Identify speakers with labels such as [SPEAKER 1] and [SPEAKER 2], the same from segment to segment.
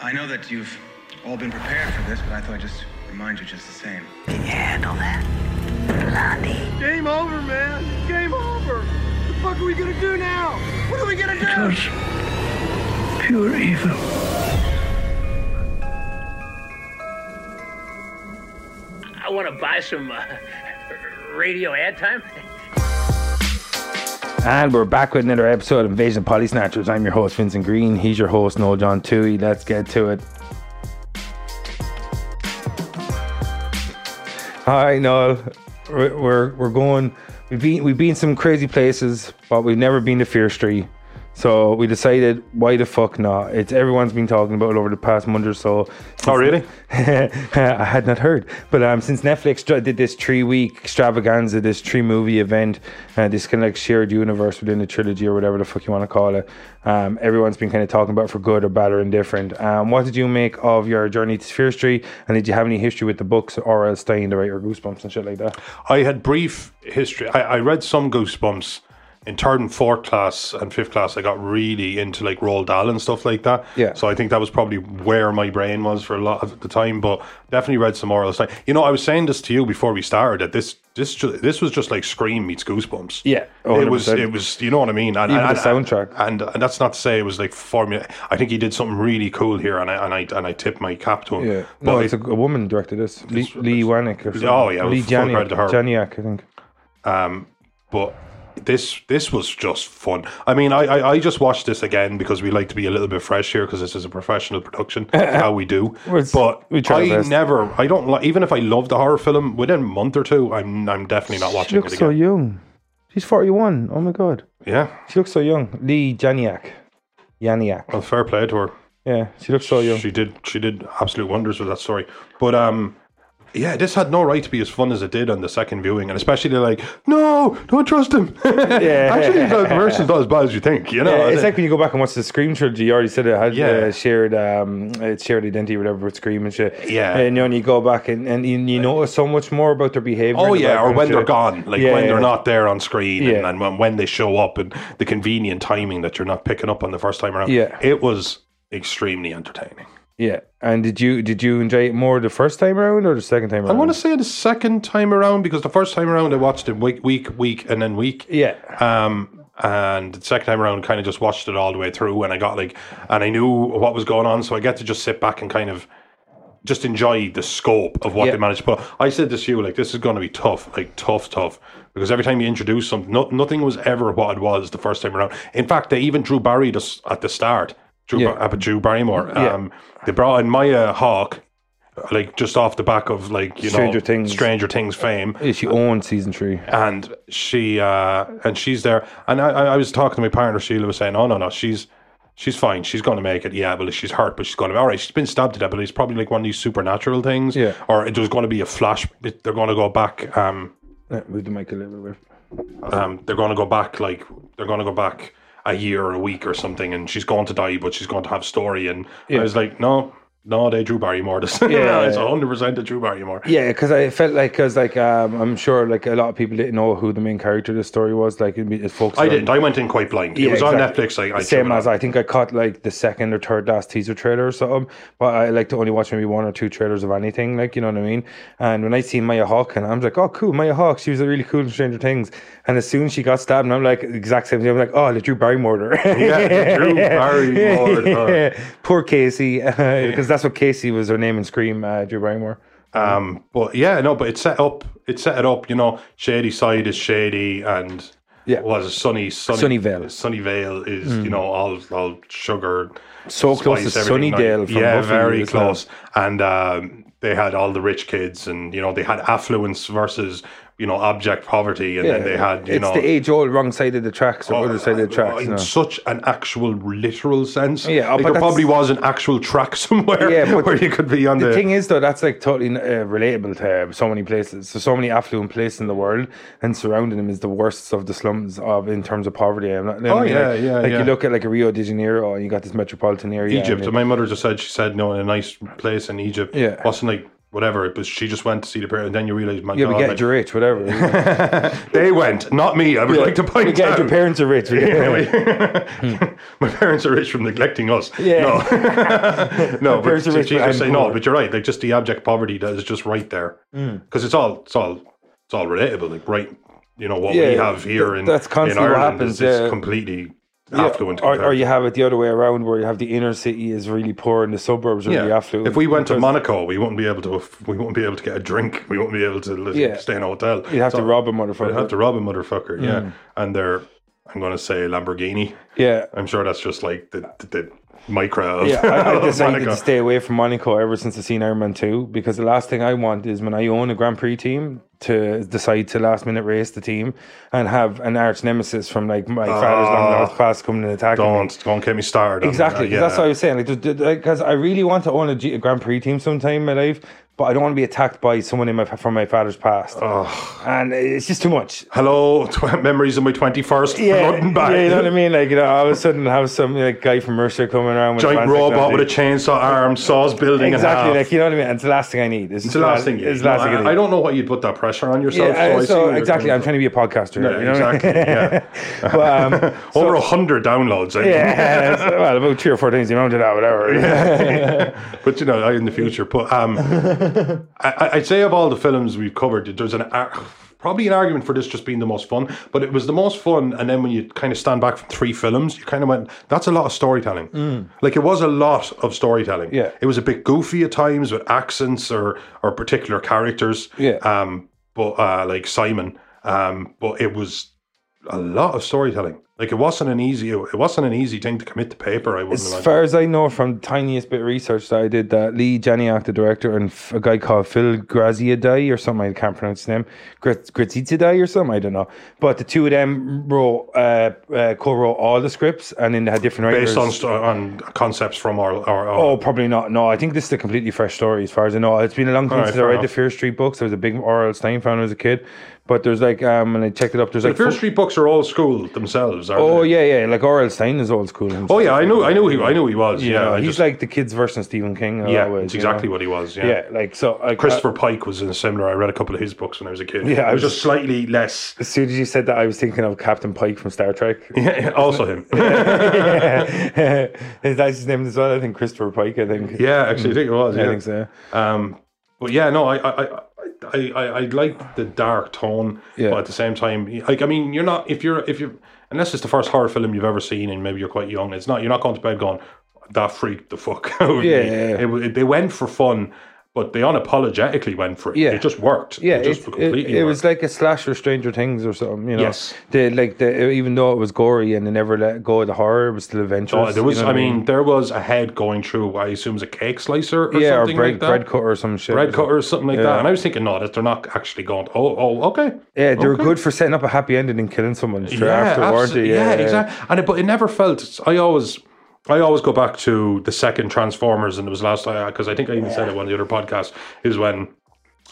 [SPEAKER 1] I know that you've all been prepared for this, but I thought I'd just remind you just the same.
[SPEAKER 2] Can you handle that, Blondie?
[SPEAKER 3] Game over, man. Game over. What the fuck are we gonna do now? What are we gonna do?
[SPEAKER 2] It was pure evil.
[SPEAKER 4] I want to buy some uh, radio ad time.
[SPEAKER 5] And we're back with another episode of Invasion of Poly Snatchers. I'm your host, Vincent Green. He's your host, Noel John Tui. Let's get to it. Hi, Noel. We're, we're, we're going. We've been, we've been some crazy places, but we've never been to Fear Street. So we decided, why the fuck not? It's everyone's been talking about it over the past month or so.
[SPEAKER 6] Oh, really?
[SPEAKER 5] I had not heard. But um, since Netflix dr- did this three week extravaganza, this three movie event, uh, this kind of like shared universe within the trilogy or whatever the fuck you want to call it, um, everyone's been kind of talking about it for good or bad or indifferent. Um, what did you make of your journey to Sphere Street? And did you have any history with the books or else Stein, the writer, Goosebumps and shit like that?
[SPEAKER 6] I had brief history. I, I read some Goosebumps in third and fourth class and fifth class. I got really into like Roald Dahl and stuff like that.
[SPEAKER 5] Yeah.
[SPEAKER 6] So I think that was probably where my brain was for a lot of the time. But definitely read some Oral Stein. You know, I was saying this to you before we started that this this ju- this was just like Scream meets Goosebumps.
[SPEAKER 5] Yeah,
[SPEAKER 6] It was
[SPEAKER 5] 100%.
[SPEAKER 6] it was you know what I mean. And,
[SPEAKER 5] Even
[SPEAKER 6] and-
[SPEAKER 5] the soundtrack.
[SPEAKER 6] And, and that's not to say it was like formula. I think he did something really cool here, and I and I and I tip my cap to him. But
[SPEAKER 5] no,
[SPEAKER 6] it-
[SPEAKER 5] it's a, a woman directed this. Lee, Lee Wanick or something.
[SPEAKER 6] Oh, yeah,
[SPEAKER 5] Lee
[SPEAKER 6] full
[SPEAKER 5] Janiak,
[SPEAKER 6] credit to her.
[SPEAKER 5] Janiak, I think.
[SPEAKER 6] but this this was just fun. I mean, I, I, I just watched this again because we like to be a little bit fresh here because this is a professional production, how we do.
[SPEAKER 5] Well, it's-
[SPEAKER 6] but
[SPEAKER 5] we try our
[SPEAKER 6] I
[SPEAKER 5] best.
[SPEAKER 6] never, I don't like even if I love the horror film within a month or two, I'm I'm definitely not
[SPEAKER 5] She
[SPEAKER 6] watching it
[SPEAKER 5] looks so
[SPEAKER 6] again.
[SPEAKER 5] young. She's 41. Oh my god.
[SPEAKER 6] yeah,
[SPEAKER 5] She looks so young. Lee Janiak. Janiak.
[SPEAKER 6] well, fair play to her.
[SPEAKER 5] Yeah, she looks so young.
[SPEAKER 6] She did she did absolute wonders with that story. But um yeah, this had no right to be as fun as it did on the second viewing, and especially they're like, "No, don't trust him." Actually, the person's not as bad as you think. You know,
[SPEAKER 5] Yeah,
[SPEAKER 6] Is
[SPEAKER 5] it's
[SPEAKER 6] it?
[SPEAKER 5] like when you go back and watch the Scream trilogy. You already said it had
[SPEAKER 6] Yeah.
[SPEAKER 5] uh, shared, um, it shared identity, or whatever, with Scream and shit.
[SPEAKER 6] Yeah.
[SPEAKER 5] and you know, and you go back and, and you, you notice so much more about their behavior.
[SPEAKER 6] Oh
[SPEAKER 5] in the
[SPEAKER 6] yeah, or
[SPEAKER 5] background
[SPEAKER 6] when
[SPEAKER 5] shit.
[SPEAKER 6] they're gone, like
[SPEAKER 5] Yeah,
[SPEAKER 6] when
[SPEAKER 5] yeah.
[SPEAKER 6] they're not there on screen, and,
[SPEAKER 5] Yeah.
[SPEAKER 6] and when, when they show up, and the convenient timing that you're not picking up on the first time around.
[SPEAKER 5] Yeah.
[SPEAKER 6] it was extremely entertaining.
[SPEAKER 5] Yeah, and did you did you enjoy it more the first time around or the second time
[SPEAKER 6] I
[SPEAKER 5] around?
[SPEAKER 6] want to say the second time around because the first time around I watched it week, week, week, and then week.
[SPEAKER 5] Yeah,
[SPEAKER 6] Um, and the second time around, kind of just watched it all the way through, and I got like, and I knew what was going on, so I get to just sit back and kind of just enjoy the scope of what
[SPEAKER 5] Yeah.
[SPEAKER 6] they managed to put. I said this to you, like, this is going to be tough, like tough, tough, because every time you introduce something, no, nothing was ever what it was the first time around. In fact, they even drew Barry this at the start. Drew,
[SPEAKER 5] Yeah.
[SPEAKER 6] Bar- uh, Drew Barrymore.
[SPEAKER 5] Yeah.
[SPEAKER 6] Um, they brought in Maya Hawk, like just off the back of like you
[SPEAKER 5] Stranger
[SPEAKER 6] know
[SPEAKER 5] Things.
[SPEAKER 6] Stranger Things fame
[SPEAKER 5] Yeah, she owned season three.
[SPEAKER 6] and she uh and she's there and I, I I was talking to my partner sheila was saying oh no no she's she's fine she's going to make it yeah but she's hurt but she's going to all right she's been stabbed to death but it's probably like one of these supernatural things
[SPEAKER 5] Yeah.
[SPEAKER 6] or it was going to be a flash they're going to go back um
[SPEAKER 5] Yeah, move the mic a little bit.
[SPEAKER 6] um they're going to go back like they're going to go back a year or a week or something and she's going to die but she's going to have story and
[SPEAKER 5] Yeah.
[SPEAKER 6] i was like no no they drew barrymore this
[SPEAKER 5] Yeah.
[SPEAKER 6] yeah it's 100% the drew barrymore
[SPEAKER 5] Yeah, because I felt like because like um, I'm sure like a lot of people didn't know who the main character of the story was. Like it, it focused.
[SPEAKER 6] I
[SPEAKER 5] on-
[SPEAKER 6] didn't. I went in quite blind.
[SPEAKER 5] Yeah,
[SPEAKER 6] it was
[SPEAKER 5] exactly.
[SPEAKER 6] on Netflix. I, I
[SPEAKER 5] The same
[SPEAKER 6] tuned it
[SPEAKER 5] as
[SPEAKER 6] on.
[SPEAKER 5] I think I caught like the second or third last teaser trailer or something, but I like to only watch maybe one or two trailers of anything, like you know what I mean. And when I see Maya Hawk, and I'm like, oh cool, Maya Hawk, she was really cool in Stranger Things. And as soon as she got stabbed, and I'm like exact same thing. I'm like, oh, the Drew Barrymore. her.
[SPEAKER 6] Yeah, Drew Barrymore. her.
[SPEAKER 5] Poor Casey, because that's what Casey was her name in Scream, uh, Drew Barrymore.
[SPEAKER 6] Um, but yeah, no, but it set up, it set it up. You know, shady side is shady, and
[SPEAKER 5] Yeah.
[SPEAKER 6] was sunny, sunny
[SPEAKER 5] Sunnyvale.
[SPEAKER 6] Sunnyvale is you know all all sugar,
[SPEAKER 5] So close
[SPEAKER 6] spice,
[SPEAKER 5] to
[SPEAKER 6] everything nice.
[SPEAKER 5] Sunnydale from
[SPEAKER 6] yeah,
[SPEAKER 5] Buffy
[SPEAKER 6] very
[SPEAKER 5] as well.
[SPEAKER 6] close. And um, they had all the rich kids, and you know they had affluence versus you know abject poverty, and then they had you
[SPEAKER 5] it's
[SPEAKER 6] know Oh, uh,
[SPEAKER 5] the age old wrong side of the tracks or other side of the tracks.
[SPEAKER 6] in
[SPEAKER 5] you know.
[SPEAKER 6] such an actual literal sense.
[SPEAKER 5] Yeah, oh,
[SPEAKER 6] like
[SPEAKER 5] but
[SPEAKER 6] there
[SPEAKER 5] that's-
[SPEAKER 6] probably was an actual track somewhere
[SPEAKER 5] Yeah, but
[SPEAKER 6] where
[SPEAKER 5] the-
[SPEAKER 6] you could be on
[SPEAKER 5] The
[SPEAKER 6] the,
[SPEAKER 5] thing is, though, that's like totally uh, relatable to uh, so many places. So, so many affluent places in the world, and surrounding them is the worst of the slums of in terms of poverty. I'm not, you know
[SPEAKER 6] Oh,
[SPEAKER 5] what I mean?
[SPEAKER 6] yeah,
[SPEAKER 5] like,
[SPEAKER 6] yeah,
[SPEAKER 5] Like you
[SPEAKER 6] yeah.
[SPEAKER 5] look at like Rio de Janeiro, and you got this metropolitan area.
[SPEAKER 6] Egypt.
[SPEAKER 5] and
[SPEAKER 6] And
[SPEAKER 5] it-
[SPEAKER 6] my mother just said she said no in a nice place in Egypt.
[SPEAKER 5] Yeah.
[SPEAKER 6] wasn't like whatever. But she just went to see the parent, and then you realize, my
[SPEAKER 5] Yeah,
[SPEAKER 6] God,
[SPEAKER 5] we get
[SPEAKER 6] like,
[SPEAKER 5] you rich, whatever.
[SPEAKER 6] they went, not me. I would like to
[SPEAKER 5] we
[SPEAKER 6] point
[SPEAKER 5] get
[SPEAKER 6] out.
[SPEAKER 5] your parents are rich. We get-
[SPEAKER 6] my parents are rich from neglecting us.
[SPEAKER 5] Yeah.
[SPEAKER 6] No, no, but
[SPEAKER 5] parents are
[SPEAKER 6] so
[SPEAKER 5] rich,
[SPEAKER 6] she's
[SPEAKER 5] but
[SPEAKER 6] just
[SPEAKER 5] I'm Hmm.
[SPEAKER 6] saying, no,
[SPEAKER 5] poor.
[SPEAKER 6] but you're right. Like just the abject poverty that is just right there, because it's all it's all it's all relatable. Like right, you know what
[SPEAKER 5] Yeah,
[SPEAKER 6] we have here
[SPEAKER 5] th-
[SPEAKER 6] in
[SPEAKER 5] that's constantly
[SPEAKER 6] in
[SPEAKER 5] what
[SPEAKER 6] Ireland
[SPEAKER 5] happens,
[SPEAKER 6] is it's
[SPEAKER 5] yeah.
[SPEAKER 6] completely
[SPEAKER 5] Yeah,
[SPEAKER 6] affluent.
[SPEAKER 5] Or,
[SPEAKER 6] compared
[SPEAKER 5] or you have it the other way around, where you have the inner city is really poor and the suburbs are really affluent.
[SPEAKER 6] If we went to
[SPEAKER 5] because
[SPEAKER 6] Monaco, we wouldn't be able to. We wouldn't be able to get a drink. We wouldn't be able to li-
[SPEAKER 5] Yeah.
[SPEAKER 6] stay in a hotel.
[SPEAKER 5] you'd have to rob a Hmm.
[SPEAKER 6] You'd have
[SPEAKER 5] motherfucker.
[SPEAKER 6] to rob a motherfucker. Yeah, and they're. I'm going to say Lamborghini.
[SPEAKER 5] Yeah,
[SPEAKER 6] I'm sure that's just like the the, the micro. Of
[SPEAKER 5] yeah. I, I decided
[SPEAKER 6] Monaco.
[SPEAKER 5] to stay away from Monaco ever since I've seen Iron Man Two because the last thing I want is when I own a Grand Prix team to decide to last minute race the team and have an arch nemesis from like my father's long
[SPEAKER 6] Ah,
[SPEAKER 5] lost past coming and attacking me.
[SPEAKER 6] Don't don't get me started. on
[SPEAKER 5] Exactly,
[SPEAKER 6] that,
[SPEAKER 5] 'cause that's what I was saying. Like, because like, 'cause I really want to own a, G- a Grand Prix team sometime in my life, but I don't want to be attacked by someone in my from my father's past, and it's just too much.
[SPEAKER 6] Hello, tw- memories of my twenty first
[SPEAKER 5] Yeah,
[SPEAKER 6] London back.
[SPEAKER 5] yeah, you know what I mean. Like, you know, all of a sudden have some like guy from Mercia coming around with a
[SPEAKER 6] Giant
[SPEAKER 5] fancy
[SPEAKER 6] robot with a
[SPEAKER 5] clothing.
[SPEAKER 6] chainsaw arm, saws building
[SPEAKER 5] exactly,
[SPEAKER 6] in half.
[SPEAKER 5] like you know what I mean. It's the last thing I need. It's,
[SPEAKER 6] it's the last thing. You
[SPEAKER 5] It's the last
[SPEAKER 6] no,
[SPEAKER 5] thing I,
[SPEAKER 6] I,
[SPEAKER 5] need.
[SPEAKER 6] I don't know why you'd put that pressure on yourself.
[SPEAKER 5] Yeah,
[SPEAKER 6] so I
[SPEAKER 5] so,
[SPEAKER 6] see where you're
[SPEAKER 5] exactly, I'm trying
[SPEAKER 6] coming
[SPEAKER 5] to be a podcaster.
[SPEAKER 6] from.
[SPEAKER 5] you
[SPEAKER 6] Yeah,
[SPEAKER 5] know what I mean?
[SPEAKER 6] exactly. Yeah.
[SPEAKER 5] But, um,
[SPEAKER 6] Over a hundred downloads. eh? I mean.
[SPEAKER 5] yeah, so, well, about three or four things you don't do that, whatever.
[SPEAKER 6] But you know, I in the future. But um, I- I, I'd say of all the films we've covered, there's an ar- probably an argument for this just being the most fun. But it was the most fun, and then when you kind of stand back from three films, you kind of went, "That's a lot of storytelling." Like it was a lot of storytelling.
[SPEAKER 5] Mm. Yeah.
[SPEAKER 6] it was a bit goofy at times with accents or or particular characters.
[SPEAKER 5] Yeah.
[SPEAKER 6] um, but uh, like Simon, um, but it was a lot of storytelling. Like it wasn't an easy, it wasn't an easy thing to commit to paper. I wouldn't
[SPEAKER 5] As
[SPEAKER 6] imagine.
[SPEAKER 5] far as I know from the tiniest bit of research that I did, that Lee Janiak, the director, and f- a guy called Phil Graziadai or something, I can't pronounce his name, Graz- Graziadai or something, I don't know. But the two of them wrote, uh, uh, co-wrote all the scripts and then they had different writers.
[SPEAKER 6] based on st- on concepts from our our, our
[SPEAKER 5] Oh, probably not. No, I think this is a completely fresh story as far as I know. It's been a long time
[SPEAKER 6] Alright,
[SPEAKER 5] since I
[SPEAKER 6] fair
[SPEAKER 5] read the
[SPEAKER 6] enough.
[SPEAKER 5] Fear Street books. I was a big R.L. Stein fan when I was a kid. But there's like, um, and I checked it up, there's
[SPEAKER 6] the
[SPEAKER 5] like...
[SPEAKER 6] Fear
[SPEAKER 5] fo-
[SPEAKER 6] Street books are old school themselves. Aren't
[SPEAKER 5] Oh
[SPEAKER 6] they?
[SPEAKER 5] yeah, yeah. Like R.L. Stein is old school. Himself.
[SPEAKER 6] oh yeah, I knew I knew he I knew he was.
[SPEAKER 5] You
[SPEAKER 6] Yeah,
[SPEAKER 5] know,
[SPEAKER 6] I
[SPEAKER 5] he's
[SPEAKER 6] just-
[SPEAKER 5] like the kids version of Stephen King. in a lot
[SPEAKER 6] yeah,
[SPEAKER 5] of ways,
[SPEAKER 6] it's
[SPEAKER 5] you know?
[SPEAKER 6] exactly what he was. Yeah.
[SPEAKER 5] Yeah, like so. uh, Like,
[SPEAKER 6] Christopher Pike was in similar. I read a couple of his books when I was a kid.
[SPEAKER 5] Yeah, I
[SPEAKER 6] it was
[SPEAKER 5] was-
[SPEAKER 6] just slightly less.
[SPEAKER 5] as soon as you said that, I was thinking of Captain Pike from Star Trek.
[SPEAKER 6] Yeah, also him.
[SPEAKER 5] That's his name as well. I think Christopher Pike. I think.
[SPEAKER 6] Yeah, actually, I think it was.
[SPEAKER 5] I
[SPEAKER 6] Yeah.
[SPEAKER 5] think so.
[SPEAKER 6] Um, but yeah, no, I, I, I, I, I, I like the dark tone,
[SPEAKER 5] Yeah.
[SPEAKER 6] but at the same time, like, I mean, you're not if you're if you unless it's the first horror film you've ever seen, and maybe you're quite young, it's not. You're not going to bed going that freaked the fuck out. of me."
[SPEAKER 5] Yeah, yeah, yeah.
[SPEAKER 6] It wa- they went for fun, but they unapologetically went for it.
[SPEAKER 5] Yeah.
[SPEAKER 6] it just worked.
[SPEAKER 5] Yeah,
[SPEAKER 6] it
[SPEAKER 5] it,
[SPEAKER 6] just
[SPEAKER 5] it,
[SPEAKER 6] completely.
[SPEAKER 5] it
[SPEAKER 6] worked.
[SPEAKER 5] was like a slasher Stranger Things or something. You know,
[SPEAKER 6] Yes.
[SPEAKER 5] They like the even though it was gory and they never let go of the horror, it was still adventurous.
[SPEAKER 6] Oh, there was,
[SPEAKER 5] you know
[SPEAKER 6] I
[SPEAKER 5] what
[SPEAKER 6] mean, there was a head going through. what I assume is a cake slicer or
[SPEAKER 5] yeah, or
[SPEAKER 6] something
[SPEAKER 5] bread,
[SPEAKER 6] like that.
[SPEAKER 5] bread cutter or some shit.
[SPEAKER 6] bread cutter or something like that.
[SPEAKER 5] Yeah.
[SPEAKER 6] And I was thinking, no, that they're not actually going. Oh, oh, okay.
[SPEAKER 5] Yeah, they were
[SPEAKER 6] Okay.
[SPEAKER 5] good for setting up a happy ending and killing someone straight after, weren't
[SPEAKER 6] absolute-
[SPEAKER 5] they?
[SPEAKER 6] Yeah, exactly. And it, but it never felt. I always, I always go back to the second Transformers, and it was last time because I think I even said it on the other podcast is when.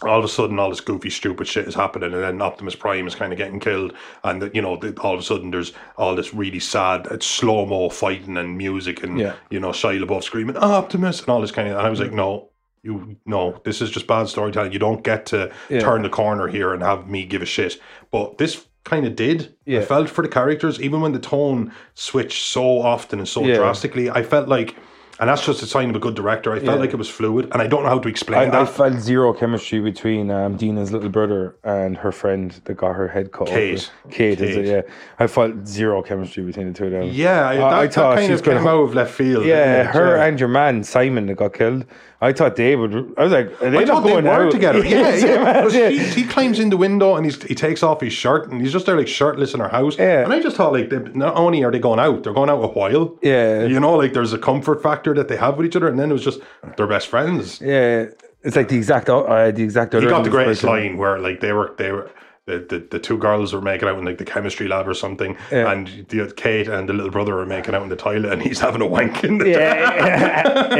[SPEAKER 6] All of a sudden, all this goofy, stupid shit is happening, and then Optimus Prime is kind of getting killed, and that you know, the, all of a sudden, there's all this really sad, it's slow mo fighting and music, and
[SPEAKER 5] Yeah.
[SPEAKER 6] you know, Shia LaBeouf screaming "Ah, Optimus and all this kind of. And I was like, no, you no, this is just bad storytelling. You don't get to
[SPEAKER 5] Yeah.
[SPEAKER 6] turn the corner here and have me give a shit. But this kind of did.
[SPEAKER 5] Yeah.
[SPEAKER 6] I felt for the characters, even when the tone switched so often and so
[SPEAKER 5] Yeah.
[SPEAKER 6] drastically. I felt like, and that's just a sign of a good director. I felt
[SPEAKER 5] Yeah.
[SPEAKER 6] like it was fluid, and I don't know how to explain
[SPEAKER 5] I, I
[SPEAKER 6] that.
[SPEAKER 5] felt zero chemistry between um, Dina's little brother and her friend that got her head cut. off.
[SPEAKER 6] Kate.
[SPEAKER 5] Kate, is it?
[SPEAKER 6] Kate.
[SPEAKER 5] Yeah. I felt zero chemistry between the two of them.
[SPEAKER 6] yeah, I,
[SPEAKER 5] I-
[SPEAKER 6] that,
[SPEAKER 5] I
[SPEAKER 6] that
[SPEAKER 5] thought
[SPEAKER 6] kind
[SPEAKER 5] she's
[SPEAKER 6] of came
[SPEAKER 5] gonna-
[SPEAKER 6] out of left field.
[SPEAKER 5] Yeah,
[SPEAKER 6] didn't it?
[SPEAKER 5] her
[SPEAKER 6] Yeah.
[SPEAKER 5] and your man Simon that got killed. I thought they would. I was like, are they
[SPEAKER 6] I
[SPEAKER 5] not
[SPEAKER 6] thought they
[SPEAKER 5] going
[SPEAKER 6] were
[SPEAKER 5] out?
[SPEAKER 6] together. Yeah,
[SPEAKER 5] same
[SPEAKER 6] yeah.
[SPEAKER 5] as,
[SPEAKER 6] But
[SPEAKER 5] yeah.
[SPEAKER 6] He, he climbs in the window and he's, he takes off his shirt and he's just there like shirtless in her house.
[SPEAKER 5] Yeah.
[SPEAKER 6] And I just thought like they, not only are they going out, they're going out a while.
[SPEAKER 5] Yeah.
[SPEAKER 6] You know, like there's a comfort factor that they have with each other, and then it was just they're best friends.
[SPEAKER 5] Yeah, it's like the exact. o- Uh, the exact.
[SPEAKER 6] He got the greatest line where like they were they were the, the, the two girls were making out in like the chemistry lab or something,
[SPEAKER 5] Yeah.
[SPEAKER 6] and the Kate and the little brother are making out in the toilet, and he's having a wank in the
[SPEAKER 5] Yeah,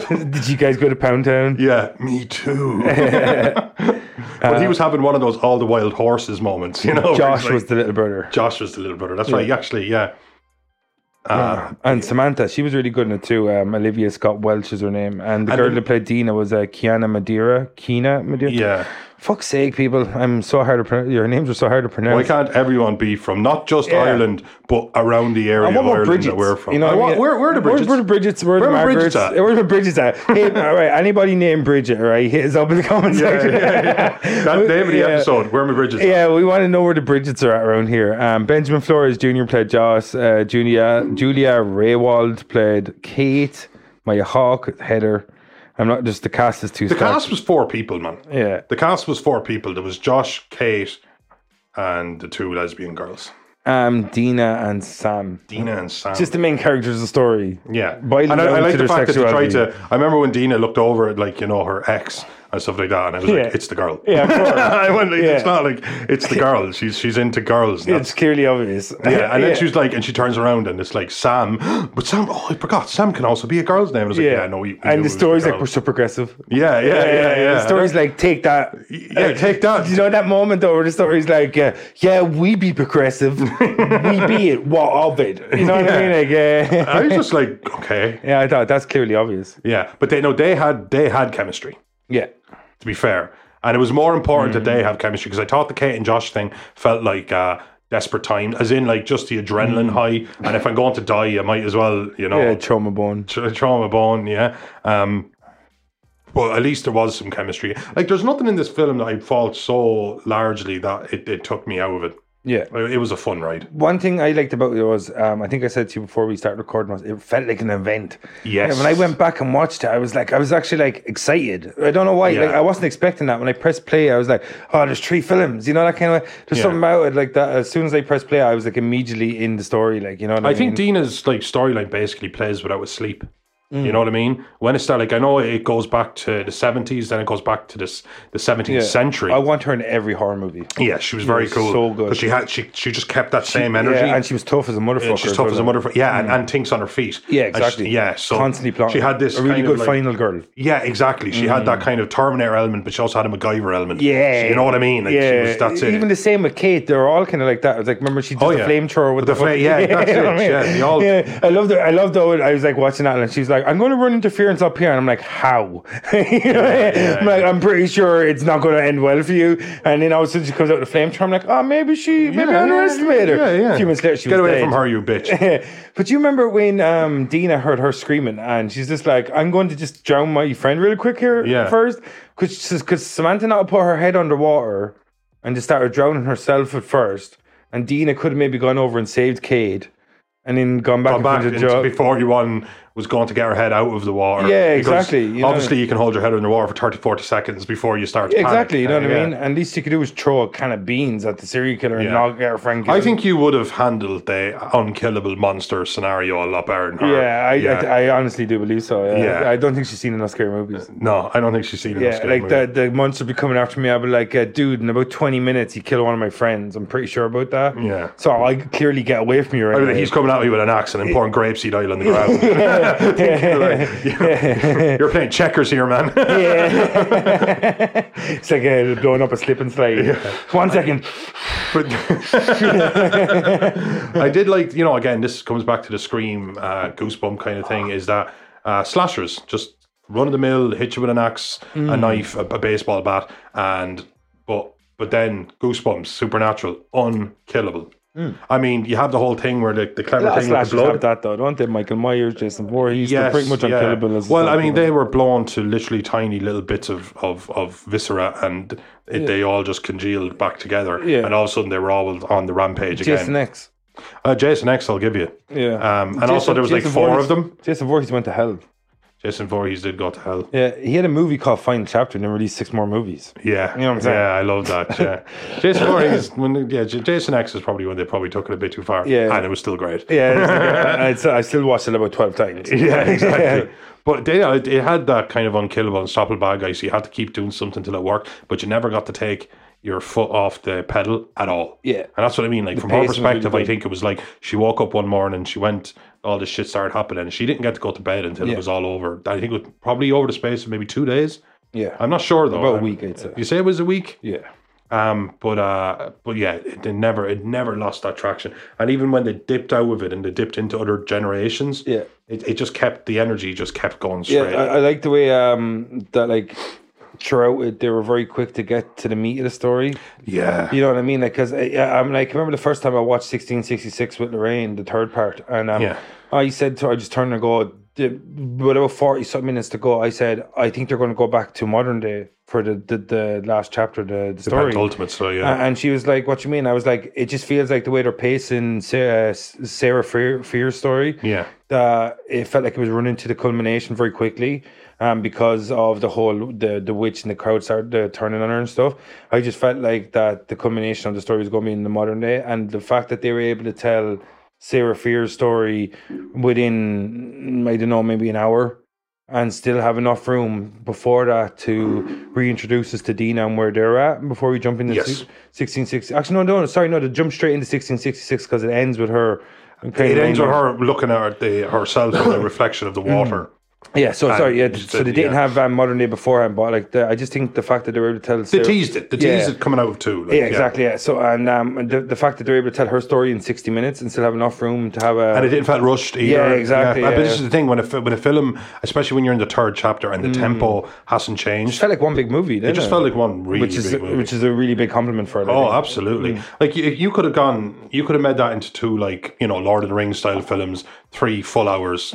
[SPEAKER 5] yeah. Did you guys go to Pound Town?
[SPEAKER 6] Yeah, me too. but he was having one of those all the wild horses moments, you know. where he's
[SPEAKER 5] Josh
[SPEAKER 6] like-
[SPEAKER 5] was the little brother.
[SPEAKER 6] Josh was the little brother. That's right. He actually, yeah. Uh,
[SPEAKER 5] And Samantha, she was really good in it too. Um, Olivia Scott Welch is her name, and the
[SPEAKER 6] And
[SPEAKER 5] girl
[SPEAKER 6] then-
[SPEAKER 5] that played Dina was uh, Kiana Madeira. Kina Madeira.
[SPEAKER 6] Yeah.
[SPEAKER 5] Fuck's sake, people! I'm so hard to pronounce. Your names are so hard to pronounce.
[SPEAKER 6] Why can't everyone be from not just
[SPEAKER 5] Yeah.
[SPEAKER 6] Ireland, but around the area
[SPEAKER 5] I
[SPEAKER 6] of
[SPEAKER 5] want more
[SPEAKER 6] Ireland
[SPEAKER 5] Bridgets.
[SPEAKER 6] that we're from?
[SPEAKER 5] You know,
[SPEAKER 6] I
[SPEAKER 5] what I
[SPEAKER 6] want-
[SPEAKER 5] mean?
[SPEAKER 6] where, where are the Bridgets?
[SPEAKER 5] Where, the Bridgets? Where,
[SPEAKER 6] Where
[SPEAKER 5] the
[SPEAKER 6] are the
[SPEAKER 5] Margarets?
[SPEAKER 6] Bridgets at?
[SPEAKER 5] Where are the Bridgets at? hey, all right. Anybody named Bridget, all right? Hit us up in the comment section.
[SPEAKER 6] That name of the
[SPEAKER 5] Yeah.
[SPEAKER 6] episode, Where Are My Bridges? at?
[SPEAKER 5] Yeah, we want to know where the Bridgets are at around here. Um, Benjamin Flores Jr. played Joss. Uh, Julia Julia Raywald played Kate. Maya Hawk, Heather. I'm not just the cast is too.
[SPEAKER 6] The cast was four people, man.
[SPEAKER 5] Yeah.
[SPEAKER 6] The cast was four people. There was Josh, Kate, and the two lesbian girls,
[SPEAKER 5] Um, Dina and Sam.
[SPEAKER 6] Dina and Sam.
[SPEAKER 5] Just the main characters of the story.
[SPEAKER 6] yeah,
[SPEAKER 5] Biting
[SPEAKER 6] and I,
[SPEAKER 5] down
[SPEAKER 6] I like
[SPEAKER 5] to
[SPEAKER 6] the
[SPEAKER 5] their
[SPEAKER 6] fact
[SPEAKER 5] sexuality.
[SPEAKER 6] that they tried to. I remember when Dina looked over at like you know her ex and stuff like that, and I was
[SPEAKER 5] Yeah.
[SPEAKER 6] like, "It's the girl."
[SPEAKER 5] Yeah, of course.
[SPEAKER 6] I went like, "It's
[SPEAKER 5] Yeah.
[SPEAKER 6] not like it's the girl. She's she's into girls." and
[SPEAKER 5] it's clearly obvious.
[SPEAKER 6] Yeah, and then she's like, and she turns around and it's like Sam, but Sam, oh, I forgot, Sam can also be a girl's name. I was like, yeah, no, we, we knew
[SPEAKER 5] and
[SPEAKER 6] it
[SPEAKER 5] the
[SPEAKER 6] was a
[SPEAKER 5] story's like
[SPEAKER 6] girl."
[SPEAKER 5] we're so progressive.
[SPEAKER 6] yeah, yeah, yeah, yeah.
[SPEAKER 5] The story's like take that. Uh,
[SPEAKER 6] Yeah, take that.
[SPEAKER 5] You know that moment though, where the story's like, uh, yeah, we be progressive, we be it. What of it? You know what I
[SPEAKER 6] Yeah.
[SPEAKER 5] mean? Like, yeah.
[SPEAKER 6] I was just like, okay,
[SPEAKER 5] yeah, I thought that's clearly obvious.
[SPEAKER 6] yeah, but they know they had they had chemistry.
[SPEAKER 5] Yeah,
[SPEAKER 6] To be fair, and it was more important that
[SPEAKER 5] Mm.
[SPEAKER 6] they have chemistry because I thought the Kate and Josh thing felt like. uh Desperate time, as in like just the adrenaline high, and if I'm going to die, I might as well, you know,
[SPEAKER 5] Mm. yeah, trauma bone.
[SPEAKER 6] tra- trauma bone, yeah. Um, but at least there was some chemistry. Like, there's nothing in this film that I fault so largely that it, it took me out of it.
[SPEAKER 5] Yeah.
[SPEAKER 6] It it was a fun ride.
[SPEAKER 5] One thing I liked about it was, um, I think I said to you before we started recording, was it felt like an event.
[SPEAKER 6] Yes.
[SPEAKER 5] And when I went back and watched it, I was like, I was actually like excited. I don't know why.
[SPEAKER 6] Yeah.
[SPEAKER 5] Like, I wasn't expecting that. When I pressed play, I was like, oh, there's three films. You know, that kind of there's
[SPEAKER 6] Yeah.
[SPEAKER 5] something about it like that. As soon as I pressed play, I was like immediately in the story. Like, you know what I,
[SPEAKER 6] I
[SPEAKER 5] mean?
[SPEAKER 6] think Dina's like storyline basically plays without a sleep. You
[SPEAKER 5] Mm.
[SPEAKER 6] know what I mean? When it's that, like I know it goes back to the seventies, then it goes back to this the seventeenth
[SPEAKER 5] Yeah.
[SPEAKER 6] century.
[SPEAKER 5] I want her in every horror movie.
[SPEAKER 6] yeah, she was very
[SPEAKER 5] was
[SPEAKER 6] cool.
[SPEAKER 5] so good.
[SPEAKER 6] 'Cause she had she she just kept that same energy.
[SPEAKER 5] Yeah, and she was tough as a motherfucker.
[SPEAKER 6] And she's tough as a
[SPEAKER 5] well. Mm.
[SPEAKER 6] motherfucker. Yeah, and, and thinks on her feet.
[SPEAKER 5] Yeah,
[SPEAKER 6] And she-
[SPEAKER 5] exactly.
[SPEAKER 6] yeah, so
[SPEAKER 5] constantly plotting.
[SPEAKER 6] She had this
[SPEAKER 5] a really
[SPEAKER 6] kind
[SPEAKER 5] good
[SPEAKER 6] of, like-
[SPEAKER 5] final girl.
[SPEAKER 6] Yeah, exactly. She had that kind of Terminator element, but she also had a MacGyver element.
[SPEAKER 5] Yeah,
[SPEAKER 6] So you know what I mean. Like, she was- that's it.
[SPEAKER 5] Even the same with Kate. They're all kind of like that. I was like, remember she did
[SPEAKER 6] Oh,
[SPEAKER 5] the
[SPEAKER 6] yeah.
[SPEAKER 5] flamethrower with
[SPEAKER 6] The
[SPEAKER 5] the,
[SPEAKER 6] fla-
[SPEAKER 5] fucking-
[SPEAKER 6] yeah, that's
[SPEAKER 5] You know
[SPEAKER 6] it.
[SPEAKER 5] what I mean?
[SPEAKER 6] Yeah, they all-
[SPEAKER 5] Yeah, I loved it. I loved though. I was like watching that, and she's like, "I'm going to run interference up here," and I'm like, "How?" You know, I'm like, "I'm pretty sure it's not going to end well for you." And then all of a sudden she comes out with a flamethrower. I'm like, "Oh, maybe she, maybe
[SPEAKER 6] yeah,
[SPEAKER 5] I underestimated her."
[SPEAKER 6] Yeah, yeah.
[SPEAKER 5] A few minutes later, she
[SPEAKER 6] get
[SPEAKER 5] was
[SPEAKER 6] away
[SPEAKER 5] dead.
[SPEAKER 6] from her, you bitch.
[SPEAKER 5] But you remember when um, Dina heard her screaming and she's just like, I'm going to just drown my friend real quick here
[SPEAKER 6] Yeah.
[SPEAKER 5] first? Because Samantha not put her head underwater and just started drowning herself at first. And Dina could have maybe gone over and saved Cade and then gone back
[SPEAKER 6] Got
[SPEAKER 5] and
[SPEAKER 6] back
[SPEAKER 5] found the
[SPEAKER 6] into-
[SPEAKER 5] job.
[SPEAKER 6] before you one was going to get her head out of the water.
[SPEAKER 5] Yeah,
[SPEAKER 6] Because
[SPEAKER 5] exactly, you know.
[SPEAKER 6] obviously, you can hold your head underwater for 30, 40 seconds before you start. To panic.
[SPEAKER 5] Exactly, you know what
[SPEAKER 6] Yeah.
[SPEAKER 5] I mean? And least you could do is throw a can of beans at the serial killer and
[SPEAKER 6] Yeah.
[SPEAKER 5] knock out her friend.
[SPEAKER 6] I
[SPEAKER 5] killed.
[SPEAKER 6] think you would have handled the unkillable monster scenario a lot better than her.
[SPEAKER 5] Yeah, I, I, I honestly do believe so. Yeah.
[SPEAKER 6] Yeah.
[SPEAKER 5] I don't think she's seen enough scary movies.
[SPEAKER 6] no, I don't think she's seen it.
[SPEAKER 5] Yeah, like the, the monster be coming after me. I'll be like, uh, dude, in about 20 minutes, he killed one of my friends. I'm pretty sure about that.
[SPEAKER 6] Yeah.
[SPEAKER 5] So I clearly get away from you right
[SPEAKER 6] I mean,
[SPEAKER 5] now.
[SPEAKER 6] he's coming at me with an axe and I'm pouring grapeseed oil on the ground. Like, You're playing checkers here, man.
[SPEAKER 5] yeah. it's like uh, blowing up a slip and slide. One second.
[SPEAKER 6] But I did like, you know, again, this comes back to the Scream uh, Goosebump kind of thing is that uh, slashers just run of the mill, hit you with an axe,
[SPEAKER 5] Mm.
[SPEAKER 6] a knife, a, a baseball bat, and but but then Goosebumps, supernatural, unkillable.
[SPEAKER 5] Mm.
[SPEAKER 6] I mean, you have the whole thing where the, the clever
[SPEAKER 5] That's
[SPEAKER 6] thing with
[SPEAKER 5] last
[SPEAKER 6] the blood.
[SPEAKER 5] have that though, don't they? Michael Myers, Jason Voorhees, they're
[SPEAKER 6] Yes,
[SPEAKER 5] pretty much
[SPEAKER 6] yeah.
[SPEAKER 5] unkillable. As
[SPEAKER 6] well, I mean, they were blown to literally tiny little bits of of, of viscera, and it, they all just congealed back together.
[SPEAKER 5] Yeah.
[SPEAKER 6] And all of a sudden, they were all on the rampage
[SPEAKER 5] Jason
[SPEAKER 6] again.
[SPEAKER 5] X.
[SPEAKER 6] Uh, Jason X, I'll give you.
[SPEAKER 5] Yeah.
[SPEAKER 6] Um, and also,
[SPEAKER 5] Jason-
[SPEAKER 6] there was
[SPEAKER 5] Jason
[SPEAKER 6] like four
[SPEAKER 5] Voorhees-
[SPEAKER 6] of them.
[SPEAKER 5] Jason Voorhees went to hell.
[SPEAKER 6] Jason Voorhees did go to hell.
[SPEAKER 5] Yeah, he had a movie called Final Chapter and then released six more movies.
[SPEAKER 6] Yeah,
[SPEAKER 5] You know what I'm saying?
[SPEAKER 6] yeah, I love that. Yeah, Jason Voorhees. When yeah, J- Jason X is probably when they probably took it a bit too far.
[SPEAKER 5] Yeah.
[SPEAKER 6] and it was still great.
[SPEAKER 5] Yeah, it's like, uh, it's, I still watched it about 12 times.
[SPEAKER 6] Yeah, exactly. But they, uh, it had that kind of unkillable, unstoppable bad guy. So you had to keep doing something till it worked, but you never got to take your foot off the pedal at all.
[SPEAKER 5] Yeah.
[SPEAKER 6] and that's what I mean. Like from her
[SPEAKER 5] pace was really
[SPEAKER 6] perspective, I
[SPEAKER 5] good.
[SPEAKER 6] think it was like she woke up one morning, she went, all this shit started happening. She didn't get to go to bed until
[SPEAKER 5] Yeah.
[SPEAKER 6] it was all over. I think it was probably over the space of maybe two days.
[SPEAKER 5] Yeah.
[SPEAKER 6] I'm not sure though.
[SPEAKER 5] About a
[SPEAKER 6] I'm-
[SPEAKER 5] week, I'd say.
[SPEAKER 6] You say it was a week?
[SPEAKER 5] Yeah.
[SPEAKER 6] Um, but uh, but yeah, it, it never it never lost that traction. And even when they dipped out of it and they dipped into other generations,
[SPEAKER 5] Yeah.
[SPEAKER 6] it, it just kept the energy just kept going
[SPEAKER 5] Yeah,
[SPEAKER 6] straight.
[SPEAKER 5] I, I like the way um that like throughout it they were very quick to get to the meat of the story.
[SPEAKER 6] yeah.
[SPEAKER 5] You know what I mean? Like, because I'm like, remember the first time I watched 1666 with Lorraine, the third part, and um,
[SPEAKER 6] Yeah.
[SPEAKER 5] I said to, I just turned and go, "D- with about 40 something minutes to go, I said, I think they're going to go back to modern day for the the, the last chapter, of the, the story.
[SPEAKER 6] Ultimate, so yeah.
[SPEAKER 5] A- And she was like, "What you mean?" I was like, "It just feels like the way they're pacing Sarah, Sarah Fear, Fear's story.
[SPEAKER 6] Yeah.
[SPEAKER 5] that it felt like it was running to the culmination very quickly, um, because of the whole the the witch and the crowd started uh, turning on her and stuff. I just felt like that the culmination of the story was going to be in the modern day, and the fact that they were able to tell Sarah Fear's story within I don't know maybe an hour and still have enough room before that to reintroduce us to Dina and where they're at before we jump into
[SPEAKER 6] Yes.
[SPEAKER 5] six- 1660. Actually, no, no, sorry, no, to jump straight into 1666 because it ends with her.
[SPEAKER 6] it ends with her looking at the, herself in the reflection of the
[SPEAKER 5] Mm.
[SPEAKER 6] water.
[SPEAKER 5] Yeah, so
[SPEAKER 6] and
[SPEAKER 5] sorry, yeah.
[SPEAKER 6] she
[SPEAKER 5] So
[SPEAKER 6] said,
[SPEAKER 5] they didn't
[SPEAKER 6] yeah.
[SPEAKER 5] have um, modern day beforehand, but like the, I just think the fact that they were able to tell
[SPEAKER 6] They
[SPEAKER 5] Sarah-
[SPEAKER 6] teased it. They
[SPEAKER 5] Yeah.
[SPEAKER 6] teased it coming out of two. like,
[SPEAKER 5] Yeah, exactly. Yeah. So and um, the, the fact that they're able to tell her story in 60 minutes and still have enough room to have a
[SPEAKER 6] and it didn't feel rushed either.
[SPEAKER 5] Yeah, exactly,
[SPEAKER 6] But this
[SPEAKER 5] yeah.
[SPEAKER 6] is the thing when a fi- when a film, especially when you're in the third chapter and the tempo hasn't
[SPEAKER 5] it
[SPEAKER 6] changed,
[SPEAKER 5] felt like one big movie. Didn't
[SPEAKER 6] it just felt like one really
[SPEAKER 5] which is
[SPEAKER 6] big movie.
[SPEAKER 5] which is a really big compliment for it. I
[SPEAKER 6] Oh,
[SPEAKER 5] think.
[SPEAKER 6] absolutely! Like you, you could have gone, you could have made that into two, like you know, Lord of the Rings style films, three full hours.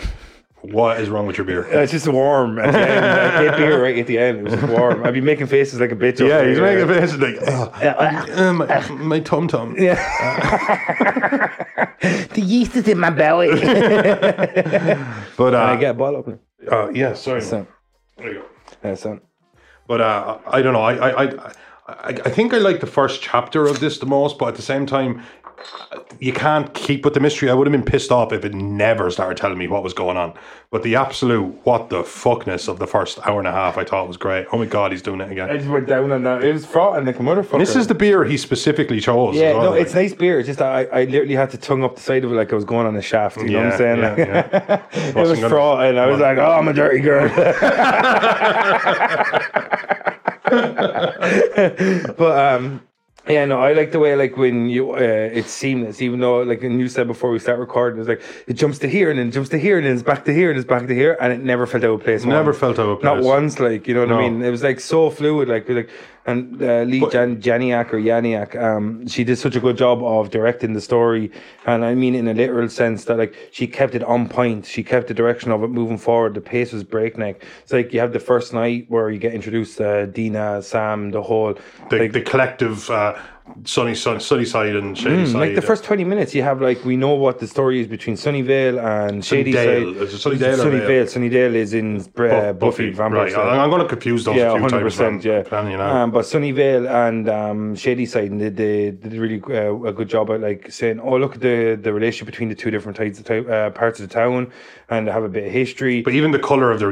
[SPEAKER 6] What is wrong with your beer?
[SPEAKER 5] It's just warm at the end. I can't be right at the end. It was just warm. I'd be making faces like a bitch.
[SPEAKER 6] Yeah,
[SPEAKER 5] over
[SPEAKER 6] he's
[SPEAKER 5] here.
[SPEAKER 6] making faces like, oh, my, my tum tum. Yeah.
[SPEAKER 2] The yeast is in my belly.
[SPEAKER 6] But
[SPEAKER 5] And
[SPEAKER 6] uh,
[SPEAKER 5] I get a ball opener.
[SPEAKER 6] uh, yeah, sorry.
[SPEAKER 5] So,
[SPEAKER 6] There you go.
[SPEAKER 5] yeah, so.
[SPEAKER 6] But uh, I don't know. I I, I I I think I like the first chapter of this the most, but at the same time, you can't keep with the mystery. I would have been pissed off if it never started telling me what was going on. But the absolute what the fuckness of the first hour and a half, I thought was great. Oh my god, he's doing it
[SPEAKER 5] I
[SPEAKER 6] again.
[SPEAKER 5] just went down on that. It was fraught and like a motherfucker.
[SPEAKER 6] This is the beer he specifically chose. as
[SPEAKER 5] Yeah,
[SPEAKER 6] well,
[SPEAKER 5] no,
[SPEAKER 6] like.
[SPEAKER 5] it's nice beer. It's just that I, I literally had to tongue up the side of it like I was going on a shaft. You know what I'm saying?
[SPEAKER 6] Yeah,
[SPEAKER 5] Like,
[SPEAKER 6] yeah, yeah.
[SPEAKER 5] it
[SPEAKER 6] Wasn't
[SPEAKER 5] was
[SPEAKER 6] gonna-
[SPEAKER 5] fraught, and I was like, "Oh, I'm a dirty girl." but um, yeah, no, I like the way like when you uh, it's seamless. Even though like and you said before we start recording, it's like it jumps to here and then it jumps to here and then it's back to here and it's back to here, and it never felt out of place.
[SPEAKER 6] Never
[SPEAKER 5] once.
[SPEAKER 6] felt out of
[SPEAKER 5] Not
[SPEAKER 6] place.
[SPEAKER 5] once, like you know what
[SPEAKER 6] No.
[SPEAKER 5] I mean. It was like so fluid, like like. And uh, Lee
[SPEAKER 6] But-
[SPEAKER 5] Jan- Janiak or Yaniak, um, she did such a good job of directing the story, and I mean in a literal sense that like she kept it on point. She kept the direction of it moving forward. The pace was breakneck. It's like you have the first night where you get introduced to Dina, Sam, the whole
[SPEAKER 6] the,
[SPEAKER 5] like,
[SPEAKER 6] the collective uh, sunny, sun, sunny side and shady side.
[SPEAKER 5] Mm,
[SPEAKER 6] uh,
[SPEAKER 5] like the first twenty minutes, you have like we know what the story is between Sunnyvale and Shady
[SPEAKER 6] Sunnydale.
[SPEAKER 5] Side.
[SPEAKER 6] Is it Sunnydale or
[SPEAKER 5] Sunnydale. Sunnydale is in uh, Buffy, uh, Vampire
[SPEAKER 6] Right,
[SPEAKER 5] Slayer.
[SPEAKER 6] I- I'm going to confuse those
[SPEAKER 5] yeah,
[SPEAKER 6] a few
[SPEAKER 5] hundred
[SPEAKER 6] times. man.
[SPEAKER 5] percent. Yeah,
[SPEAKER 6] Plan, you know.
[SPEAKER 5] um, but Sunnyvale and um, Shadyside and they, they did really uh, a good job at like saying, "Oh, look at the the relationship between the two different sides of to- uh, parts of the town, and they have a bit of history."
[SPEAKER 6] But even the color of their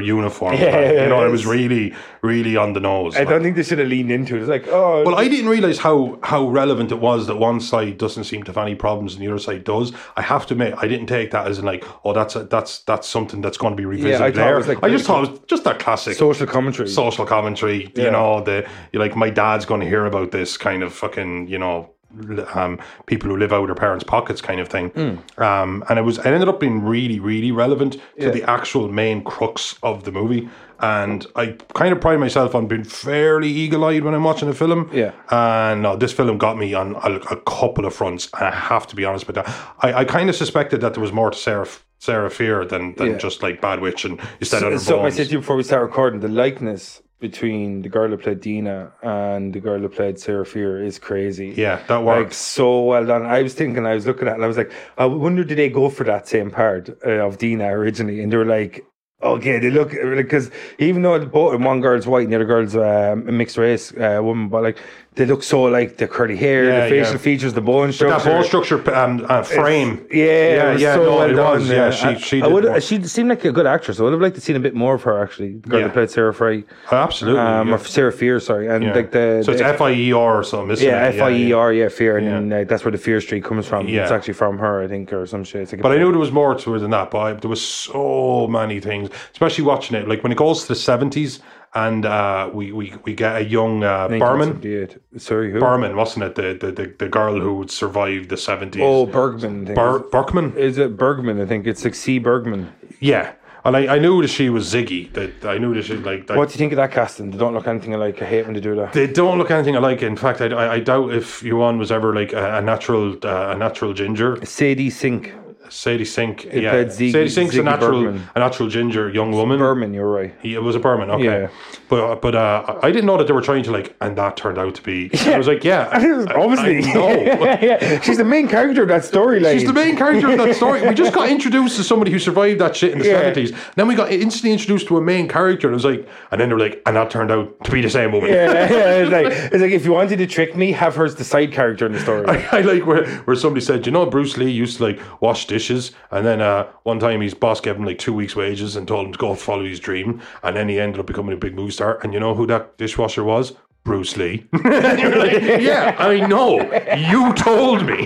[SPEAKER 6] uniform,
[SPEAKER 5] Yeah,
[SPEAKER 6] like, you know, it was
[SPEAKER 5] it's-
[SPEAKER 6] really, really on the nose.
[SPEAKER 5] I
[SPEAKER 6] like.
[SPEAKER 5] don't think they should have leaned into it. It's like, oh,
[SPEAKER 6] well, I didn't realize how how relevant it was that one side doesn't seem to have any problems and the other side does. I have to admit, I didn't take that as in like, oh, that's a, that's that's something that's going to be revisited.
[SPEAKER 5] I thought it
[SPEAKER 6] there.
[SPEAKER 5] was, like,
[SPEAKER 6] I just
[SPEAKER 5] really
[SPEAKER 6] thought it was just that classic
[SPEAKER 5] social commentary.
[SPEAKER 6] social commentary.
[SPEAKER 5] Yeah.
[SPEAKER 6] You know, the you're like my dad's going to hear about this kind of fucking you know l- um, people who live out of their parents' pockets kind of thing. Um, and it was it ended up being really really relevant to
[SPEAKER 5] Hmm. Yeah.
[SPEAKER 6] the actual main crux of the movie. And I kind of pride myself on being fairly eagle eyed when I'm watching a film.
[SPEAKER 5] Yeah.
[SPEAKER 6] And no, this film got me on a, a couple of fronts. And I have to be honest with that. I, I kind of suspected that there was more to Sarah. Sarah Fear than, than
[SPEAKER 5] Yeah.
[SPEAKER 6] just like Bad Witch and you said
[SPEAKER 5] so,
[SPEAKER 6] other
[SPEAKER 5] something I
[SPEAKER 6] bones.
[SPEAKER 5] said to you before we start recording. The likeness between the girl who played Dina and the girl who played Sarah Fear is crazy.
[SPEAKER 6] Yeah, that
[SPEAKER 5] like
[SPEAKER 6] works.
[SPEAKER 5] so well done. I was thinking, I was looking at, it and I was like, I wonder did they go for that same part uh, of Dina originally? And they were like, okay, they look because even though the both and one girl's white and the other girl's uh, a mixed race uh, woman, but like they look so like the curly hair,
[SPEAKER 6] Yeah,
[SPEAKER 5] the facial
[SPEAKER 6] yeah.
[SPEAKER 5] features, the bone structure.
[SPEAKER 6] That bone structure um, uh, frame.
[SPEAKER 5] Yeah, yeah, yeah. So
[SPEAKER 6] no,
[SPEAKER 5] well
[SPEAKER 6] it
[SPEAKER 5] done.
[SPEAKER 6] was.
[SPEAKER 5] uh,
[SPEAKER 6] Yeah, she, she
[SPEAKER 5] I, I
[SPEAKER 6] did.
[SPEAKER 5] would,
[SPEAKER 6] one.
[SPEAKER 5] she seemed like a good actress. I would have liked to seen a bit more of her actually. The girl
[SPEAKER 6] Yeah.
[SPEAKER 5] that played Sarah Frey,
[SPEAKER 6] Absolutely.
[SPEAKER 5] um,
[SPEAKER 6] yeah.
[SPEAKER 5] or Sarah Fear, sorry, and
[SPEAKER 6] Yeah.
[SPEAKER 5] like the
[SPEAKER 6] so it's
[SPEAKER 5] the-
[SPEAKER 6] F I E R or something. Isn't
[SPEAKER 5] yeah,
[SPEAKER 6] it?
[SPEAKER 5] F I E R, yeah, fear, and then,
[SPEAKER 6] Yeah.
[SPEAKER 5] like, that's where the fear street comes from. It's
[SPEAKER 6] Yeah.
[SPEAKER 5] actually from her, I think, or some shit. It's like a-
[SPEAKER 6] But I knew there was more to it than that. But I, there was so many things, especially watching it. Like when it goes to the seventies and uh, we, we we get a young uh,
[SPEAKER 5] Nineteen
[SPEAKER 6] barman.
[SPEAKER 5] seventy-eight. Sorry, who?
[SPEAKER 6] Barman, wasn't it? The the, the, the girl who would survive the seventies.
[SPEAKER 5] Oh, Bergman. I think.
[SPEAKER 6] Bar- Berkman.
[SPEAKER 5] is it Bergman? I think it's like C. Bergman.
[SPEAKER 6] Yeah, and I, I knew that she was Ziggy. That I knew that she like. that-
[SPEAKER 5] What do you think of that casting? They don't look anything alike. I hate when they do that.
[SPEAKER 6] They don't look anything alike. In fact, I, I, I doubt if Yuan was ever like a, a natural uh, a natural ginger.
[SPEAKER 5] Sadie Sink.
[SPEAKER 6] Sadie Sink, yeah,
[SPEAKER 5] played Ziggy-
[SPEAKER 6] Sadie Sink's a
[SPEAKER 5] Ziggy
[SPEAKER 6] natural
[SPEAKER 5] Bergman.
[SPEAKER 6] a natural ginger young woman.
[SPEAKER 5] Berman, you're right.
[SPEAKER 6] He it was a Burman, okay.
[SPEAKER 5] Yeah.
[SPEAKER 6] But but uh, I didn't know that they were trying to like, and that turned out to be. I was like, yeah, I- I know.
[SPEAKER 5] yeah. She's the main character of that storyline.
[SPEAKER 6] She's the main character of that story. We just got introduced to somebody who survived that shit in the
[SPEAKER 5] Yeah.
[SPEAKER 6] seventies. Then we got instantly introduced to a main character, and it was like, and then they were like, and that turned out to be the same woman.
[SPEAKER 5] Yeah, yeah, it's, like, it's like if you wanted to trick me, have her as the side character in the story.
[SPEAKER 6] I like where, where somebody said, you know, Bruce Lee used to like wash dishes, and then uh, one time his boss gave him like two weeks' wages and told him to go follow his dream, and then he ended up becoming a big movie star. And you know who that dishwasher was? Bruce Lee. And you're like, yeah, I know. You told me.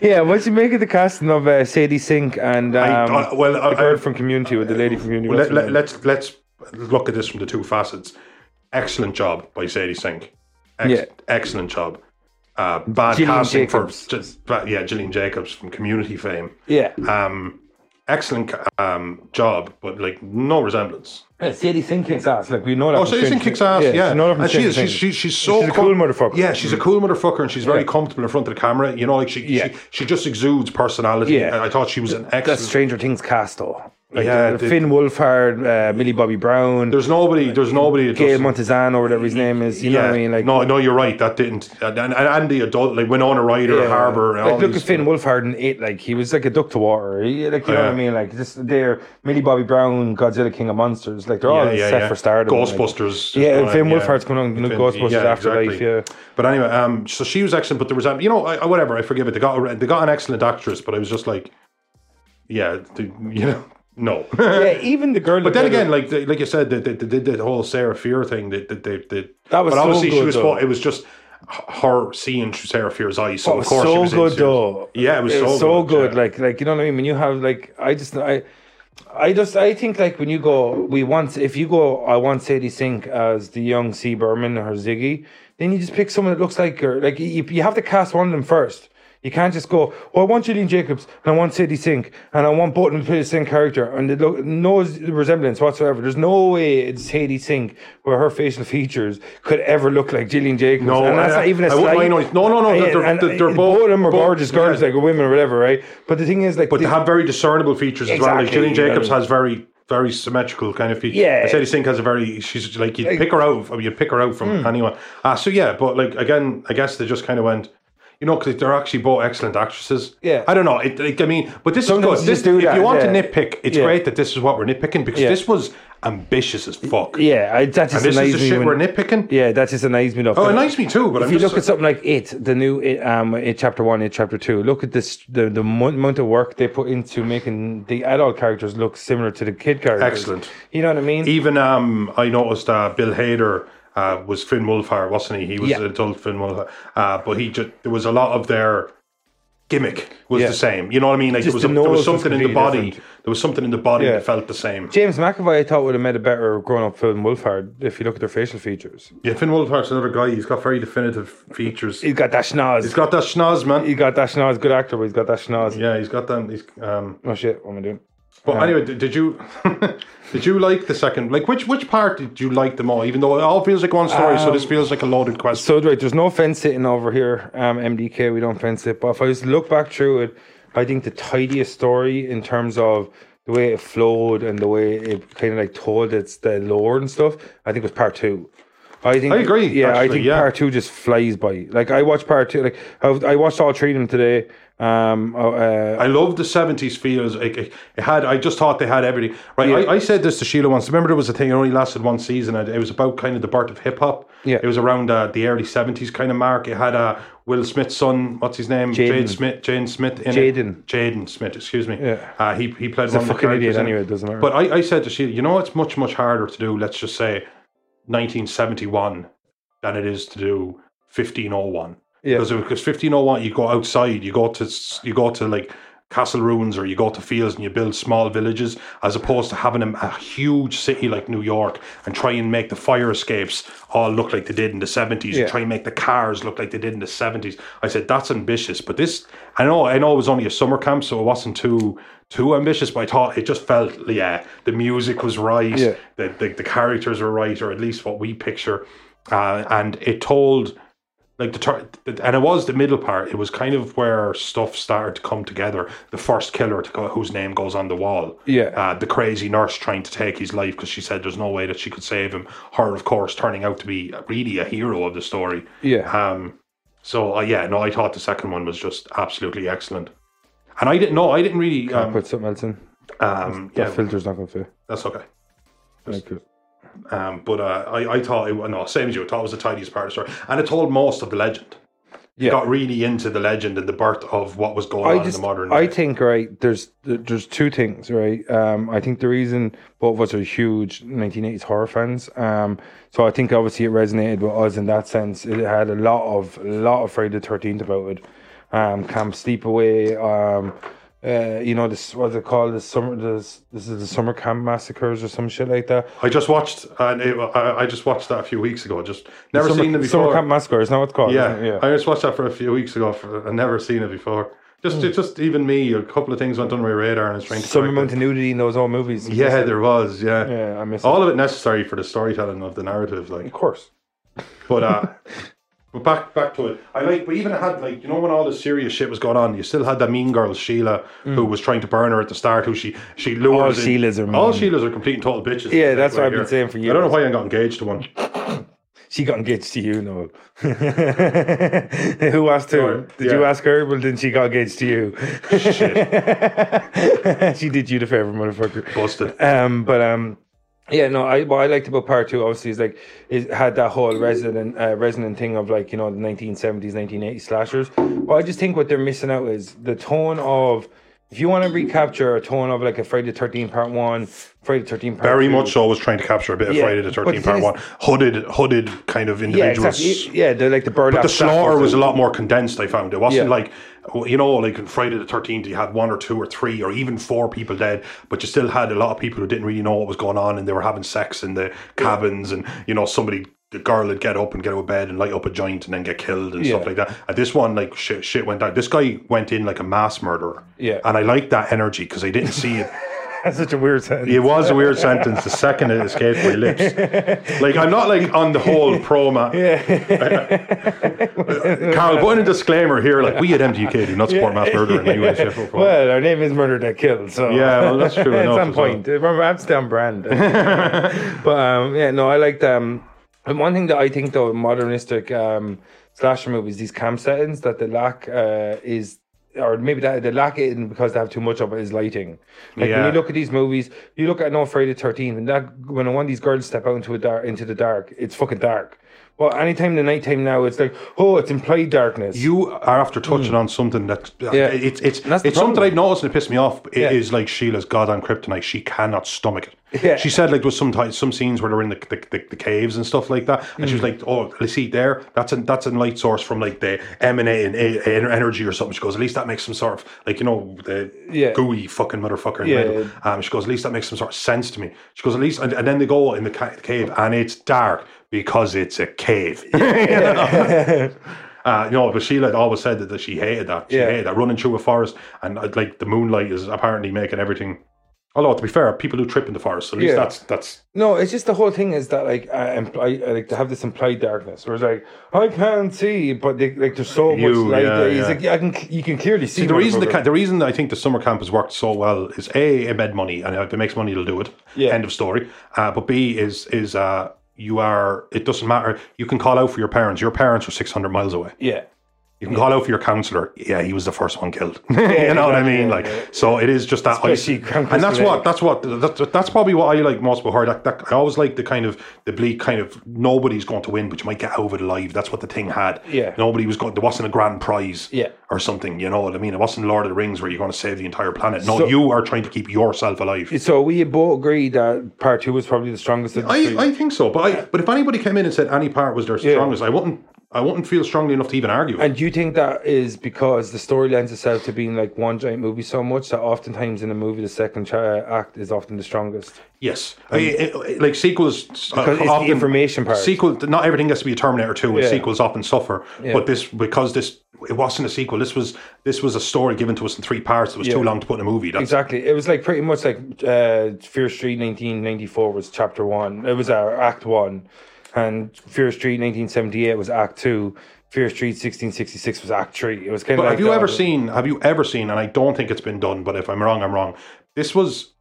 [SPEAKER 5] yeah, what you make of the casting of uh, Sadie Sink and um,
[SPEAKER 6] I- uh, well,
[SPEAKER 5] the
[SPEAKER 6] I-
[SPEAKER 5] girl
[SPEAKER 6] I-
[SPEAKER 5] from Community with the lady from Community?
[SPEAKER 6] let,
[SPEAKER 5] what's her
[SPEAKER 6] let,
[SPEAKER 5] name?
[SPEAKER 6] let's let's look at this from the two facets. Excellent job by Sadie Sink. Ex-
[SPEAKER 5] Yeah.
[SPEAKER 6] Excellent job. Uh, bad
[SPEAKER 5] Gillian
[SPEAKER 6] casting
[SPEAKER 5] Jacobs.
[SPEAKER 6] for just, but yeah, Gillian Jacobs from Community fame.
[SPEAKER 5] yeah,
[SPEAKER 6] um, excellent um, job, but like no resemblance.
[SPEAKER 5] Yeah, Sadie Sink kicks ass. Like we know that.
[SPEAKER 6] Oh,
[SPEAKER 5] from
[SPEAKER 6] so you
[SPEAKER 5] Stranger
[SPEAKER 6] kicks
[SPEAKER 5] Things.
[SPEAKER 6] ass, yeah.
[SPEAKER 5] you know that from
[SPEAKER 6] and she
[SPEAKER 5] Stranger
[SPEAKER 6] is,
[SPEAKER 5] Things.
[SPEAKER 6] she's, she's, she's so
[SPEAKER 5] She's a cool motherfucker.
[SPEAKER 6] Yeah, she's a cool motherfucker, and she's very
[SPEAKER 5] Yeah.
[SPEAKER 6] comfortable in front of the camera. You know, like she
[SPEAKER 5] Yeah.
[SPEAKER 6] she, she just exudes personality.
[SPEAKER 5] Yeah.
[SPEAKER 6] I, I thought she was an
[SPEAKER 5] That's
[SPEAKER 6] excellent.
[SPEAKER 5] Stranger Things cast though. Like
[SPEAKER 6] Yeah,
[SPEAKER 5] the- the
[SPEAKER 6] the-
[SPEAKER 5] Finn Wolfhard, uh, Millie Bobby Brown,
[SPEAKER 6] There's nobody. There's nobody. that
[SPEAKER 5] Gail
[SPEAKER 6] does-
[SPEAKER 5] Montezano, or whatever his name is. You know what I mean? Like
[SPEAKER 6] no, no, you're right. That didn't. And, and, and the adult, like Winona Ryder,
[SPEAKER 5] Yeah.
[SPEAKER 6] Harbour, and
[SPEAKER 5] Like,
[SPEAKER 6] all
[SPEAKER 5] look
[SPEAKER 6] these-
[SPEAKER 5] at Finn Wolfhard in it. Like he was like a duck to water. He, like you know what I
[SPEAKER 6] Yeah.
[SPEAKER 5] mean? Like just there, Millie Bobby Brown, Godzilla, King of Monsters. Like they're
[SPEAKER 6] Yeah,
[SPEAKER 5] all
[SPEAKER 6] yeah,
[SPEAKER 5] Oh, set
[SPEAKER 6] yeah.
[SPEAKER 5] for stardom. like.
[SPEAKER 6] Ghostbusters.
[SPEAKER 5] Yeah,
[SPEAKER 6] is
[SPEAKER 5] Finn
[SPEAKER 6] on,
[SPEAKER 5] Wolfhard's coming on,
[SPEAKER 6] Finn-
[SPEAKER 5] Ghostbusters Afterlife, yeah.
[SPEAKER 6] But anyway, um, so she was excellent, but there was, um, you know, I, I- whatever. I forgive it. They got a- they got an excellent actress, but I was just like, yeah, the, you know, no.
[SPEAKER 5] Yeah, even the girl.
[SPEAKER 6] But then again, like they, like you said, they, they, they did the whole Sarah Fear thing. That that they, they,
[SPEAKER 5] That was so
[SPEAKER 6] but obviously she
[SPEAKER 5] good,
[SPEAKER 6] was.
[SPEAKER 5] though.
[SPEAKER 6] It was just h- her seeing through Sarah Fear's eyes. So
[SPEAKER 5] it
[SPEAKER 6] of
[SPEAKER 5] was
[SPEAKER 6] course, she
[SPEAKER 5] so
[SPEAKER 6] was
[SPEAKER 5] good
[SPEAKER 6] into it.
[SPEAKER 5] though.
[SPEAKER 6] Yeah, it was so good, yeah.
[SPEAKER 5] Like like you know what I mean. When you have like I just I. I just I think like when you go we want if you go I want Sadie Sink as the young C Berman or Ziggy, then you just pick someone that looks like her. Like you, you have to cast one of them first. You can't just go, oh, I want Julian Jacobs and I want Sadie Sink and I want both of them to play the same character and they look no s- resemblance whatsoever. There's no way it's Sadie Sink where her facial features could ever look like Gillian Jacobs.
[SPEAKER 6] No,
[SPEAKER 5] and that's
[SPEAKER 6] I-
[SPEAKER 5] not even a
[SPEAKER 6] I wouldn't
[SPEAKER 5] slight.
[SPEAKER 6] mind it. No, no, no,
[SPEAKER 5] I-
[SPEAKER 6] they're-
[SPEAKER 5] and
[SPEAKER 6] they're- they're
[SPEAKER 5] both,
[SPEAKER 6] both-
[SPEAKER 5] of them are
[SPEAKER 6] both-
[SPEAKER 5] gorgeous girls,
[SPEAKER 6] yeah.
[SPEAKER 5] like women or whatever, right? But the thing is, like,
[SPEAKER 6] But they
[SPEAKER 5] the-
[SPEAKER 6] have very discernible features as well. Like
[SPEAKER 5] Exactly,
[SPEAKER 6] Gillian
[SPEAKER 5] you know.
[SPEAKER 6] Jacobs has very very symmetrical kind of features.
[SPEAKER 5] Yeah.
[SPEAKER 6] I say this thing has a very she's like you would pick her out you would pick her out from
[SPEAKER 5] Hmm.
[SPEAKER 6] anyone. Ah, so yeah, but like again, I guess they just kind of went. You know, because they're actually both excellent actresses.
[SPEAKER 5] Yeah.
[SPEAKER 6] I don't know. It, like, I mean, but this
[SPEAKER 5] Sometimes
[SPEAKER 6] is
[SPEAKER 5] you
[SPEAKER 6] good. This,
[SPEAKER 5] just do
[SPEAKER 6] if
[SPEAKER 5] that,
[SPEAKER 6] you want
[SPEAKER 5] yeah.
[SPEAKER 6] to nitpick, it's
[SPEAKER 5] Yeah.
[SPEAKER 6] great that this is what we're nitpicking because
[SPEAKER 5] Yeah.
[SPEAKER 6] this was ambitious as fuck.
[SPEAKER 5] yeah, I, that
[SPEAKER 6] And
[SPEAKER 5] just
[SPEAKER 6] this is
[SPEAKER 5] annoys
[SPEAKER 6] the
[SPEAKER 5] me.
[SPEAKER 6] shit
[SPEAKER 5] when-
[SPEAKER 6] we're nitpicking.
[SPEAKER 5] yeah, that just annoys me. Enough.
[SPEAKER 6] Oh, it annoys me too. But
[SPEAKER 5] if
[SPEAKER 6] I'm
[SPEAKER 5] you
[SPEAKER 6] just,
[SPEAKER 5] look at something like it, the new it, um it chapter one, it chapter two, look at this the the mo- amount of work they put into making the adult characters look similar to the kid characters.
[SPEAKER 6] Excellent.
[SPEAKER 5] You know what I mean?
[SPEAKER 6] Even um, I noticed uh, Bill Hader uh, was Finn Wolfhard, wasn't he? He was
[SPEAKER 5] Yeah.
[SPEAKER 6] an adult Finn Wolfhard, uh, but he just there was a lot of their gimmick was
[SPEAKER 5] Yeah.
[SPEAKER 6] the same. You know what I mean? Like
[SPEAKER 5] Just
[SPEAKER 6] there was, a-
[SPEAKER 5] the
[SPEAKER 6] there was
[SPEAKER 5] nose was
[SPEAKER 6] something in the
[SPEAKER 5] completely
[SPEAKER 6] body.
[SPEAKER 5] different.
[SPEAKER 6] There was something in the body
[SPEAKER 5] Yeah.
[SPEAKER 6] that felt the same.
[SPEAKER 5] James McAvoy, I thought would have made a better grown-up film Wolfhard if you look at their facial features.
[SPEAKER 6] Yeah, Finn Wolfhard's another guy. He's got very definitive features.
[SPEAKER 5] He's got that schnoz.
[SPEAKER 6] He's got that schnoz, man.
[SPEAKER 5] he got that schnoz. Good actor, but he's got that schnoz.
[SPEAKER 6] yeah, he's got them. He's, um,
[SPEAKER 5] Oh shit, what am I doing?
[SPEAKER 6] but anyway, did, did you did you like the second? Like, which which part did you like the most? Even though it all feels like one story,
[SPEAKER 5] Um,
[SPEAKER 6] so this feels like a loaded question.
[SPEAKER 5] So right, there's no fence sitting over here, um, MDK. We don't fence it. But if I just look back through it, I think the tidiest story in terms of the way it flowed and the way it kind of like told its the lore and stuff, I think was part two. I think
[SPEAKER 6] I agree,
[SPEAKER 5] Yeah, I
[SPEAKER 6] actually,
[SPEAKER 5] think
[SPEAKER 6] yeah.
[SPEAKER 5] part two just flies by. Like I watched part two. Like I, I watched all three of them today. Um, uh, uh,
[SPEAKER 6] I love the seventies feels. It, it, it had. I just thought they had everything. Right. I, I said this to Sheila once. Remember, there was a thing. It only lasted one season. And it was about kind of the birth of hip hop.
[SPEAKER 5] Yeah.
[SPEAKER 6] It was around uh, the early seventies kind of mark. It had uh, Will Smith's son. What's his name?
[SPEAKER 5] Jaden.
[SPEAKER 6] Jade Smith. Jane Smith. In
[SPEAKER 5] Jaden.
[SPEAKER 6] It. Jaden Smith. Excuse me.
[SPEAKER 5] Yeah.
[SPEAKER 6] Uh, he he played
[SPEAKER 5] a
[SPEAKER 6] one of the
[SPEAKER 5] fucking idiot
[SPEAKER 6] characters in
[SPEAKER 5] anyway, it doesn't matter.
[SPEAKER 6] But I, I said to Sheila, you know, it's much much harder to do. Let's just say, nineteen seventy one, than it is to do fifteen oh one
[SPEAKER 5] yeah,
[SPEAKER 6] because because fifteen oh one, you go outside, you go to s- you go to like castle ruins or you go to fields and you build small villages as opposed to having a, a huge city like New York and try and make the fire escapes all look like they did in the 70s
[SPEAKER 5] Yeah.
[SPEAKER 6] and try and make the cars look like they did in the 70s. I said that's ambitious, but this I know I know it was only a summer camp so it wasn't too too ambitious, but I thought it just felt yeah, the music was right,
[SPEAKER 5] Yeah.
[SPEAKER 6] the, the the characters were right or at least what we picture uh, and it told like the tur- and it was the middle part. It was kind of where stuff started to come together. The first killer to go, whose name goes on the wall.
[SPEAKER 5] Yeah.
[SPEAKER 6] Uh, the crazy nurse trying to take his life because she said there's no way that she could save him. Her, of course, turning out to be really a hero of the story.
[SPEAKER 5] Yeah.
[SPEAKER 6] Um. So uh, yeah, no, I thought the second one was just absolutely excellent. And I didn't know. I didn't really.
[SPEAKER 5] I
[SPEAKER 6] Um,
[SPEAKER 5] put something else in.
[SPEAKER 6] um
[SPEAKER 5] Yeah,
[SPEAKER 6] yeah,
[SPEAKER 5] filter's not going to fit.
[SPEAKER 6] that's okay.
[SPEAKER 5] Like it.
[SPEAKER 6] Um, but uh, I, I thought it, no, same as you. I thought it was the tidiest part of the story, and it told most of the legend. It
[SPEAKER 5] Yeah.
[SPEAKER 6] got really into the legend and the birth of what was going
[SPEAKER 5] I
[SPEAKER 6] on
[SPEAKER 5] just,
[SPEAKER 6] in the modern.
[SPEAKER 5] I
[SPEAKER 6] day.
[SPEAKER 5] think right. There's there's two things right. Um, I think the reason both of us are huge 1980s horror fans. Um, so I think obviously it resonated with us in that sense. It had a lot of a lot of Friday the 13th about it. Um, Camp Sleepaway. Um, uh, you know this what's it called? The summer this this is the summer camp massacres or some shit like that.
[SPEAKER 6] I just watched, and it, I, I just watched that a few weeks ago. Just never
[SPEAKER 5] summer,
[SPEAKER 6] seen it
[SPEAKER 5] Summer
[SPEAKER 6] before.
[SPEAKER 5] camp massacre. It's not what it's called.
[SPEAKER 6] yeah,
[SPEAKER 5] isn't it? yeah.
[SPEAKER 6] I just watched that for a few weeks ago. For, I never seen it before. Just,
[SPEAKER 5] Hmm.
[SPEAKER 6] it just even me, a couple of things went under my radar, and it's trying to
[SPEAKER 5] Some
[SPEAKER 6] correct
[SPEAKER 5] amount
[SPEAKER 6] it.
[SPEAKER 5] of nudity in those old movies.
[SPEAKER 6] Yeah, there was. Yeah,
[SPEAKER 5] Yeah, I miss
[SPEAKER 6] all of it necessary for the storytelling of the narrative. Like,
[SPEAKER 5] Of course.
[SPEAKER 6] But uh, but back back to it. I like. But even had like you know when all the serious shit was going on, you still had that mean girl Sheila who was trying to burn her at the start. Who she she lures.
[SPEAKER 5] Mm. All
[SPEAKER 6] in-
[SPEAKER 5] Sheilas are
[SPEAKER 6] all
[SPEAKER 5] mean.
[SPEAKER 6] Sheilas are complete and total bitches.
[SPEAKER 5] Yeah, that's what
[SPEAKER 6] Right
[SPEAKER 5] I've been
[SPEAKER 6] here.
[SPEAKER 5] saying for
[SPEAKER 6] I don't know
[SPEAKER 5] years.
[SPEAKER 6] why I got engaged to one.
[SPEAKER 5] She got engaged to you, Noel. Who asked her?
[SPEAKER 6] Sure,
[SPEAKER 5] Did you
[SPEAKER 6] yeah.
[SPEAKER 5] ask her? Well, then she got engaged to you. Shit. she did you the favor, motherfucker.
[SPEAKER 6] Busted.
[SPEAKER 5] Um, but um, yeah, no. I what I liked about part two, obviously, is like it had that whole resonant uh, resonant thing of like you know the nineteen seventies, nineteen eighties slashers. Well, I just think what they're missing out is the tone of. If you want to recapture a tone of like a Friday the Thirteenth Part One, Friday the Thirteenth Part
[SPEAKER 6] Very
[SPEAKER 5] two,
[SPEAKER 6] much so was trying to capture a bit of
[SPEAKER 5] Yeah,
[SPEAKER 6] Friday the
[SPEAKER 5] but the
[SPEAKER 6] Thirteenth Part
[SPEAKER 5] thing
[SPEAKER 6] One. Hooded, hooded kind of
[SPEAKER 5] yeah,
[SPEAKER 6] individuals.
[SPEAKER 5] exactly. Yeah, they're like the bird.
[SPEAKER 6] But the slaughter was a lot more condensed. I found it wasn't
[SPEAKER 5] Yeah.
[SPEAKER 6] like you know, like on Friday the Thirteenth, you had one or two or three or even four people dead, but you still had a lot of people who didn't really know what was going on, and they were having sex in the cabins, and you know, somebody. The girl would get up and get out of bed and light up a joint and then get killed and stuff
[SPEAKER 5] Yeah.
[SPEAKER 6] like that. And this one, like shit, shit went down. This guy went in like a mass murderer.
[SPEAKER 5] Yeah.
[SPEAKER 6] and I like that energy because I didn't see it.
[SPEAKER 5] That's such a weird sentence.
[SPEAKER 6] It was a weird sentence the second it escaped my lips. Like I'm not like on the whole pro ma- Carl, put in a disclaimer here. Like we at MTK do not support mass murder in any way, shape, or form.
[SPEAKER 5] Well, our name is Murder That Killed, so
[SPEAKER 6] Yeah, well, that's true
[SPEAKER 5] at
[SPEAKER 6] enough
[SPEAKER 5] some
[SPEAKER 6] as well.
[SPEAKER 5] point, remember Amsterdam brand. but um, yeah, no, I liked um, and one thing that I think though, in modernistic um, slasher movies, these camp settings that they lack uh, is. Or maybe that they lack it in because they have too much of it is lighting. Like when
[SPEAKER 6] Yeah.
[SPEAKER 5] you look at these movies, you look at No Friday Thirteenth, and that when one of these girls step out into a dark into the dark, it's fucking dark. Well, anytime the nighttime now, it's like oh, it's implied darkness.
[SPEAKER 6] You are after touching on something that
[SPEAKER 5] Mm.
[SPEAKER 6] uh,
[SPEAKER 5] Yeah.
[SPEAKER 6] it's it's
[SPEAKER 5] That's the
[SPEAKER 6] it's something
[SPEAKER 5] problem.
[SPEAKER 6] I've noticed and it pissed me off. It is
[SPEAKER 5] Yeah.
[SPEAKER 6] like Sheila's goddamn kryptonite. She cannot stomach it.
[SPEAKER 5] Yeah.
[SPEAKER 6] She said like there was some ti- some scenes where they're in the the, the, the caves and stuff like that, and she was
[SPEAKER 5] Mm.
[SPEAKER 6] like, "Oh, I see there. That's a that's a light source from like the emanating e- e- energy or something." She goes, "At least that makes some sort of like you know the
[SPEAKER 5] Yeah.
[SPEAKER 6] gooey fucking motherfucker in
[SPEAKER 5] Yeah,
[SPEAKER 6] the middle." Um, she goes, "At least that makes some sort of sense to me." She goes, "At least," and, and then they go in the ca- cave and it's dark because it's a cave. Uh, you know, but Sheila always said that, that she hated that. She
[SPEAKER 5] Yeah.
[SPEAKER 6] hated that running through a forest, and uh, like the moonlight is apparently making everything. Although to be fair, people do trip in the forest. So at least
[SPEAKER 5] Yeah.
[SPEAKER 6] that's that's
[SPEAKER 5] No, it's just the whole thing is that like uh, imply uh, like to have this implied darkness where it's like I can't see, but they, like there's so much
[SPEAKER 6] You-
[SPEAKER 5] light.
[SPEAKER 6] yeah,
[SPEAKER 5] that It's
[SPEAKER 6] yeah.
[SPEAKER 5] like yeah, I can c- you can clearly see.
[SPEAKER 6] See, the reason the,
[SPEAKER 5] motherfucker.
[SPEAKER 6] ca- the reason I think the summer camp has worked so well is a it made money, and uh, if it makes money, it'll do it.
[SPEAKER 5] Yeah.
[SPEAKER 6] End of story. Uh, but B is is uh, you are it doesn't matter. You can call out for your parents. Your parents are six hundred miles away.
[SPEAKER 5] yeah
[SPEAKER 6] You can call out for your counselor. Yeah, he was the first one killed. you know what I mean? Like, so it is just that, ice.
[SPEAKER 5] Especially Krampus
[SPEAKER 6] and that's what
[SPEAKER 5] related.
[SPEAKER 6] that's what that's, that's probably what I like most about her. That, that I always like the kind of the bleak kind of nobody's going to win, but you might get out of it alive. That's what the thing had.
[SPEAKER 5] Yeah.
[SPEAKER 6] nobody was going. There wasn't a grand prize.
[SPEAKER 5] Yeah.
[SPEAKER 6] or something. You know what I mean? It wasn't Lord of the Rings where you're going to save the entire planet. No,
[SPEAKER 5] So-
[SPEAKER 6] you are trying to keep yourself alive.
[SPEAKER 5] So we both agree that part two was probably the strongest. Of the
[SPEAKER 6] I,
[SPEAKER 5] three.
[SPEAKER 6] I think so, but I, but if anybody came in and said any part was their strongest, I wouldn't I wouldn't feel strongly enough to even argue. it.
[SPEAKER 5] And do you think that is because the story lends itself to being like one giant movie so much that oftentimes in a movie the second cha- act is often the strongest?
[SPEAKER 6] Yes, I mean, it- it- like sequels. uh,
[SPEAKER 5] Because it's the information part.
[SPEAKER 6] Sequel. Not everything has to be a Terminator Two, and
[SPEAKER 5] Yeah.
[SPEAKER 6] sequels often suffer. But this, because this, it wasn't a sequel. This was this was a story given to us in three parts. It was too
[SPEAKER 5] Yeah.
[SPEAKER 6] long to put in a movie. That's
[SPEAKER 5] Exactly. It was like pretty much like uh, Fear Street 1994 was chapter one. It was our act one, and Fear Street 1978 was act two. Fear Street 1666 was act three. It was kind of.
[SPEAKER 6] But
[SPEAKER 5] like
[SPEAKER 6] have you
[SPEAKER 5] that.
[SPEAKER 6] ever seen? Have you ever seen? And I don't think it's been done. But if I'm wrong, I'm wrong. This was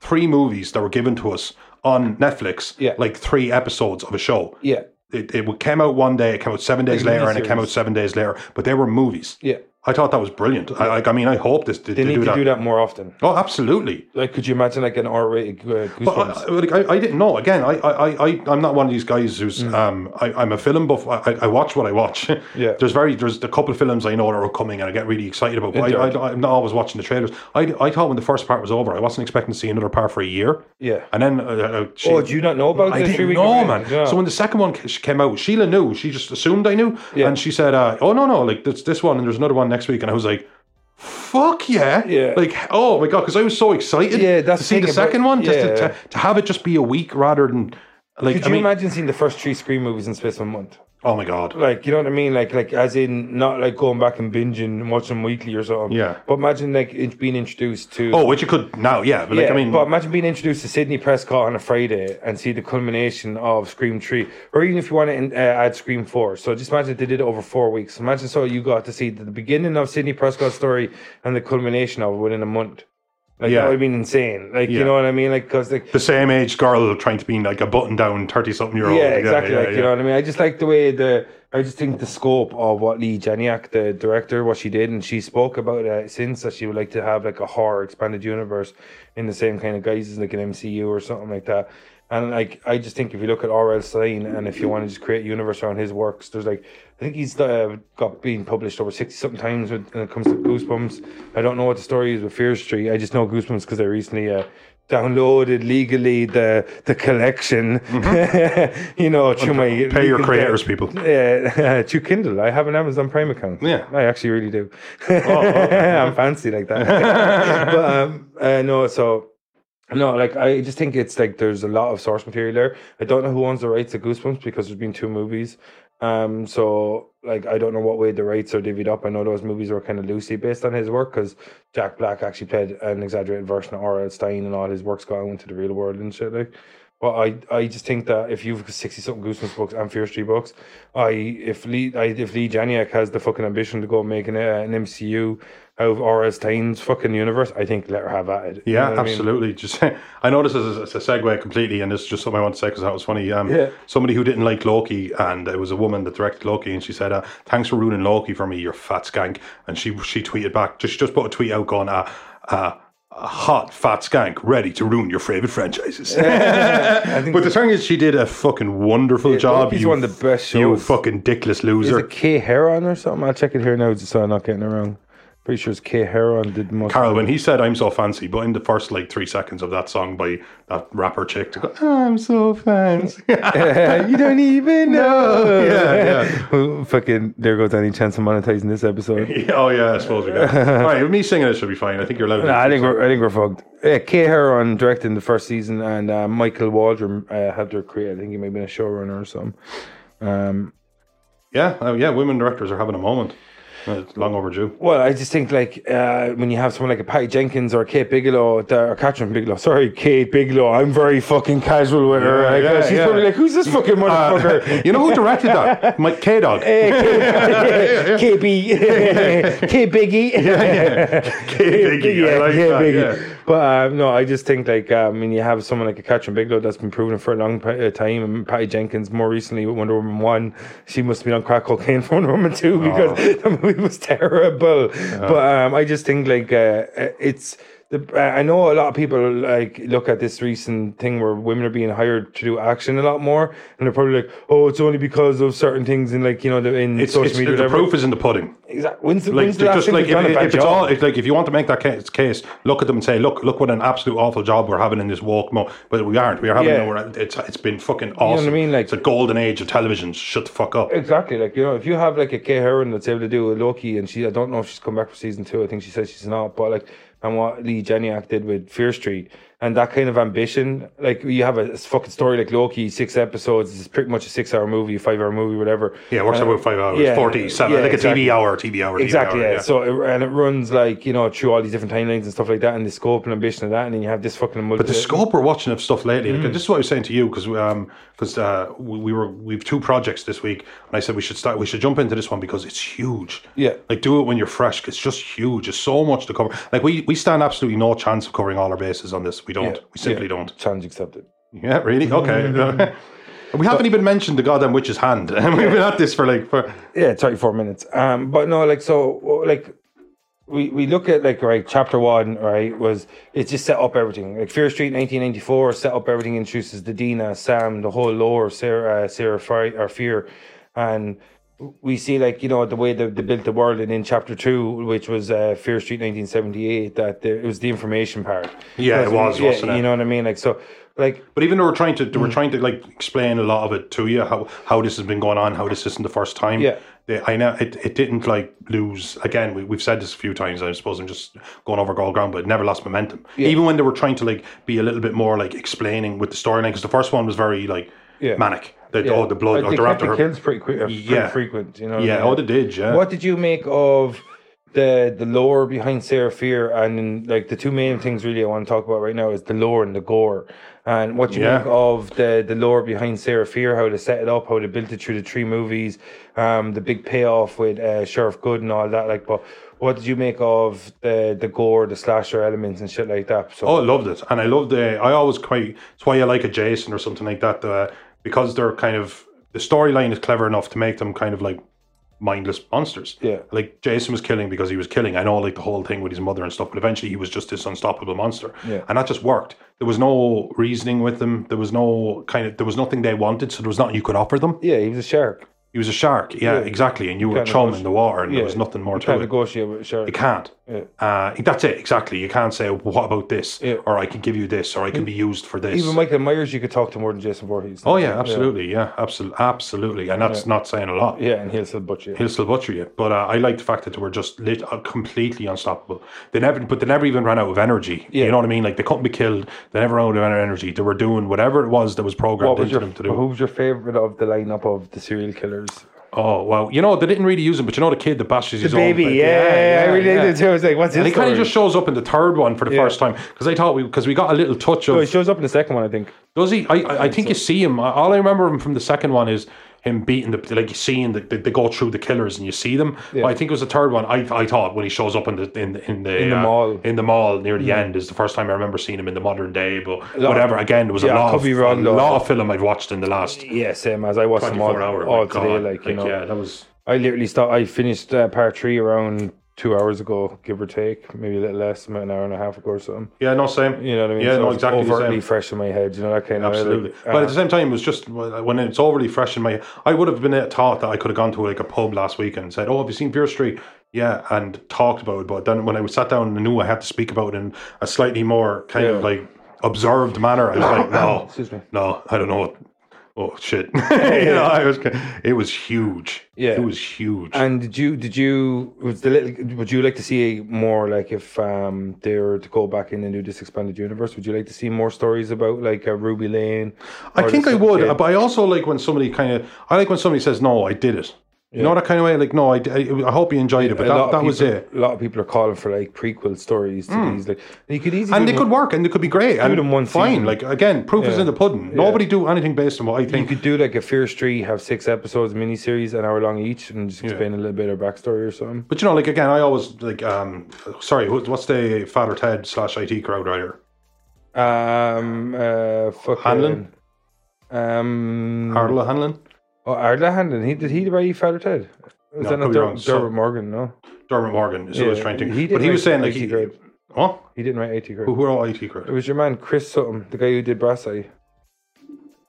[SPEAKER 6] three movies that were given to us on Netflix.
[SPEAKER 5] Yeah.
[SPEAKER 6] like three episodes of a show.
[SPEAKER 5] Yeah.
[SPEAKER 6] It, it came out one day, it came out seven days
[SPEAKER 5] Like
[SPEAKER 6] later, and it came
[SPEAKER 5] miniseries.
[SPEAKER 6] out seven days later. But they were movies.
[SPEAKER 5] Yeah.
[SPEAKER 6] I thought that was brilliant. I, like, I mean, I hope this. They,
[SPEAKER 5] They need to do that more often.
[SPEAKER 6] Oh, absolutely.
[SPEAKER 5] Like, could you imagine like an R-rated uh,
[SPEAKER 6] But
[SPEAKER 5] Goosebumps?
[SPEAKER 6] I, I- like, I, I didn't know. Again, I, I, I- I, I'm not one of these guys who's.
[SPEAKER 5] Mm.
[SPEAKER 6] Um, I, I'm a film buff. I, I- I watch what I watch.
[SPEAKER 5] Yeah.
[SPEAKER 6] There's very. There's a couple of films I know that are coming, and I get really excited about. But I, I, I'm not always watching the trailers. I, I thought when the first part was over, I wasn't expecting to see another part for a year.
[SPEAKER 5] Yeah.
[SPEAKER 6] And then. Uh, uh, she,
[SPEAKER 5] oh, do you not know about
[SPEAKER 6] I
[SPEAKER 5] the
[SPEAKER 6] didn't
[SPEAKER 5] three-week
[SPEAKER 6] know,
[SPEAKER 5] event?
[SPEAKER 6] man.
[SPEAKER 5] Yeah.
[SPEAKER 6] So when the second one ca- came out, Sheila knew. She just assumed I knew,
[SPEAKER 5] Yeah.
[SPEAKER 6] and she said, uh, "Oh no, no, like this this one, and there's another one next week." And I was like, "Fuck yeah!"
[SPEAKER 5] Yeah.
[SPEAKER 6] Like, oh my god, because I was so excited.
[SPEAKER 5] Yeah, that's
[SPEAKER 6] to
[SPEAKER 5] the
[SPEAKER 6] see
[SPEAKER 5] thing
[SPEAKER 6] the
[SPEAKER 5] about-
[SPEAKER 6] second one, just to,
[SPEAKER 5] yeah.
[SPEAKER 6] to, to have it just be a week rather than like.
[SPEAKER 5] could
[SPEAKER 6] I
[SPEAKER 5] you
[SPEAKER 6] mean,
[SPEAKER 5] imagine seeing the first three Scream movies in space of a month?
[SPEAKER 6] oh my god,
[SPEAKER 5] like you know what I mean, like like as in not like going back and binging and watching weekly or something.
[SPEAKER 6] Yeah.
[SPEAKER 5] But imagine like it being introduced to.
[SPEAKER 6] oh, which you could now, yeah. But like,
[SPEAKER 5] yeah,
[SPEAKER 6] I mean,
[SPEAKER 5] but imagine being introduced to Sydney Prescott on a Friday and see the culmination of Scream Three, or even if you want to uh, add Scream Four. So just imagine if they did it over four weeks. Imagine so you got to see the beginning of Sydney Prescott's story and the culmination of it within a month. Like
[SPEAKER 6] Yeah.
[SPEAKER 5] that would have been insane. Like
[SPEAKER 6] Yeah.
[SPEAKER 5] you know what I mean? Like because like
[SPEAKER 6] the same age girl trying to be like a button down thirty something year old.
[SPEAKER 5] yeah, exactly. like,
[SPEAKER 6] yeah.
[SPEAKER 5] You know what I mean? I just like the way the. I just think the scope of what Lee Janiak, the director, what she did, and she spoke about uh, since that she would like to have like a horror expanded universe in the same kind of guise as like an MCU or something like that. And like, I just think if you look at R.L. Stein and if you want to just create a universe around his works, there's like, I think he's uh, got been published over 60 something times when when it comes to Goosebumps. I don't know what the story is with Fear Street. I just know Goosebumps because I recently uh, downloaded legally the the collection, you know, through my
[SPEAKER 6] Mm-hmm. Pay your
[SPEAKER 5] legal
[SPEAKER 6] creators,
[SPEAKER 5] debt.
[SPEAKER 6] people.
[SPEAKER 5] Yeah, to Kindle. I have an Amazon Prime account.
[SPEAKER 6] Yeah. Oh,
[SPEAKER 5] I actually really do. I'm fancy like that. but um, uh, no, so no, like I just think it's like there's a lot of source material there. I don't know who owns the rights to Goosebumps because there's been two movies. Um, so like I don't know what way the rights are divvied up. I know those movies were kind of loosely based on his work because Jack Black actually played an exaggerated version of R.L. Stein and all his works got out into the real world and shit like. But I, I just think that if you've got sixty something Goosebumps books and Fear Street books, I if Lee I, if Lee Janiak has the fucking ambition to go make an, uh, an MCU out of R.L. Stein's fucking universe, I think let her have at it. You
[SPEAKER 6] Yeah,
[SPEAKER 5] know what I mean?
[SPEAKER 6] absolutely. Just I know this is a, it's a segue completely, and this is just something I want to say because that was funny. Um,
[SPEAKER 5] Yeah.
[SPEAKER 6] Somebody who didn't like Loki, and it was a woman that directed Loki, and she said, uh, "Thanks for ruining Loki for me, you fat skank." And she she tweeted back, just just put a tweet out going, uh, uh, a "Hot fat skank, ready to ruin your favorite franchises." but the thing is, she did a fucking wonderful job.
[SPEAKER 5] Loki's
[SPEAKER 6] you
[SPEAKER 5] one of the best
[SPEAKER 6] You
[SPEAKER 5] shows.
[SPEAKER 6] fucking dickless
[SPEAKER 5] Is
[SPEAKER 6] loser.
[SPEAKER 5] it K Heron or something? I'll check it here now just so I'm not getting it wrong. Pretty sure it's K Heron did the most.
[SPEAKER 6] Carl, when he said "I'm so fancy," but in the first like three seconds of that song by that rapper chick, to go, "I'm so fancy."
[SPEAKER 5] you don't even know.
[SPEAKER 6] yeah, yeah.
[SPEAKER 5] Well, fucking, there goes any chance of monetizing this episode.
[SPEAKER 6] Yeah, Oh yeah, I suppose we got. All right, me singing it should be fine. I think you're allowed.
[SPEAKER 5] Nah, I think we're, I think we're fucked. Yeah, Kay Heron directed the first season, and uh, Michael Waldron uh, helped her create. I think he may have been a showrunner or something. Um,
[SPEAKER 6] yeah, oh, yeah. Women directors are having a moment. Uh, It's long overdue.
[SPEAKER 5] Well, I just think like uh, when you have someone like a Patty Jenkins or Kate Bigelow that- or Catherine Bigelow, sorry, Kate Bigelow, I'm very fucking casual with her.
[SPEAKER 6] Yeah,
[SPEAKER 5] Like,
[SPEAKER 6] yeah,
[SPEAKER 5] she's
[SPEAKER 6] yeah. Uh,
[SPEAKER 5] probably like, who's this fucking motherfucker?
[SPEAKER 6] you know who directed that? Mike K Dog.
[SPEAKER 5] Uh, Hey, K- KB, K Biggie,
[SPEAKER 6] K Biggie. I like that, yeah.
[SPEAKER 5] But um, no, I just think like um, when you have someone like a Catherine Bigelow that's been proven for a long pa- uh, time, and Patty Jenkins more recently with Wonder Woman one, she must be on crack cocaine for Wonder Woman
[SPEAKER 6] Oh.
[SPEAKER 5] two because the movie was terrible. But um, I just think like uh, uh, it's the, I I know a lot of people like look at this recent thing where women are being hired to do action a lot more, and they're probably like, "Oh, it's only because of certain things in like you know the, in
[SPEAKER 6] It's,
[SPEAKER 5] social
[SPEAKER 6] it's,
[SPEAKER 5] media."
[SPEAKER 6] the
[SPEAKER 5] whatever.
[SPEAKER 6] proof is in the pudding.
[SPEAKER 5] Exact- When's the,
[SPEAKER 6] Like,
[SPEAKER 5] when's the last
[SPEAKER 6] just
[SPEAKER 5] thing
[SPEAKER 6] like
[SPEAKER 5] they've
[SPEAKER 6] if,
[SPEAKER 5] done a
[SPEAKER 6] if
[SPEAKER 5] bad
[SPEAKER 6] it's
[SPEAKER 5] job?
[SPEAKER 6] all, if, like if you want to make that case, case, look at them and say, look, look what an absolute awful job we're having in this woke mo. But we aren't. We are having.
[SPEAKER 5] Yeah.
[SPEAKER 6] we're- it's it's been fucking
[SPEAKER 5] what I
[SPEAKER 6] awesome.
[SPEAKER 5] mean? Like-
[SPEAKER 6] it's a golden age of television. Shut the fuck up.
[SPEAKER 5] Exactly, like you know, if you have like a Kay Heron that's able to do a Loki, and she, I don't know if she's come back for season two. I think she says she's not, but like, and what Lee Jeniak did with Fear Street, and that kind of ambition, like you have a fucking story like Loki, six episodes, it's pretty much a six-hour movie, five-hour movie, whatever.
[SPEAKER 6] Yeah, it works out
[SPEAKER 5] And-
[SPEAKER 6] about five hours,
[SPEAKER 5] uh, yeah,
[SPEAKER 6] forty seven,
[SPEAKER 5] yeah,
[SPEAKER 6] like
[SPEAKER 5] exactly.
[SPEAKER 6] a TV hour, TV hour, TV
[SPEAKER 5] Exactly.
[SPEAKER 6] hour,
[SPEAKER 5] yeah. So it, and it runs like you know through all these different timelines and stuff like that, and the scope and ambition of that, and then you have this fucking. Multi-
[SPEAKER 6] But the scope we're watching of stuff lately,
[SPEAKER 5] Mm.
[SPEAKER 6] like, this is what I was saying to you because um, 'cause, uh, we, we were we've two projects this week, and I said we should start we should jump into this one because it's huge.
[SPEAKER 5] Yeah.
[SPEAKER 6] like do it when you're fresh. It's just huge. There's so much to cover. Like we we stand absolutely no chance of covering all our bases on this. We don't.
[SPEAKER 5] Yeah,
[SPEAKER 6] We simply
[SPEAKER 5] yeah.
[SPEAKER 6] don't.
[SPEAKER 5] challenge accepted.
[SPEAKER 6] Yeah, really. Okay. we haven't even mentioned the goddamn witch's hand, and we've been at this for like for
[SPEAKER 5] yeah 34 minutes um but no like so like we we look at like right chapter one right was it just set up everything like fear street 1994 set up everything introduces the dina sam the whole lore of sarah uh, sarah Fi or fear and we see like you know the way they, they built the world and in chapter two which was uh, fear street 1978 that the, it was the information part
[SPEAKER 6] Yeah, it was,
[SPEAKER 5] yeah,
[SPEAKER 6] wasn't it?
[SPEAKER 5] you know what i mean like so like
[SPEAKER 6] But even though we're trying to, they
[SPEAKER 5] Mm.
[SPEAKER 6] we're trying to like explain a lot of it to you how how this has been going on, how this isn't the first time.
[SPEAKER 5] Yeah.
[SPEAKER 6] They- I know it, it didn't like lose again. We, we've said this a few times. I suppose I'm just going over gold ground, but it never lost momentum. Even when they were trying to like be a little bit more like explaining with the storyline, because the first one was very like
[SPEAKER 5] Yeah.
[SPEAKER 6] manic. That
[SPEAKER 5] yeah.
[SPEAKER 6] oh the blood,
[SPEAKER 5] Like,
[SPEAKER 6] oh,
[SPEAKER 5] they
[SPEAKER 6] they're
[SPEAKER 5] kept
[SPEAKER 6] after
[SPEAKER 5] the
[SPEAKER 6] her.
[SPEAKER 5] kills pretty quick uh, pretty
[SPEAKER 6] Yeah.
[SPEAKER 5] frequent you know what I
[SPEAKER 6] Yeah,
[SPEAKER 5] mean?
[SPEAKER 6] oh they did. Yeah.
[SPEAKER 5] What did you make of the the lore behind Sarah Fear and like the two main things really I want to talk about right now is the lore and the gore. And what you
[SPEAKER 6] Yeah.
[SPEAKER 5] make of the the lore behind Sarah Fear, how they set it up, how they built it through the three movies, um, the big payoff with uh, Sheriff Good and all that. Like, but what did you make of the the gore, the slasher elements and shit like that? So
[SPEAKER 6] Oh, I loved it, and I loved the. I always quite. It's why I like a Jason or something like that, uh, because they're kind of the storyline is clever enough to make them kind of like mindless monsters.
[SPEAKER 5] Yeah.
[SPEAKER 6] like Jason was killing because he was killing. I know, like the whole thing with his mother and stuff, but eventually he was just this unstoppable monster,
[SPEAKER 5] Yeah.
[SPEAKER 6] and that just worked. There was no reasoning with them. There was no kind of. There was nothing they wanted, so there was nothing you could offer them.
[SPEAKER 5] yeah, he was a shark.
[SPEAKER 6] He was a shark, yeah, exactly, and you were
[SPEAKER 5] can't
[SPEAKER 6] chum
[SPEAKER 5] negotiate-
[SPEAKER 6] in the water, and
[SPEAKER 5] yeah,
[SPEAKER 6] there was nothing more
[SPEAKER 5] you
[SPEAKER 6] to
[SPEAKER 5] can't
[SPEAKER 6] it.
[SPEAKER 5] negotiate with a shark.
[SPEAKER 6] You can't. Uh, that's it exactly. You can't say what about this,
[SPEAKER 5] Yeah.
[SPEAKER 6] or I can give you this, or I can be used for this.
[SPEAKER 5] Even Michael Myers, you could talk to more than Jason Voorhees.
[SPEAKER 6] oh yeah, absolutely, yeah, absolutely, absolutely, and that's not saying a lot.
[SPEAKER 5] Yeah, and he'll still butcher you.
[SPEAKER 6] He'll still butcher you, but uh, I like the fact that they were just lit, uh, completely unstoppable. They never, but they never even ran out of energy.
[SPEAKER 5] Yeah.
[SPEAKER 6] You know what I mean? Like they couldn't be killed. They never ran out of energy. They were doing whatever it was that was programmed
[SPEAKER 5] What was
[SPEAKER 6] into
[SPEAKER 5] your,
[SPEAKER 6] them to do.
[SPEAKER 5] who was your favorite of the lineup of the serial killers?
[SPEAKER 6] Oh wow, you know they didn't really use him, but you know the kid that bashes his own, baby.
[SPEAKER 5] did too. I was like, what's
[SPEAKER 6] And he kind of just shows up in the third one for the
[SPEAKER 5] Yeah.
[SPEAKER 6] first time because I thought we because we got a little touch of
[SPEAKER 5] so he shows up in the second one, I think.
[SPEAKER 6] Does he? I, I, I think you see him. All I remember him from the second one is him beating the like seeing the, they, they go through the killers and you see them. But I think it was the third one. I, I thought when he shows up in the in the in the,
[SPEAKER 5] In the
[SPEAKER 6] uh,
[SPEAKER 5] mall. Mm.
[SPEAKER 6] in the mall near the end is the first time I remember seeing him in the modern day. But whatever. Again, there was
[SPEAKER 5] yeah,
[SPEAKER 6] a
[SPEAKER 5] I
[SPEAKER 6] lot
[SPEAKER 5] could
[SPEAKER 6] of
[SPEAKER 5] be wrong,
[SPEAKER 6] a
[SPEAKER 5] though.
[SPEAKER 6] lot of film I've watched in the last
[SPEAKER 5] Yeah, same as I watched them
[SPEAKER 6] twenty
[SPEAKER 5] all,
[SPEAKER 6] four hour.
[SPEAKER 5] all
[SPEAKER 6] my
[SPEAKER 5] today.
[SPEAKER 6] God.
[SPEAKER 5] Like, you know,
[SPEAKER 6] yeah, that was
[SPEAKER 5] I literally stopped. I finished uh, part three around two hours ago, give or take, maybe a little less, about an hour and a half ago or something.
[SPEAKER 6] yeah, no same.
[SPEAKER 5] You know what I mean?
[SPEAKER 6] Yeah,
[SPEAKER 5] So
[SPEAKER 6] no,
[SPEAKER 5] it's
[SPEAKER 6] exactly the
[SPEAKER 5] Overtly
[SPEAKER 6] same.
[SPEAKER 5] fresh in my head, you know that kind
[SPEAKER 6] Absolutely,
[SPEAKER 5] of like,
[SPEAKER 6] but at
[SPEAKER 5] uh,
[SPEAKER 6] the same time, it was just uh, when it's overly fresh in my. I would have been taught that I could have gone to like a pub last week and said, "Oh, have you seen Fear Street?" Yeah, and talked about it. But then when I was sat down and knew I had to speak about it in a slightly more kind of
[SPEAKER 5] Yeah.
[SPEAKER 6] like observed manner, I was like, "No,
[SPEAKER 5] Excuse me.
[SPEAKER 6] no, I don't know what." Oh shit! you know, I was. It was huge.
[SPEAKER 5] Yeah.
[SPEAKER 6] it was huge.
[SPEAKER 5] And did you did you was the little, would you like to see more like if um they were to go back in and do this expanded universe? Would you like to see more stories about like uh, Ruby Lane?
[SPEAKER 6] I
[SPEAKER 5] or
[SPEAKER 6] think
[SPEAKER 5] the
[SPEAKER 6] I would,
[SPEAKER 5] kid?
[SPEAKER 6] but I also like when somebody kind of. I like when somebody says, "No, I did it." You know that kind of way, like, "No, I, d- I- I hope you enjoyed it," but
[SPEAKER 5] A lot
[SPEAKER 6] that,
[SPEAKER 5] of
[SPEAKER 6] that was
[SPEAKER 5] people-
[SPEAKER 6] it. Hmm.
[SPEAKER 5] A lot of people are calling for like prequel stories to these. Like you could easily
[SPEAKER 6] and
[SPEAKER 5] do
[SPEAKER 6] they could
[SPEAKER 5] one-
[SPEAKER 6] work and they could be great and
[SPEAKER 5] them one
[SPEAKER 6] fine
[SPEAKER 5] season.
[SPEAKER 6] like again proof is
[SPEAKER 5] Yeah.
[SPEAKER 6] in the pudding nobody do anything based on what i
[SPEAKER 5] you
[SPEAKER 6] think
[SPEAKER 5] could do like a Fear Street, have six episodes, miniseries, an hour long each, and just explain a little bit of backstory or something.
[SPEAKER 6] but you know like again i always like um sorry who- what's the father ted slash it crowd writer
[SPEAKER 5] Um, uh, fucking
[SPEAKER 6] Hanlon?
[SPEAKER 5] Um,
[SPEAKER 6] arla hanlon
[SPEAKER 5] Oh, Arla Handon. He did he write Father Ted? Was
[SPEAKER 6] No,
[SPEAKER 5] that
[SPEAKER 6] could
[SPEAKER 5] not
[SPEAKER 6] be wrong.
[SPEAKER 5] Dermot
[SPEAKER 6] So-
[SPEAKER 5] Morgan? No.
[SPEAKER 6] dermot morgan is who i was
[SPEAKER 5] Yeah,
[SPEAKER 6] trying to
[SPEAKER 5] he did
[SPEAKER 6] but he
[SPEAKER 5] write
[SPEAKER 6] was saying like
[SPEAKER 5] IT
[SPEAKER 6] he,
[SPEAKER 5] crowd.
[SPEAKER 6] What?
[SPEAKER 5] He didn't write AT Crowd.
[SPEAKER 6] Who, who are all IT
[SPEAKER 5] It
[SPEAKER 6] crowd?
[SPEAKER 5] was your man Chris Sutton, the guy who did Brass Eye.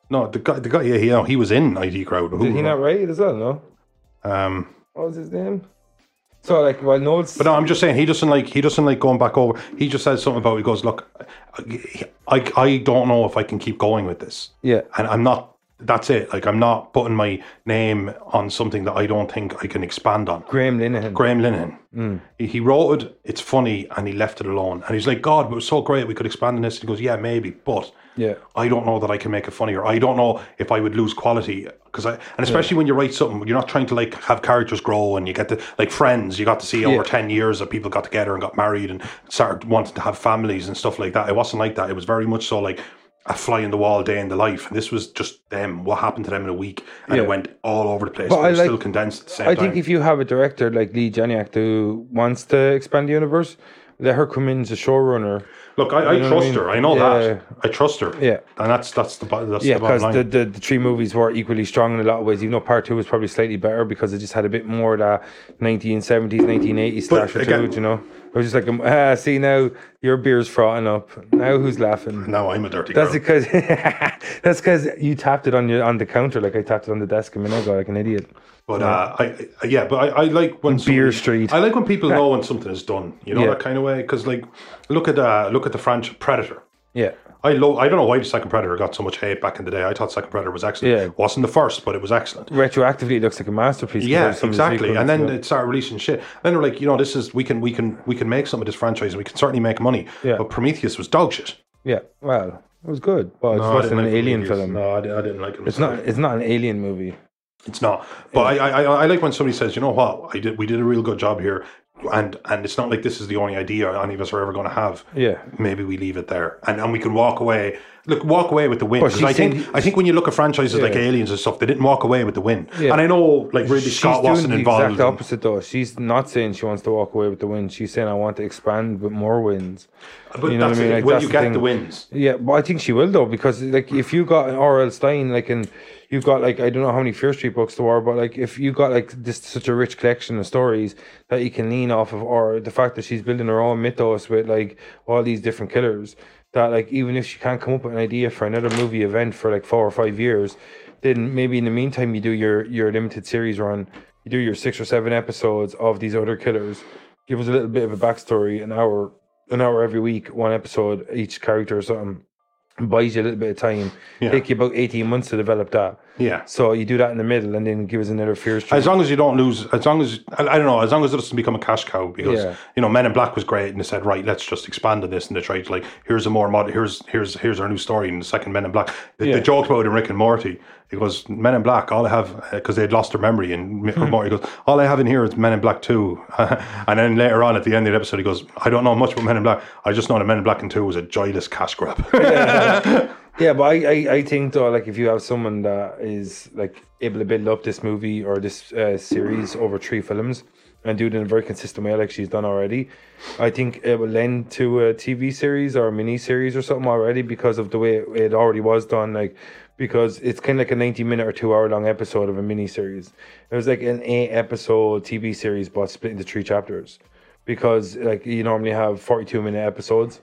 [SPEAKER 6] No, the guy, the guy, yeah, he, no, he was in IT crowd. Who, uh,
[SPEAKER 5] Did he not write it as well? No.
[SPEAKER 6] Um,
[SPEAKER 5] What was his name? So like, well, no, it's
[SPEAKER 6] But uh, no, I'm just saying he doesn't like he doesn't like going back over. He just says something about he goes, look, I, I I don't know if I can keep going with this.
[SPEAKER 5] Yeah.
[SPEAKER 6] and I'm not. That's it. Like I'm not putting my name on something that I don't think I can expand on.
[SPEAKER 5] Graham Linehan.
[SPEAKER 6] Graham Linehan.
[SPEAKER 5] Mm.
[SPEAKER 6] He, he wrote it. It's funny, and he left it alone. And he's like, God, but it was so great. We could expand on this. And he goes, Yeah, maybe, but
[SPEAKER 5] Yeah.
[SPEAKER 6] I don't know that I can make it funnier. I don't know if I would lose quality because I, and especially when you write something, you're not trying to like have characters grow and you get to like friends. You got to see over ten years that people got together and got married and started wanting to have families and stuff like that. It wasn't like that. It was very much so like a fly in the wall day in the life. And this was just them. What happened to them in a week, and
[SPEAKER 5] Yeah.
[SPEAKER 6] it went all over the place.
[SPEAKER 5] But
[SPEAKER 6] But,
[SPEAKER 5] I
[SPEAKER 6] it was
[SPEAKER 5] like-
[SPEAKER 6] still condensed at the same
[SPEAKER 5] I
[SPEAKER 6] time.
[SPEAKER 5] think if you have a director like Lee Janiak who wants to expand the universe, let her come in as a showrunner.
[SPEAKER 6] Look, I, I
[SPEAKER 5] know what I
[SPEAKER 6] trust
[SPEAKER 5] mean?
[SPEAKER 6] her. I know
[SPEAKER 5] Yeah.
[SPEAKER 6] that. I trust her.
[SPEAKER 5] Yeah.
[SPEAKER 6] and that's that's the bo- that's
[SPEAKER 5] Yeah,
[SPEAKER 6] the bottom
[SPEAKER 5] because
[SPEAKER 6] line.
[SPEAKER 5] the, the, the three movies were equally strong in a lot of ways. Even though part two was probably slightly better because it just had a bit more of that 1970s, 1980s
[SPEAKER 6] But
[SPEAKER 5] slasher
[SPEAKER 6] again-
[SPEAKER 5] too, you know? I was just like, um, ah, see now your beer's frothing up. Now who's laughing?
[SPEAKER 6] now I'm a dirty
[SPEAKER 5] That's
[SPEAKER 6] girl.
[SPEAKER 5] because that's because you tapped it on your on the counter like I tapped it on the desk a minute ago like an idiot.
[SPEAKER 6] But uh, I, I yeah, but I, I like when
[SPEAKER 5] Beer
[SPEAKER 6] somebody-
[SPEAKER 5] Street.
[SPEAKER 6] I like when people know when something is done. You know
[SPEAKER 5] Yeah.
[SPEAKER 6] that kind of way. Because like, look at uh, look at the French Predator.
[SPEAKER 5] Yeah,
[SPEAKER 6] I lo- I don't know why the second Predator got so much hate back in the day. I thought second Predator was excellent.
[SPEAKER 5] Yeah.
[SPEAKER 6] wasn't the first, but it was excellent.
[SPEAKER 5] retroactively it looks like a masterpiece. compared
[SPEAKER 6] Yeah,
[SPEAKER 5] to some of the
[SPEAKER 6] exactly. And then
[SPEAKER 5] sequels,
[SPEAKER 6] it started releasing shit. Then they're like, you know, this is we can we can we can make some of this franchise. and We can certainly make money.
[SPEAKER 5] Yeah.
[SPEAKER 6] But Prometheus was dog shit.
[SPEAKER 5] yeah. yeah, well, it was good. Well, it's
[SPEAKER 6] No, I
[SPEAKER 5] worse
[SPEAKER 6] didn't
[SPEAKER 5] than an
[SPEAKER 6] like
[SPEAKER 5] alien
[SPEAKER 6] Prometheus.
[SPEAKER 5] film.
[SPEAKER 6] No, I, di- I didn't like it.
[SPEAKER 5] It's not. It's not an alien movie.
[SPEAKER 6] It's not. But I, I, I I like when somebody says, you know what, I did, we did a real good job here, and and it's not like this is the only idea any of us are ever going to have.
[SPEAKER 5] Yeah.
[SPEAKER 6] Maybe we leave it there, and and we can walk away. Look, walk away with the win.
[SPEAKER 5] But
[SPEAKER 6] 'Cause
[SPEAKER 5] she
[SPEAKER 6] I think
[SPEAKER 5] said-
[SPEAKER 6] I think when you look at franchises like
[SPEAKER 5] Yeah.
[SPEAKER 6] Aliens and stuff, they didn't walk away with the win.
[SPEAKER 5] Yeah.
[SPEAKER 6] And I know like Ridley Scott wasn't
[SPEAKER 5] the
[SPEAKER 6] involved.
[SPEAKER 5] exact
[SPEAKER 6] and-
[SPEAKER 5] opposite though. She's not saying she wants to walk away with the win. She's saying I want to expand with more wins.
[SPEAKER 6] but
[SPEAKER 5] you know what I
[SPEAKER 6] that's
[SPEAKER 5] mean?
[SPEAKER 6] it.
[SPEAKER 5] Like,
[SPEAKER 6] Will
[SPEAKER 5] that's
[SPEAKER 6] you
[SPEAKER 5] the
[SPEAKER 6] get
[SPEAKER 5] thing.
[SPEAKER 6] the wins?
[SPEAKER 5] Yeah, but I think she will though because like if you got an R.L. Stein like and you've got like I don't know how many Fear Street books there are, but like if you got like this such a rich collection of stories that you can lean off of, or the fact that she's building her own mythos with like all these different killers, that like even if she can't come up with an idea for another movie event for like four or five years, then maybe in the meantime you do your your limited series run, you do your six or seven episodes of these other killers, give us a little bit of a backstory, an hour an hour every week, one episode each character or something. Buys you a little bit of time.
[SPEAKER 6] Yeah.
[SPEAKER 5] Take you about eighteen months to develop that.
[SPEAKER 6] Yeah.
[SPEAKER 5] So you do that in the middle, and then give us another fear streak.
[SPEAKER 6] As long as you don't lose, as long as I, I don't know, as long as it doesn't become a cash cow, because
[SPEAKER 5] Yeah.
[SPEAKER 6] you know, Men in Black was great, and they said, right, let's just expand on this, and they tried to like, here's a more mod, here's here's here's our new story in the second Men in Black. They,
[SPEAKER 5] Yeah.
[SPEAKER 6] they joked about it in Rick and Morty. It goes Men in Black. All I have because they'd lost their memory, and Rick
[SPEAKER 5] Hmm.
[SPEAKER 6] and Morty goes, all I have in here is Men in Black Two, and then later on at the end of the episode, he goes, I don't know much about Men in Black. I just know that Men in Black and Two was a joyless cash grab.
[SPEAKER 5] Yeah, but I, I, I think though, like if you have someone that is like able to build up this movie or this uh, series over three films and do it in a very consistent way, like she's done already, I think it will lend to a TV series or a mini series or something already because of the way it, it already was done. Like because it's kind of like a ninety minute or two hour long episode of a mini series. It was like an eight episode TV series, but split into three chapters because like you normally have forty two minute episodes.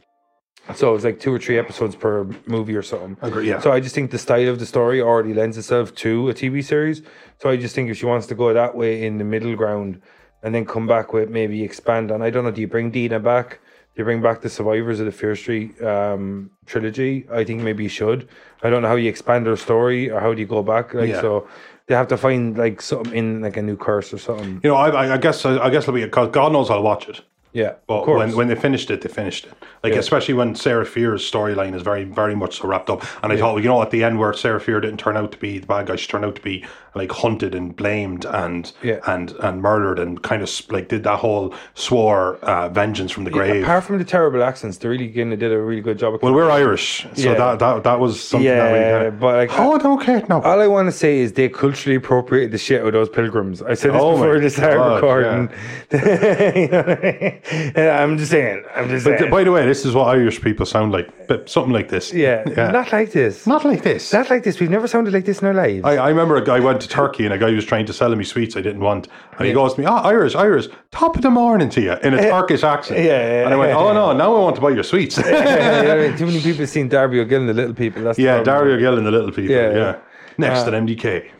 [SPEAKER 5] So it's like two or three episodes per movie or something.
[SPEAKER 6] Agree, yeah.
[SPEAKER 5] So I just think the style of the story already lends itself to a TV series. So I just think if she wants to go that way in the middle ground and then come back with maybe expand on, I don't know, do you bring Dina back? Do you bring back the survivors of the Fear Street um, trilogy? I think maybe you should. I don't know how you expand her story or how do you go back. Like
[SPEAKER 6] Yeah.
[SPEAKER 5] so, they have to find like something in like a new curse or something.
[SPEAKER 6] you know, I, I- I guess I, I guess it'll be because God knows I'll watch it.
[SPEAKER 5] Yeah,
[SPEAKER 6] But
[SPEAKER 5] of course.
[SPEAKER 6] when, when they finished it, they finished it. Like especially when Sarah Fear's storyline is very very much so wrapped up. And I thought, you know, at the end where Sarah Fear didn't turn out to be the bad guy, she turned out to be like hunted and blamed and
[SPEAKER 5] Yeah.
[SPEAKER 6] and and murdered and kind of sp- like did that whole swore uh, vengeance from the grave.
[SPEAKER 5] Apart from the terrible accents, they really again they did a really good job. Of
[SPEAKER 6] well, we're Irish, so
[SPEAKER 5] Yeah.
[SPEAKER 6] that, that that was something that we
[SPEAKER 5] Yeah,
[SPEAKER 6] kind of,
[SPEAKER 5] but, like,
[SPEAKER 6] oh, I don't care. No,
[SPEAKER 5] All I want to say is they culturally appropriated the shit out of those pilgrims. I said this
[SPEAKER 6] Oh my
[SPEAKER 5] before this started
[SPEAKER 6] God,
[SPEAKER 5] recording. You know what I mean? I'm just saying. I'm just
[SPEAKER 6] But
[SPEAKER 5] saying.
[SPEAKER 6] th- by the way, this is what Irish people sound like, but something like this.
[SPEAKER 5] yeah,
[SPEAKER 6] yeah.
[SPEAKER 5] not like this.
[SPEAKER 6] Not like this.
[SPEAKER 5] Not like this. We've never sounded like this in our lives.
[SPEAKER 6] I, I remember a guy went to Turkey and a guy was trying to sell me sweets I didn't want. And he goes to me, Oh, Irish, Irish, top of the morning to you in a Turkish accent.
[SPEAKER 5] Eh, yeah, yeah.
[SPEAKER 6] And I went, Oh, no, now I want to buy your sweets.
[SPEAKER 5] Yeah, yeah, yeah. Too many people have seen Darby O'Gill and the little people. That's the
[SPEAKER 6] yeah,
[SPEAKER 5] problem.
[SPEAKER 6] Dario Gill and the little people.
[SPEAKER 5] Yeah,
[SPEAKER 6] Yeah.
[SPEAKER 5] yeah. Uh, eh.
[SPEAKER 6] Next at MDK.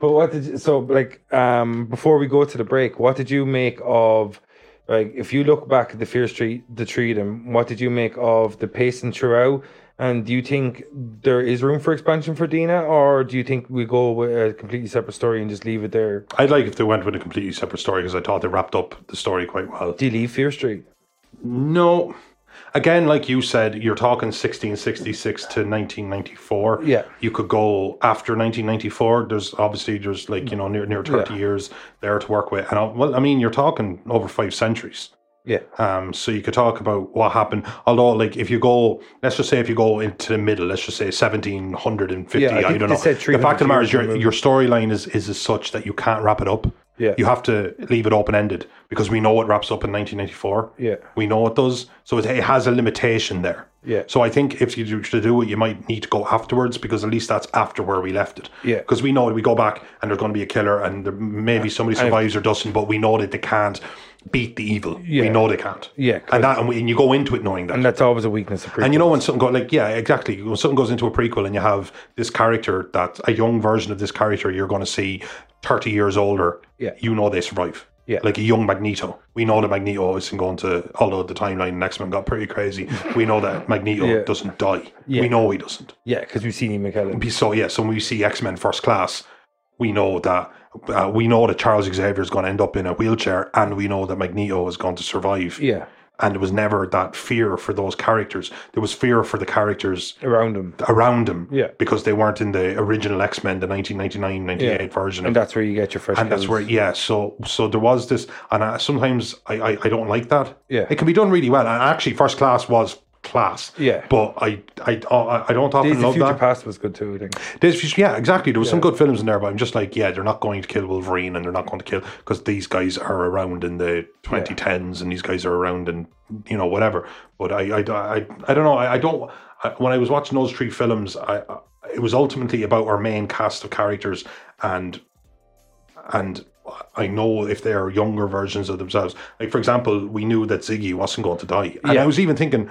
[SPEAKER 5] But what did you, so like um before we go to the break? What did you make of like if you look back at the Fear Street the Treedom? What did you make of the pace and throughout? And do you think there is room for expansion for Dina, or do you think we go with a completely separate story and just leave it there?
[SPEAKER 6] I'd like if they went with a completely separate story because I thought they wrapped up the story quite well.
[SPEAKER 5] Do you leave Fear Street?
[SPEAKER 6] No. Again, like you said, you're talking 1666 to 1994.
[SPEAKER 5] Yeah.
[SPEAKER 6] You could go after 1994. There's obviously, there's like, you know, near, near 30
[SPEAKER 5] Yeah.
[SPEAKER 6] years there to work with. And I, well, I mean, you're talking over five centuries.
[SPEAKER 5] Yeah,
[SPEAKER 6] Um, so you could talk about what happened. Although, like, if you go, let's just say, if you go into the middle, let's just say 1750,
[SPEAKER 5] Yeah, I
[SPEAKER 6] I,
[SPEAKER 5] think
[SPEAKER 6] don't
[SPEAKER 5] they
[SPEAKER 6] know.
[SPEAKER 5] said
[SPEAKER 6] the fact of the
[SPEAKER 5] 300
[SPEAKER 6] matter
[SPEAKER 5] years
[SPEAKER 6] is, your,
[SPEAKER 5] removed.
[SPEAKER 6] your storyline is, is as such that you can't wrap it up.
[SPEAKER 5] Yeah.
[SPEAKER 6] You have to leave it open ended because we know it wraps up in 1994.
[SPEAKER 5] Yeah.
[SPEAKER 6] We know it does. So it, it has a limitation there.
[SPEAKER 5] Yeah.
[SPEAKER 6] So I think if you do, to do it, you might need to go afterwards because at least that's after where we left it.
[SPEAKER 5] Yeah.
[SPEAKER 6] Because we know we go back and there's going to be a killer and there maybe somebody survives or doesn't, but we know that they can't beat the evil.
[SPEAKER 5] Yeah.
[SPEAKER 6] We know they can't.
[SPEAKER 5] Yeah, correct.
[SPEAKER 6] And that and, we, and you go into it knowing that.
[SPEAKER 5] and that's always a weakness of prequels.
[SPEAKER 6] And you know when something goes like yeah, exactly. When something goes into a prequel and you have this character that a young version of this character you're going to see thirty years older.
[SPEAKER 5] Yeah.
[SPEAKER 6] you know they survive.
[SPEAKER 5] Yeah.
[SPEAKER 6] like a young Magneto. We know that Magneto isn't going to. Although the timeline in X Men got pretty crazy, we know that Magneto
[SPEAKER 5] Yeah.
[SPEAKER 6] doesn't die.
[SPEAKER 5] Yeah.
[SPEAKER 6] We know he doesn't.
[SPEAKER 5] yeah, because we've seen Ian McKellen.
[SPEAKER 6] Be- So yeah, so when we see X Men First Class, we know that uh, we know that Charles Xavier is going to end up in a wheelchair, and we know that Magneto is going to survive
[SPEAKER 5] Yeah,
[SPEAKER 6] and there was never that fear for those characters. There was fear for the characters
[SPEAKER 5] around him,
[SPEAKER 6] around them
[SPEAKER 5] Yeah.
[SPEAKER 6] because they weren't in the original X Men, the 1999 98
[SPEAKER 5] Yeah.
[SPEAKER 6] version.
[SPEAKER 5] and
[SPEAKER 6] of,
[SPEAKER 5] that's where you get your fresh.
[SPEAKER 6] and that's
[SPEAKER 5] kills.
[SPEAKER 6] where, yeah. So, so there was this, and I, sometimes I, I, I don't like that.
[SPEAKER 5] Yeah.
[SPEAKER 6] It can be done really well. And actually, First Class was class.
[SPEAKER 5] Yeah.
[SPEAKER 6] But I, I, I, I don't often
[SPEAKER 5] Days of
[SPEAKER 6] love
[SPEAKER 5] Future
[SPEAKER 6] that.
[SPEAKER 5] Past was good too. I think.
[SPEAKER 6] Days of Future- yeah, exactly. There was some good films in there, but I'm just like, yeah, they're not going to kill Wolverine and they're not going to kill because these guys are around in the 2010s and these guys are around and you know whatever. But I, I, I, I don't know. I, I don't. I, when I was watching those three films, I, I it was ultimately about our main cast of characters and and. I know if they are younger versions of themselves. Like for example, we knew that Ziggy wasn't going to die, and I was even thinking,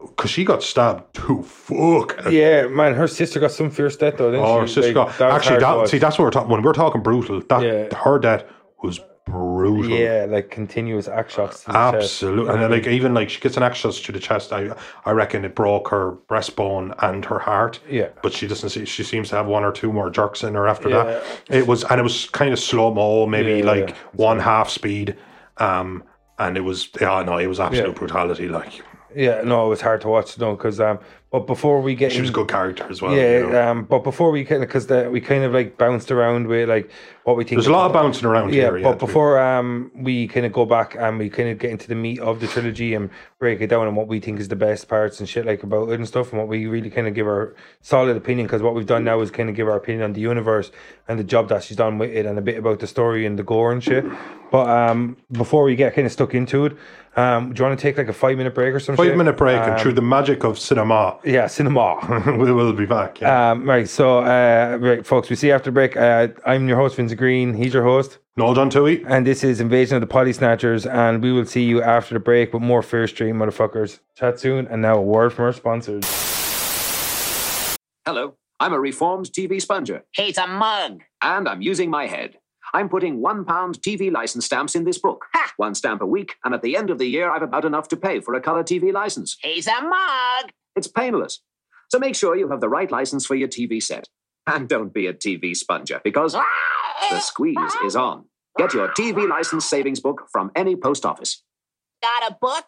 [SPEAKER 6] because she got stabbed to fuck a
[SPEAKER 5] Yeah, man, her sister got some fierce death though. Didn't
[SPEAKER 6] Uh, Oh, her
[SPEAKER 5] she?
[SPEAKER 6] sister
[SPEAKER 5] Like, was
[SPEAKER 6] got actually
[SPEAKER 5] hard to
[SPEAKER 6] that.
[SPEAKER 5] watch.
[SPEAKER 6] See, that's what we're talking. When we're talking brutal, that
[SPEAKER 5] Yeah.
[SPEAKER 6] her death was brutal.
[SPEAKER 5] Yeah, like continuous
[SPEAKER 6] Uh,
[SPEAKER 5] axe shots. to the chest.
[SPEAKER 6] Absolutely, and then, like even like she gets an axe shot to the chest. I I reckon it broke her breastbone and her heart.
[SPEAKER 5] Yeah.
[SPEAKER 6] but she doesn't. See, she seems to have one or two more jerks in her after
[SPEAKER 5] Yeah.
[SPEAKER 6] that. It was and it was kind of slow mo, maybe
[SPEAKER 5] Yeah,
[SPEAKER 6] like
[SPEAKER 5] yeah.
[SPEAKER 6] one half speed. Um, and it was yeah, no, it was absolute
[SPEAKER 5] Yeah.
[SPEAKER 6] brutality. Like
[SPEAKER 5] Yeah, no, it was hard to watch though because um, but before we get
[SPEAKER 6] she was a
[SPEAKER 5] in-
[SPEAKER 6] good character as well. you
[SPEAKER 5] Yeah,
[SPEAKER 6] know.
[SPEAKER 5] um, but before we kind of because we kind of like bounced around with like what we think.
[SPEAKER 6] there's a lot of bouncing around
[SPEAKER 5] Yeah,
[SPEAKER 6] here.
[SPEAKER 5] but before um we kind of go back and we kind of get into the meat of the trilogy and break it down and what we think is the best parts and shit like about it and stuff and what we really kind of give our solid opinion because what we've done now is kind of give our opinion on the universe and the job that she's done with it and a bit about the story and the gore and shit. But um before we get kind of stuck into it, um do you want to take like a five minute break or some
[SPEAKER 6] five
[SPEAKER 5] shit?
[SPEAKER 6] minute break, and through the magic of cinema,
[SPEAKER 5] Yeah, cinema.
[SPEAKER 6] we will be back. Yeah.
[SPEAKER 5] Um, right, so uh, right, folks, we see you after break. Uh, I'm your host, Vincent Green. He's your host,
[SPEAKER 6] Noel John Tui.
[SPEAKER 5] and this is Invasion of the Potty Snatchers. And we will see you after the break with more Fear Street, motherfuckers. Chat soon. And now a word from our sponsors.
[SPEAKER 7] Hello, I'm a reformed TV sponger,
[SPEAKER 2] He's a mug.
[SPEAKER 7] and I'm using my head. I'm putting one pound TV license stamps in this book.
[SPEAKER 2] Ha!
[SPEAKER 7] One stamp a week, and at the end of the year, I've about enough to pay for a color TV license.
[SPEAKER 2] He's a mug.
[SPEAKER 7] It's painless. So make sure you have the right license for your TV set. And don't be a TV sponger, because
[SPEAKER 2] Ah!
[SPEAKER 7] the squeeze is on. Get your TV license savings book from any post office.
[SPEAKER 2] Got a book?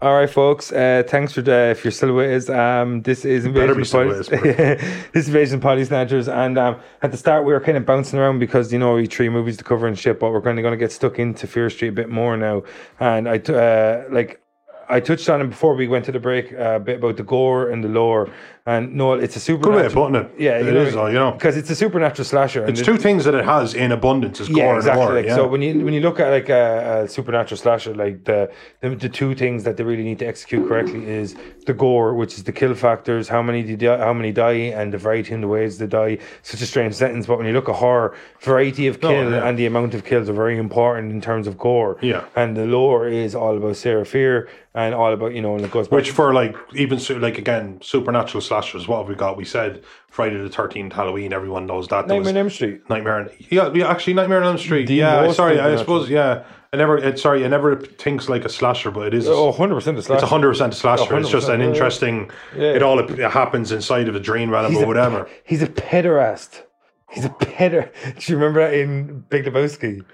[SPEAKER 5] All right, folks. Uh, thanks for uh, if you're still with us. Um, this is
[SPEAKER 6] better
[SPEAKER 5] Invasion
[SPEAKER 6] be
[SPEAKER 5] of
[SPEAKER 6] still
[SPEAKER 5] Potty.
[SPEAKER 6] with us,
[SPEAKER 5] this is Invasion of Potty Snatchers, and um, at the start we were kind of bouncing around because you know we three movies to cover and shit, but we're kind of going to get stuck into Fear Street a bit more now. And I t- uh, like I touched on it before we went to the break uh, a bit about the gore and the lore. And no, it's a
[SPEAKER 6] Good way
[SPEAKER 5] supernatural.
[SPEAKER 6] of putting it.
[SPEAKER 5] Yeah,
[SPEAKER 6] it is, though, you know.
[SPEAKER 5] because it's a supernatural slasher. and
[SPEAKER 6] It's
[SPEAKER 5] it-
[SPEAKER 6] two things that it has in abundance is gore
[SPEAKER 5] yeah,
[SPEAKER 6] and
[SPEAKER 5] exactly.
[SPEAKER 6] horror.
[SPEAKER 5] Like,
[SPEAKER 6] yeah.
[SPEAKER 5] So when you when you look at like a, a supernatural slasher, like the, the the two things that they really need to execute correctly is the gore, which is the kill factors, how many do you di- how many die, and the variety in the ways they die. Such a strange sentence, but when you look at horror, variety of
[SPEAKER 6] No,
[SPEAKER 5] kill
[SPEAKER 6] Oh, yeah.
[SPEAKER 5] and the amount of kills are very important in terms of gore.
[SPEAKER 6] Yeah.
[SPEAKER 5] and the lore is all about Sarah Fear and all about you know, and it goes back
[SPEAKER 6] Which for like even su- like again supernatural slashers, what have we got? We said Friday the Thirteenth, Halloween. Everyone knows that. There
[SPEAKER 5] Nightmare
[SPEAKER 6] was
[SPEAKER 5] on Elm Street.
[SPEAKER 6] Nightmare. on- E, Yeah, yeah, actually Nightmare on Elm Street.
[SPEAKER 5] The
[SPEAKER 6] yeah,
[SPEAKER 5] most
[SPEAKER 6] sorry, I
[SPEAKER 5] supernatural.
[SPEAKER 6] suppose. Yeah, I never. It, sorry, I never thinks like a slasher, but it is.
[SPEAKER 5] Oh, 100 percent the
[SPEAKER 6] it's
[SPEAKER 5] slasher.
[SPEAKER 6] hundred percent slasher. It's just
[SPEAKER 5] 100%,
[SPEAKER 6] an
[SPEAKER 5] yeah, yeah.
[SPEAKER 6] interesting.
[SPEAKER 5] Yeah.
[SPEAKER 6] It all it happens inside of a dream realm or whatever.
[SPEAKER 5] A, he's a pederast. He's a peder. Do you remember that in Big Lebowski?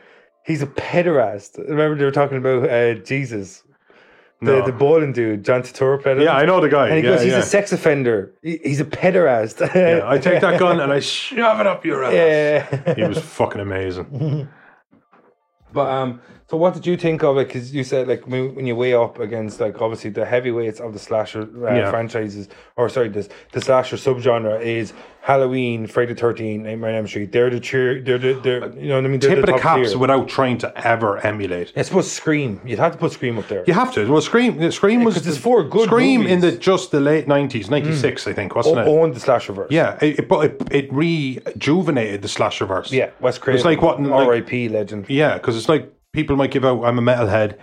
[SPEAKER 5] He's a pederast. Remember they were talking about uh, Jesus, the
[SPEAKER 6] No.
[SPEAKER 5] the balling dude, John Turturro played him?
[SPEAKER 6] yeah, I know the guy.
[SPEAKER 5] And he
[SPEAKER 6] yeah,
[SPEAKER 5] goes, he's
[SPEAKER 6] yeah.
[SPEAKER 5] a sex offender. He- He's a pederast.
[SPEAKER 6] yeah, I take that gun and I shove it up your ass.
[SPEAKER 5] Yeah.
[SPEAKER 6] He was fucking amazing.
[SPEAKER 5] But um, so what did you think of it? Because you said like when when you weigh up against like obviously the heavyweights of the slasher uh,
[SPEAKER 6] Yeah.
[SPEAKER 5] franchises, or sorry, this the slasher subgenre is Halloween, Friday the Thirteenth, Nightmare on Elm Street. They're the cheer. They're the they're, you know what I mean. They're
[SPEAKER 6] Tip of the
[SPEAKER 5] top
[SPEAKER 6] caps
[SPEAKER 5] tier.
[SPEAKER 6] without trying to ever emulate.
[SPEAKER 5] I suppose Scream. You'd have to put Scream up there.
[SPEAKER 6] You have to. Well, Scream. uh, Scream was
[SPEAKER 5] 'cause there's four good
[SPEAKER 6] Scream in the
[SPEAKER 5] movies. Mm. Oh,
[SPEAKER 6] just the late nineties, ninety six, I think, wasn't
[SPEAKER 5] O-
[SPEAKER 6] it?
[SPEAKER 5] owned the slasher verse.
[SPEAKER 6] Yeah, it, it, but it, it rejuvenated the slasher verse.
[SPEAKER 5] yeah. Wes Craven.
[SPEAKER 6] It's like what- like-
[SPEAKER 5] R.I.P. Legend.
[SPEAKER 6] yeah, because it's like people might give out. I'm a metalhead.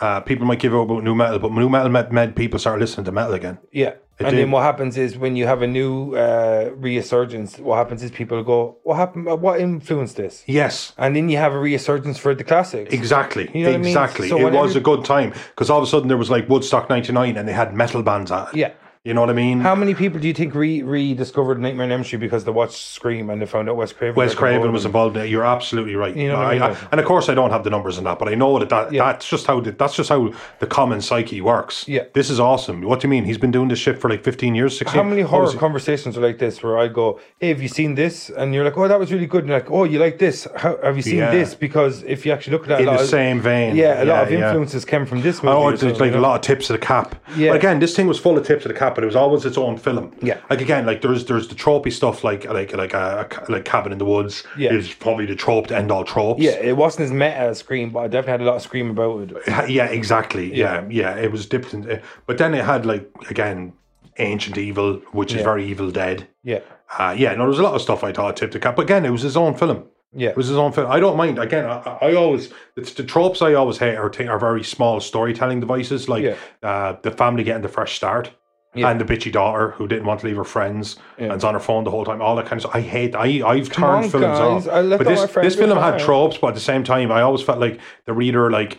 [SPEAKER 6] Uh, people might give out about new metal, but new metal meant meant people started listening to metal again.
[SPEAKER 5] Yeah. and
[SPEAKER 6] did.
[SPEAKER 5] then what happens is when you have a new uh, resurgence, what happens is people go, "What happened? What influenced this?"
[SPEAKER 6] Yes,
[SPEAKER 5] And then you have a resurgence for the classics.
[SPEAKER 6] exactly,
[SPEAKER 5] You know what I mean?
[SPEAKER 6] exactly.
[SPEAKER 5] So
[SPEAKER 6] it
[SPEAKER 5] when
[SPEAKER 6] was
[SPEAKER 5] every-
[SPEAKER 6] a good time because all of a sudden there was like Woodstock '99, and they had metal bands at it.
[SPEAKER 5] Yeah.
[SPEAKER 6] you know what I mean.
[SPEAKER 5] How many people do you think re rediscovered Nightmare on Elm Street because they watched Scream and they found out Wes Craven?
[SPEAKER 6] Wes
[SPEAKER 5] got
[SPEAKER 6] Craven
[SPEAKER 5] involved
[SPEAKER 6] was involved in it. You're absolutely right.
[SPEAKER 5] You know what I
[SPEAKER 6] I-
[SPEAKER 5] mean?
[SPEAKER 6] I- and of course, I don't have the numbers in that, but I know that, that
[SPEAKER 5] Yeah.
[SPEAKER 6] that's just how the, that's just how the common psyche works.
[SPEAKER 5] Yeah.
[SPEAKER 6] this is awesome. What do you mean? He's been doing this shit for like 15 years,
[SPEAKER 5] in?
[SPEAKER 6] 16.
[SPEAKER 5] How many
[SPEAKER 6] What
[SPEAKER 5] horror
[SPEAKER 6] was it?
[SPEAKER 5] conversations are like this where I go, "Hey, have you seen this?" And you're like, "Oh, that was really good." And you're like, "Oh, you like this? How, have you seen
[SPEAKER 6] Yeah.
[SPEAKER 5] this?" Because if you actually look at that,
[SPEAKER 6] in the same vein?
[SPEAKER 5] Yeah, a lot of
[SPEAKER 6] yeah.
[SPEAKER 5] influences came from this movie.
[SPEAKER 6] Oh,
[SPEAKER 5] or
[SPEAKER 6] it's
[SPEAKER 5] something,
[SPEAKER 6] like
[SPEAKER 5] you
[SPEAKER 6] a
[SPEAKER 5] know?
[SPEAKER 6] lot of tips of the cap.
[SPEAKER 5] Yeah.
[SPEAKER 6] But again, this thing was full of tips of the cap, but it was always its own film.
[SPEAKER 5] Yeah.
[SPEAKER 6] Like again, like there's there's the tropey stuff, like like like a, a- like cabin in the woods.
[SPEAKER 5] Yeah.
[SPEAKER 6] Is probably the trope to end all tropes.
[SPEAKER 5] Yeah, it wasn't as meta as Scream, but I definitely had a lot of Scream about it.
[SPEAKER 6] Ha- yeah exactly yeah. yeah it was dipped in uh, but then it had like again ancient evil which is
[SPEAKER 5] Yeah.
[SPEAKER 6] very evil dead
[SPEAKER 5] Yeah,
[SPEAKER 6] uh, yeah no there was a lot of stuff i thought tipped the cap but again it was his own film
[SPEAKER 5] yeah,
[SPEAKER 6] it was his own film i don't mind again i, I always it's the tropes i always hate are, t- are very small storytelling devices like
[SPEAKER 5] Yeah.
[SPEAKER 6] uh, the family getting the fresh start
[SPEAKER 5] Yeah.
[SPEAKER 6] And the bitchy daughter who didn't want to leave her friends
[SPEAKER 5] Yeah.
[SPEAKER 6] and's on her phone the whole time, all that kind of stuff. I hate. I I've
[SPEAKER 5] Come
[SPEAKER 6] turned
[SPEAKER 5] on,
[SPEAKER 6] films
[SPEAKER 5] guys,
[SPEAKER 6] off.
[SPEAKER 5] I let
[SPEAKER 6] but
[SPEAKER 5] all
[SPEAKER 6] this
[SPEAKER 5] my friends
[SPEAKER 6] this film
[SPEAKER 5] go
[SPEAKER 6] had
[SPEAKER 5] home.
[SPEAKER 6] tropes, but at the same time, I always felt like the reader like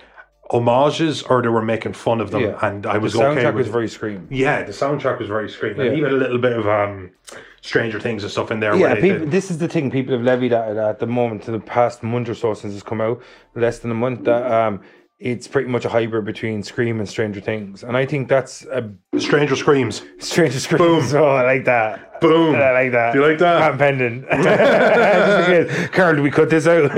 [SPEAKER 6] homages or they were making fun of them,
[SPEAKER 5] Yeah.
[SPEAKER 6] and I
[SPEAKER 5] the
[SPEAKER 6] was
[SPEAKER 5] soundtrack
[SPEAKER 6] okay with.
[SPEAKER 5] was very Scream.
[SPEAKER 6] yeah, the soundtrack was very screaming.
[SPEAKER 5] Yeah.
[SPEAKER 6] And even a little bit of um, Stranger Things and stuff in there.
[SPEAKER 5] Yeah,
[SPEAKER 6] where they
[SPEAKER 5] people,
[SPEAKER 6] did-
[SPEAKER 5] this is the thing people have levied at it at the moment to the past month or so since it's come out, less than a month, that um, it's pretty much a hybrid between Scream and Stranger Things. And I think that's a
[SPEAKER 6] Stranger Screams.
[SPEAKER 5] Stranger Scream.
[SPEAKER 6] Boom.
[SPEAKER 5] So I like that.
[SPEAKER 6] Boom.
[SPEAKER 5] I like that.
[SPEAKER 6] Do you like that?
[SPEAKER 5] I'm pending. Just because, Carl, do we cut this out?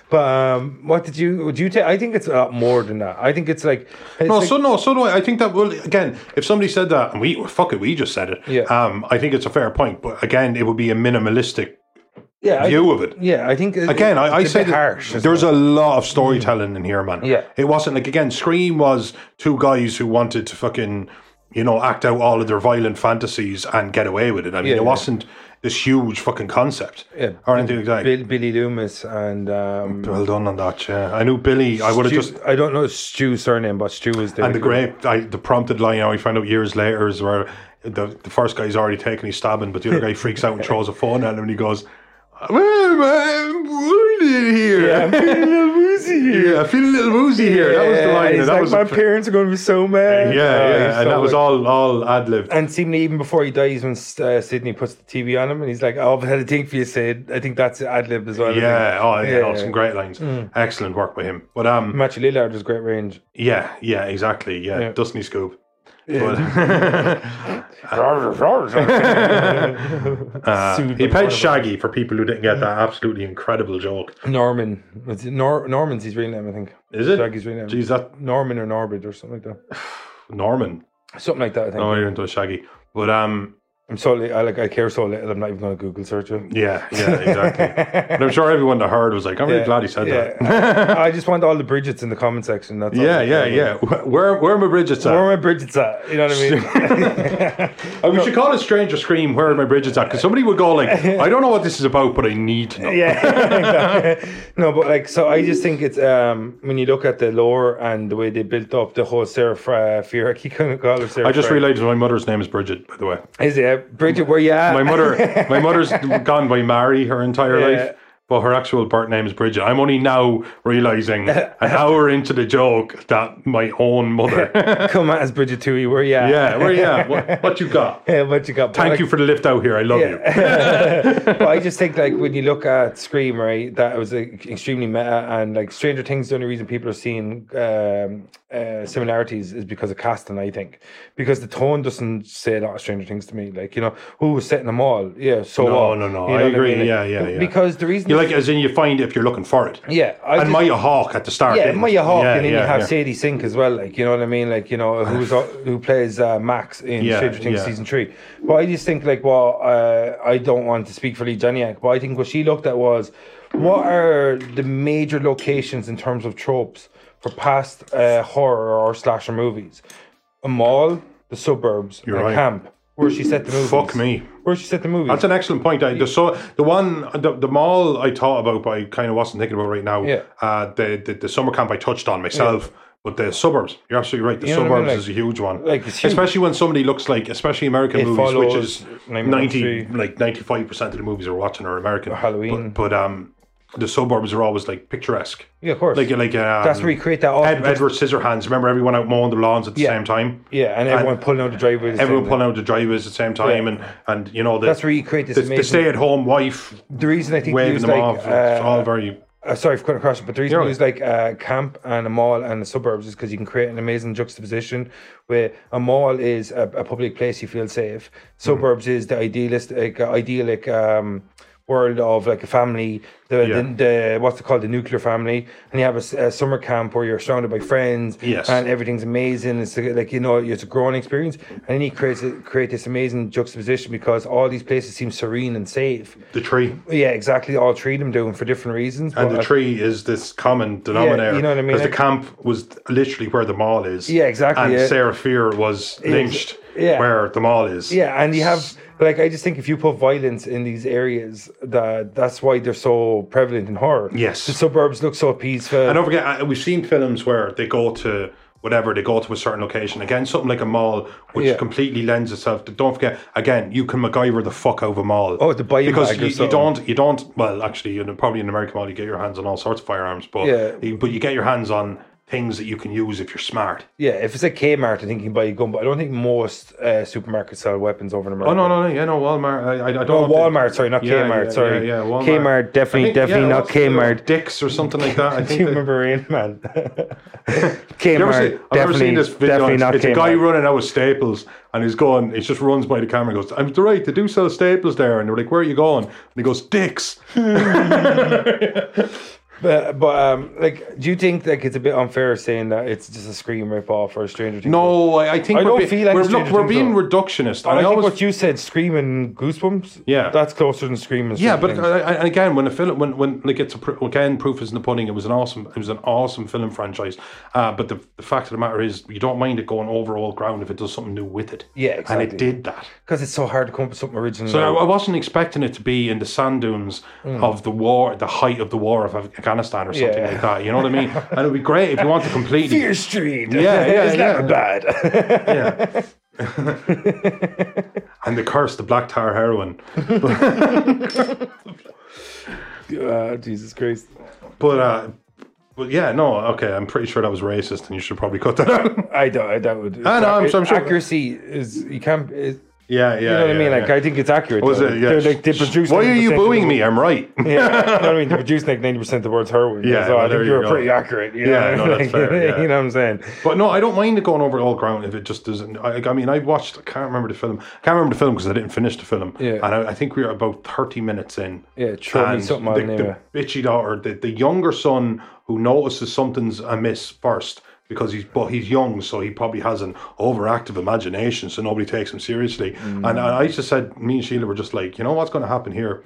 [SPEAKER 5] but um, what did you, would you take? I think it's a lot more than that. I think it's like, it's
[SPEAKER 6] No,
[SPEAKER 5] like-
[SPEAKER 6] so no, so do I. I think that will again. If somebody said that, and we fuck it, we just said it.
[SPEAKER 5] Yeah.
[SPEAKER 6] Um, I think it's a fair point, but again, it would be a minimalistic
[SPEAKER 5] yeah, I-
[SPEAKER 6] view of it.
[SPEAKER 5] Yeah, I think it-
[SPEAKER 6] Again, I, I
[SPEAKER 5] it's a
[SPEAKER 6] say
[SPEAKER 5] bit
[SPEAKER 6] that
[SPEAKER 5] harsh. isn't
[SPEAKER 6] there's
[SPEAKER 5] it?
[SPEAKER 6] a lot of storytelling in here, man.
[SPEAKER 5] Yeah.
[SPEAKER 6] it wasn't like again, Scream was two guys who wanted to fucking you know act out all of their violent fantasies and get away with it. I mean,
[SPEAKER 5] Yeah,
[SPEAKER 6] it
[SPEAKER 5] yeah.
[SPEAKER 6] wasn't this huge fucking concept
[SPEAKER 5] Yeah.
[SPEAKER 6] or anything like that.
[SPEAKER 5] Bill, Billy Loomis and um,
[SPEAKER 6] well done on that. Yeah, I knew Billy. I would have
[SPEAKER 5] Stu-
[SPEAKER 6] just
[SPEAKER 5] I don't know Stew's surname, but Stew is the
[SPEAKER 6] And the great, I, the prompted line I found out years later is where the, the first guy's already taken, he's stabbing, but the other guy freaks out and throws a phone at him and he goes, well, I'm wounded here. Yeah, I feel a little woozy here. I feel a little woozy here. That was the
[SPEAKER 5] Yeah,
[SPEAKER 6] line.
[SPEAKER 5] he's
[SPEAKER 6] that
[SPEAKER 5] like,
[SPEAKER 6] was
[SPEAKER 5] my
[SPEAKER 6] a-
[SPEAKER 5] parents are going to be so
[SPEAKER 6] yeah,
[SPEAKER 5] mad. Oh, he's
[SPEAKER 6] yeah,
[SPEAKER 5] so
[SPEAKER 6] and that was
[SPEAKER 5] like-
[SPEAKER 6] all all ad lib.
[SPEAKER 5] And seemingly even before he dies, when uh, Sydney puts the TV on him, and he's like, "Oh, but I had a thing for you, Sid." I think that's ad lib as well. I think.
[SPEAKER 6] Yeah, oh, yeah, no,
[SPEAKER 5] Yeah. Mm.
[SPEAKER 6] some great lines. Excellent work by him. But um,
[SPEAKER 5] Matthew Lillard has great range.
[SPEAKER 6] yeah, yeah, exactly. Yeah,
[SPEAKER 5] Yeah.
[SPEAKER 6] Dusty Scoop. But, uh,
[SPEAKER 5] Sued
[SPEAKER 6] he
[SPEAKER 5] by
[SPEAKER 6] played
[SPEAKER 5] Warner
[SPEAKER 6] Shaggy for people who didn't get that absolutely incredible joke.
[SPEAKER 5] Norman. Was it Nor- Norman's his real name, I think.
[SPEAKER 6] Is it?
[SPEAKER 5] Shaggy's real name.
[SPEAKER 6] Jeez, that
[SPEAKER 5] Norman or Norbert or something like
[SPEAKER 6] Norman.
[SPEAKER 5] that. Something like that, I think.
[SPEAKER 6] No, you're into Shaggy. But um,
[SPEAKER 5] I'm so li- I like I care so little. I'm not even going to Google search it.
[SPEAKER 6] yeah, yeah, exactly. but I'm sure everyone that heard was like, I'm really
[SPEAKER 5] Yeah,
[SPEAKER 6] glad he said that.
[SPEAKER 5] I just want all the Bridgets in the comment section. That's all
[SPEAKER 6] yeah,
[SPEAKER 5] I
[SPEAKER 6] yeah,
[SPEAKER 5] care
[SPEAKER 6] yeah.
[SPEAKER 5] about.
[SPEAKER 6] Where, where are my Bridget's at?
[SPEAKER 5] Where are my Bridgets at? You know what I mean?
[SPEAKER 6] Uh, we should call it Stranger Scream. Where are my Bridget's at? Because somebody would go like, I don't know what this is about, but I need to know.
[SPEAKER 5] yeah no but like so i just think it's um when you look at the lore and the way they built up the whole sarah Fra- fear i keep calling her sarah
[SPEAKER 6] I just
[SPEAKER 5] Fra-
[SPEAKER 6] realised my mother's name is Bridget, by the way.
[SPEAKER 5] is it bridget where you at
[SPEAKER 6] My mother, my mother's gone by Mary her entire
[SPEAKER 5] Yeah.
[SPEAKER 6] life, but her actual birth name is Bridget. I'm only now realising an hour into the joke that my own mother.
[SPEAKER 5] come at us bridget toohey where you at
[SPEAKER 6] yeah, where yeah, what, what you got?
[SPEAKER 5] yeah what you got but,
[SPEAKER 6] Thank
[SPEAKER 5] like,
[SPEAKER 6] you for the lift out here. I love you.
[SPEAKER 5] but I just think like when you look at Scream, right, that was like, extremely meta, and like Stranger Things, the only reason people are seeing um, uh, similarities is because of casting. I think because the tone doesn't say a lot of Stranger Things to me. Like you know, who was setting them all? Yeah, so
[SPEAKER 6] No,
[SPEAKER 5] what?
[SPEAKER 6] no, no,
[SPEAKER 5] You
[SPEAKER 6] I
[SPEAKER 5] what
[SPEAKER 6] agree,
[SPEAKER 5] Like,
[SPEAKER 6] yeah, yeah, yeah.
[SPEAKER 5] Because the reason
[SPEAKER 6] You like, as in, you find if you're looking for it.
[SPEAKER 5] yeah, I
[SPEAKER 6] And
[SPEAKER 5] just-
[SPEAKER 6] Maya Hawk at the start.
[SPEAKER 5] yeah,
[SPEAKER 6] didn't?
[SPEAKER 5] Maya Hawk,
[SPEAKER 6] Yeah,
[SPEAKER 5] and then
[SPEAKER 6] yeah,
[SPEAKER 5] you have
[SPEAKER 6] yeah.
[SPEAKER 5] Sadie Sink as well. Like, you know what I mean? Like, you know, who's who plays uh, Max in
[SPEAKER 6] Yeah,
[SPEAKER 5] Stranger Things
[SPEAKER 6] yeah.
[SPEAKER 5] season three. But I just think like, well, uh, I don't want to speak for Lee Janiak, but I think what she looked at was what are the major locations in terms of tropes for past uh, horror or slasher movies? A mall, the suburbs,
[SPEAKER 6] You're
[SPEAKER 5] a
[SPEAKER 6] right.
[SPEAKER 5] camp. Where she set the movies.
[SPEAKER 6] Fuck me.
[SPEAKER 5] Where she set the movies.
[SPEAKER 6] That's an excellent point. I, the, so the one the, the mall I thought about, but I kind of wasn't thinking about right now.
[SPEAKER 5] Yeah.
[SPEAKER 6] Uh, the, the the summer camp I touched on myself, but the suburbs. You're absolutely right. The
[SPEAKER 5] You know what I
[SPEAKER 6] suburbs
[SPEAKER 5] mean? Like-
[SPEAKER 6] is a huge one,
[SPEAKER 5] like, it's huge.
[SPEAKER 6] especially when somebody looks like, especially American
[SPEAKER 5] It
[SPEAKER 6] movies, which is
[SPEAKER 5] follows Nightmare on Elm
[SPEAKER 6] ninety
[SPEAKER 5] Street.
[SPEAKER 6] like ninety five percent of the movies we're watching are American.
[SPEAKER 5] Halloween.
[SPEAKER 6] but, but um, the suburbs are always like picturesque.
[SPEAKER 5] yeah, of course.
[SPEAKER 6] Like like um,
[SPEAKER 5] That's where you create that
[SPEAKER 6] Ed,
[SPEAKER 5] awesome-
[SPEAKER 6] Edward Scissorhands. Remember everyone out mowing the lawns at the
[SPEAKER 5] Yeah.
[SPEAKER 6] same time.
[SPEAKER 5] yeah, and everyone pulling out the driveway. at the same
[SPEAKER 6] Everyone
[SPEAKER 5] time.
[SPEAKER 6] pulling out the driveways at the same time,
[SPEAKER 5] Yeah.
[SPEAKER 6] and and you know the,
[SPEAKER 5] That's where you create this
[SPEAKER 6] the,
[SPEAKER 5] amazing-
[SPEAKER 6] stay at home wife
[SPEAKER 5] The reason I think he
[SPEAKER 6] waving
[SPEAKER 5] was
[SPEAKER 6] them
[SPEAKER 5] like,
[SPEAKER 6] off.
[SPEAKER 5] uh,
[SPEAKER 6] it's all very.
[SPEAKER 5] Uh, sorry for cutting across, but the reason
[SPEAKER 6] You're
[SPEAKER 5] we use like uh, camp and a mall and the suburbs is because you can create an amazing juxtaposition where a mall is a, a public place you feel safe.
[SPEAKER 6] Hmm.
[SPEAKER 5] Suburbs is the idealistic, uh, idyllic um, world of like a family, the,
[SPEAKER 6] Yeah.
[SPEAKER 5] the, the what's it called, the nuclear family, and you have a s- a, summer camp where you're surrounded by friends,
[SPEAKER 6] Yes.
[SPEAKER 5] and everything's amazing. It's like like, you know, it's a growing experience, and then you create create this amazing juxtaposition because all these places seem serene and safe.
[SPEAKER 6] The tree
[SPEAKER 5] Yeah, exactly. All three of them doing for different reasons.
[SPEAKER 6] and
[SPEAKER 5] but
[SPEAKER 6] the
[SPEAKER 5] I-
[SPEAKER 6] tree is this common denominator.
[SPEAKER 5] uh, you know what I mean?
[SPEAKER 6] Because the
[SPEAKER 5] Like-
[SPEAKER 6] camp was literally where the mall is.
[SPEAKER 5] Yeah, exactly,
[SPEAKER 6] And
[SPEAKER 5] yeah.
[SPEAKER 6] Sarah Fear was lynched
[SPEAKER 5] yeah.
[SPEAKER 6] where the mall is.
[SPEAKER 5] Yeah, and you have like I just think if you put violence in these areas, that that's why they're so prevalent in horror.
[SPEAKER 6] Yes.
[SPEAKER 5] the suburbs look so peaceful.
[SPEAKER 6] And don't forget, I- we've seen films where they go to whatever, they go to a certain location. Again, something like a mall, which
[SPEAKER 5] Yeah.
[SPEAKER 6] completely lends itself to. Don't forget, again, you can MacGyver the fuck out of a mall.
[SPEAKER 5] Oh, the buy a
[SPEAKER 6] because
[SPEAKER 5] bag or
[SPEAKER 6] you, you
[SPEAKER 5] something.
[SPEAKER 6] don't, you don't. Well, actually, in, probably in American mall, you get your hands on all sorts of firearms, but
[SPEAKER 5] Yeah.
[SPEAKER 6] you, but you get your hands on things that you can use if you're smart.
[SPEAKER 5] yeah, if it's a Kmart, I think you can buy a gun, but I don't think most uh, supermarkets sell weapons over in America.
[SPEAKER 6] Oh no, no, no, yeah, no, Walmart. I, I, I don't.
[SPEAKER 5] Oh,
[SPEAKER 6] know if they-
[SPEAKER 5] Walmart, sorry, not
[SPEAKER 6] Yeah,
[SPEAKER 5] Kmart,
[SPEAKER 6] yeah,
[SPEAKER 5] sorry.
[SPEAKER 6] yeah, yeah, Walmart.
[SPEAKER 5] Kmart,
[SPEAKER 6] I
[SPEAKER 5] definitely,
[SPEAKER 6] think, yeah,
[SPEAKER 5] definitely not
[SPEAKER 6] what's the little
[SPEAKER 5] Kmart.
[SPEAKER 6] Dicks or something like that. I
[SPEAKER 5] Do
[SPEAKER 6] think.
[SPEAKER 5] you
[SPEAKER 6] they-
[SPEAKER 5] remember Rain Man?
[SPEAKER 6] You ever see-
[SPEAKER 5] Kmart,
[SPEAKER 6] I've never
[SPEAKER 5] definitely,
[SPEAKER 6] seen this video.
[SPEAKER 5] definitely
[SPEAKER 6] it's
[SPEAKER 5] not
[SPEAKER 6] it's a
[SPEAKER 5] Kmart.
[SPEAKER 6] guy running out of Staples, and he's going. He just runs by the camera. and Goes, "I'm right. They do sell Staples there." And they're like, "Where are you going?" And he goes, "Dicks."
[SPEAKER 5] But, but um, like, do you think like it's a bit unfair saying that it's just a Scream ripoff or a Stranger Things?
[SPEAKER 6] No, I, I think
[SPEAKER 5] I
[SPEAKER 6] we're
[SPEAKER 5] don't
[SPEAKER 6] be-
[SPEAKER 5] feel like
[SPEAKER 6] we're,
[SPEAKER 5] it's
[SPEAKER 6] look,
[SPEAKER 5] Stranger
[SPEAKER 6] we're
[SPEAKER 5] Things,
[SPEAKER 6] being
[SPEAKER 5] though.
[SPEAKER 6] reductionist.
[SPEAKER 5] I,
[SPEAKER 6] I,
[SPEAKER 5] think
[SPEAKER 6] always,
[SPEAKER 5] what you said, screaming goosebumps.
[SPEAKER 6] Yeah.
[SPEAKER 5] that's closer than screaming.
[SPEAKER 6] yeah, but uh, I, I, and again, when a film, when when like it's a, pr- again, proof is in the pudding. It was an awesome, it was an awesome film franchise. Uh, but the, the fact of the matter is, you don't mind it going over old ground if it does something new with it.
[SPEAKER 5] Yeah,
[SPEAKER 6] And
[SPEAKER 5] exactly.
[SPEAKER 6] it did that.
[SPEAKER 5] because it's so hard to come up with something original.
[SPEAKER 6] So uh, I, I wasn't expecting it to be in the sand dunes
[SPEAKER 5] Mm.
[SPEAKER 6] of the war, the height of the war of Afghanistan or something
[SPEAKER 5] Yeah.
[SPEAKER 6] like that. You know what I mean? and it'd be great if you want to completely.
[SPEAKER 5] Fear Street.
[SPEAKER 6] Yeah, yeah,
[SPEAKER 5] it's
[SPEAKER 6] yeah.
[SPEAKER 5] never bad.
[SPEAKER 6] Yeah. and the curse, the black tar heroin.
[SPEAKER 5] uh, Jesus Christ.
[SPEAKER 6] But uh, but yeah, no, okay. I'm pretty sure that was racist, and you should probably cut that out.
[SPEAKER 5] I don't. I, that would.
[SPEAKER 6] I know, I'm- I'm sure-
[SPEAKER 5] Accuracy is you can't. It,
[SPEAKER 6] Yeah, yeah.
[SPEAKER 5] You know what I mean? Like, I think it's accurate.
[SPEAKER 6] was
[SPEAKER 5] though.
[SPEAKER 6] it? Yeah.
[SPEAKER 5] They're like, they produce
[SPEAKER 6] Why are you
[SPEAKER 5] 90% of
[SPEAKER 6] booing
[SPEAKER 5] the-
[SPEAKER 6] me? I'm right.
[SPEAKER 5] Yeah, you know what I mean? They produce like 90% of the words her way.
[SPEAKER 6] Yeah,
[SPEAKER 5] so
[SPEAKER 6] well,
[SPEAKER 5] I
[SPEAKER 6] there
[SPEAKER 5] think
[SPEAKER 6] you
[SPEAKER 5] you're
[SPEAKER 6] go.
[SPEAKER 5] pretty accurate. You
[SPEAKER 6] Yeah,
[SPEAKER 5] know?
[SPEAKER 6] no,
[SPEAKER 5] Like,
[SPEAKER 6] that's fair, yeah.
[SPEAKER 5] You know what I'm saying?
[SPEAKER 6] But no, I don't mind it going over all ground if it just doesn't. I, I mean, I watched. I can't remember the film. I can't remember the film because I didn't finish the film.
[SPEAKER 5] Yeah.
[SPEAKER 6] And I, I think we were about thirty minutes in.
[SPEAKER 5] Yeah, throw me
[SPEAKER 6] and
[SPEAKER 5] something on
[SPEAKER 6] the,
[SPEAKER 5] anyway.
[SPEAKER 6] the bitchy daughter, the, the younger son who notices something's amiss first because he's but he's young, so he probably has an overactive imagination, so nobody takes him seriously.
[SPEAKER 5] Mm.
[SPEAKER 6] And, and I just said, me and Sheila were just like, you know what's going to happen here?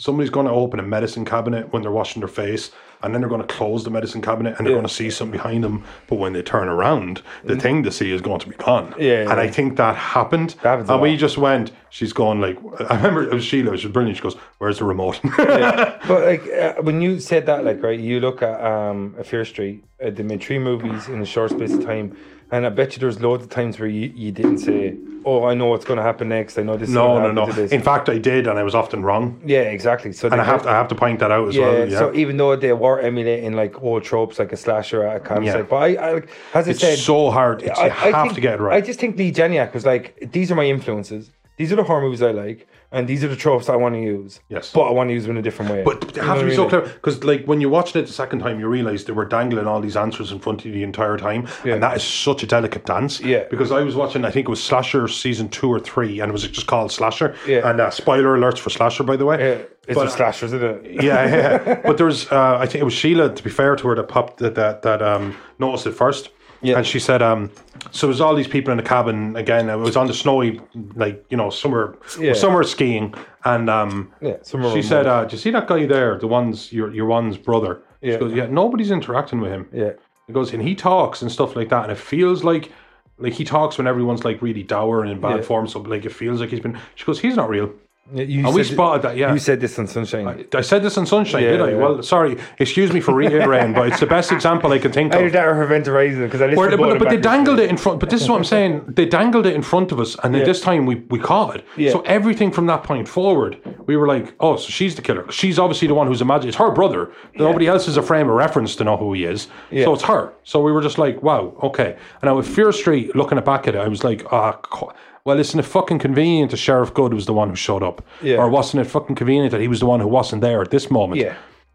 [SPEAKER 6] Somebody's going to open a medicine cabinet when they're washing their face, and then they're going to close the medicine cabinet, and they're going to see something behind them. But when they turn around, the thing they see is going to be gone.
[SPEAKER 5] Mm. Yeah,
[SPEAKER 6] and I
[SPEAKER 5] yeah.
[SPEAKER 6] think that happened.
[SPEAKER 5] That happens a
[SPEAKER 6] and we
[SPEAKER 5] lot.
[SPEAKER 6] just went. She's gone like I remember it was Sheila. She was brilliant. She goes, "Where's the remote?"
[SPEAKER 5] But like uh, when you said that, like right, you look at um a Fear Street, uh, they made three movies in a short space of time, and I bet you there's loads of times where you, you didn't say, "Oh, I know what's going to happen next. I know this." is gonna
[SPEAKER 6] No,
[SPEAKER 5] happen
[SPEAKER 6] no,
[SPEAKER 5] to
[SPEAKER 6] no.
[SPEAKER 5] this."
[SPEAKER 6] In fact, I did, and I was often wrong.
[SPEAKER 5] yeah, exactly. So
[SPEAKER 6] And I have to, I have to point that out as
[SPEAKER 5] yeah,
[SPEAKER 6] well. Yeah,
[SPEAKER 5] So even though they were emulating like old tropes, like a slasher at a campsite,
[SPEAKER 6] Yeah.
[SPEAKER 5] but I, I as I
[SPEAKER 6] it's
[SPEAKER 5] said,
[SPEAKER 6] so hard. It's, you have
[SPEAKER 5] think,
[SPEAKER 6] to get it
[SPEAKER 5] I
[SPEAKER 6] right.
[SPEAKER 5] just think Lee Janiak was like, these are my influences. These are the horror movies I like, and these are the tropes I want to use.
[SPEAKER 6] Yes.
[SPEAKER 5] but I want to use them in a different way.
[SPEAKER 6] but they
[SPEAKER 5] You
[SPEAKER 6] have
[SPEAKER 5] know
[SPEAKER 6] to be
[SPEAKER 5] what I
[SPEAKER 6] so
[SPEAKER 5] mean?
[SPEAKER 6] clever because, like, when you're watching it the second time, you realize they were dangling all these answers in front of you the entire time,
[SPEAKER 5] Yeah.
[SPEAKER 6] and that is such a delicate dance.
[SPEAKER 5] Yeah.
[SPEAKER 6] Because I was watching, I think it was Slasher season two or three, and it was just called Slasher.
[SPEAKER 5] Yeah.
[SPEAKER 6] And uh, spoiler alerts for Slasher, by the way.
[SPEAKER 5] Yeah, it's
[SPEAKER 6] But-
[SPEAKER 5] a
[SPEAKER 6] uh,
[SPEAKER 5] slasher, isn't it?
[SPEAKER 6] yeah, yeah. But there was, uh, I think it was Sheila. To be fair to her, that popped that that, that um, noticed it first.
[SPEAKER 5] Yeah.
[SPEAKER 6] And she said, um, so there's all these people in the cabin again. It was on the snowy, like you know, summer,
[SPEAKER 5] Yeah.
[SPEAKER 6] summer skiing, and um,
[SPEAKER 5] Yeah, summer
[SPEAKER 6] she
[SPEAKER 5] remote.
[SPEAKER 6] said, uh, "Do you see that guy there? The one's your your one's brother."
[SPEAKER 5] Yeah.
[SPEAKER 6] She goes, "Yeah, nobody's interacting with him."
[SPEAKER 5] Yeah.
[SPEAKER 6] It goes and he talks and stuff like that, and it feels like like he talks when everyone's like really dour and in bad
[SPEAKER 5] Yeah.
[SPEAKER 6] form. So like it feels like he's been. She goes, "He's not real."
[SPEAKER 5] Yeah, You
[SPEAKER 6] And we
[SPEAKER 5] said-
[SPEAKER 6] spotted that, yeah.
[SPEAKER 5] You said this on Sunshine. I,
[SPEAKER 6] I said this on Sunshine,
[SPEAKER 5] Yeah,
[SPEAKER 6] did I?
[SPEAKER 5] yeah.
[SPEAKER 6] Well, sorry, excuse me for reiterating, but it's the best example I can think
[SPEAKER 5] did
[SPEAKER 6] of.
[SPEAKER 5] that or Revenge of Raising because I listened
[SPEAKER 6] Where-
[SPEAKER 5] to both
[SPEAKER 6] but,
[SPEAKER 5] of
[SPEAKER 6] but they
[SPEAKER 5] them back-
[SPEAKER 6] dangled it in front. But this is what I'm saying. They dangled it in front of us, and then
[SPEAKER 5] Yeah.
[SPEAKER 6] this time we, we caught it.
[SPEAKER 5] Yeah.
[SPEAKER 6] So everything from that point forward, we were like, oh, so she's the killer. She's obviously the one who's imagined. It's her brother. Nobody else has a frame of reference to know who he is.
[SPEAKER 5] Yeah.
[SPEAKER 6] So it's her. So we were just like, wow, okay. And now with Fear Street, looking back at it, I was like, ah. co- well, isn't it fucking convenient that Sheriff Good was the one who showed up?
[SPEAKER 5] Yeah.
[SPEAKER 6] Or wasn't it fucking convenient that he was the one who wasn't there at this moment?
[SPEAKER 5] Yeah.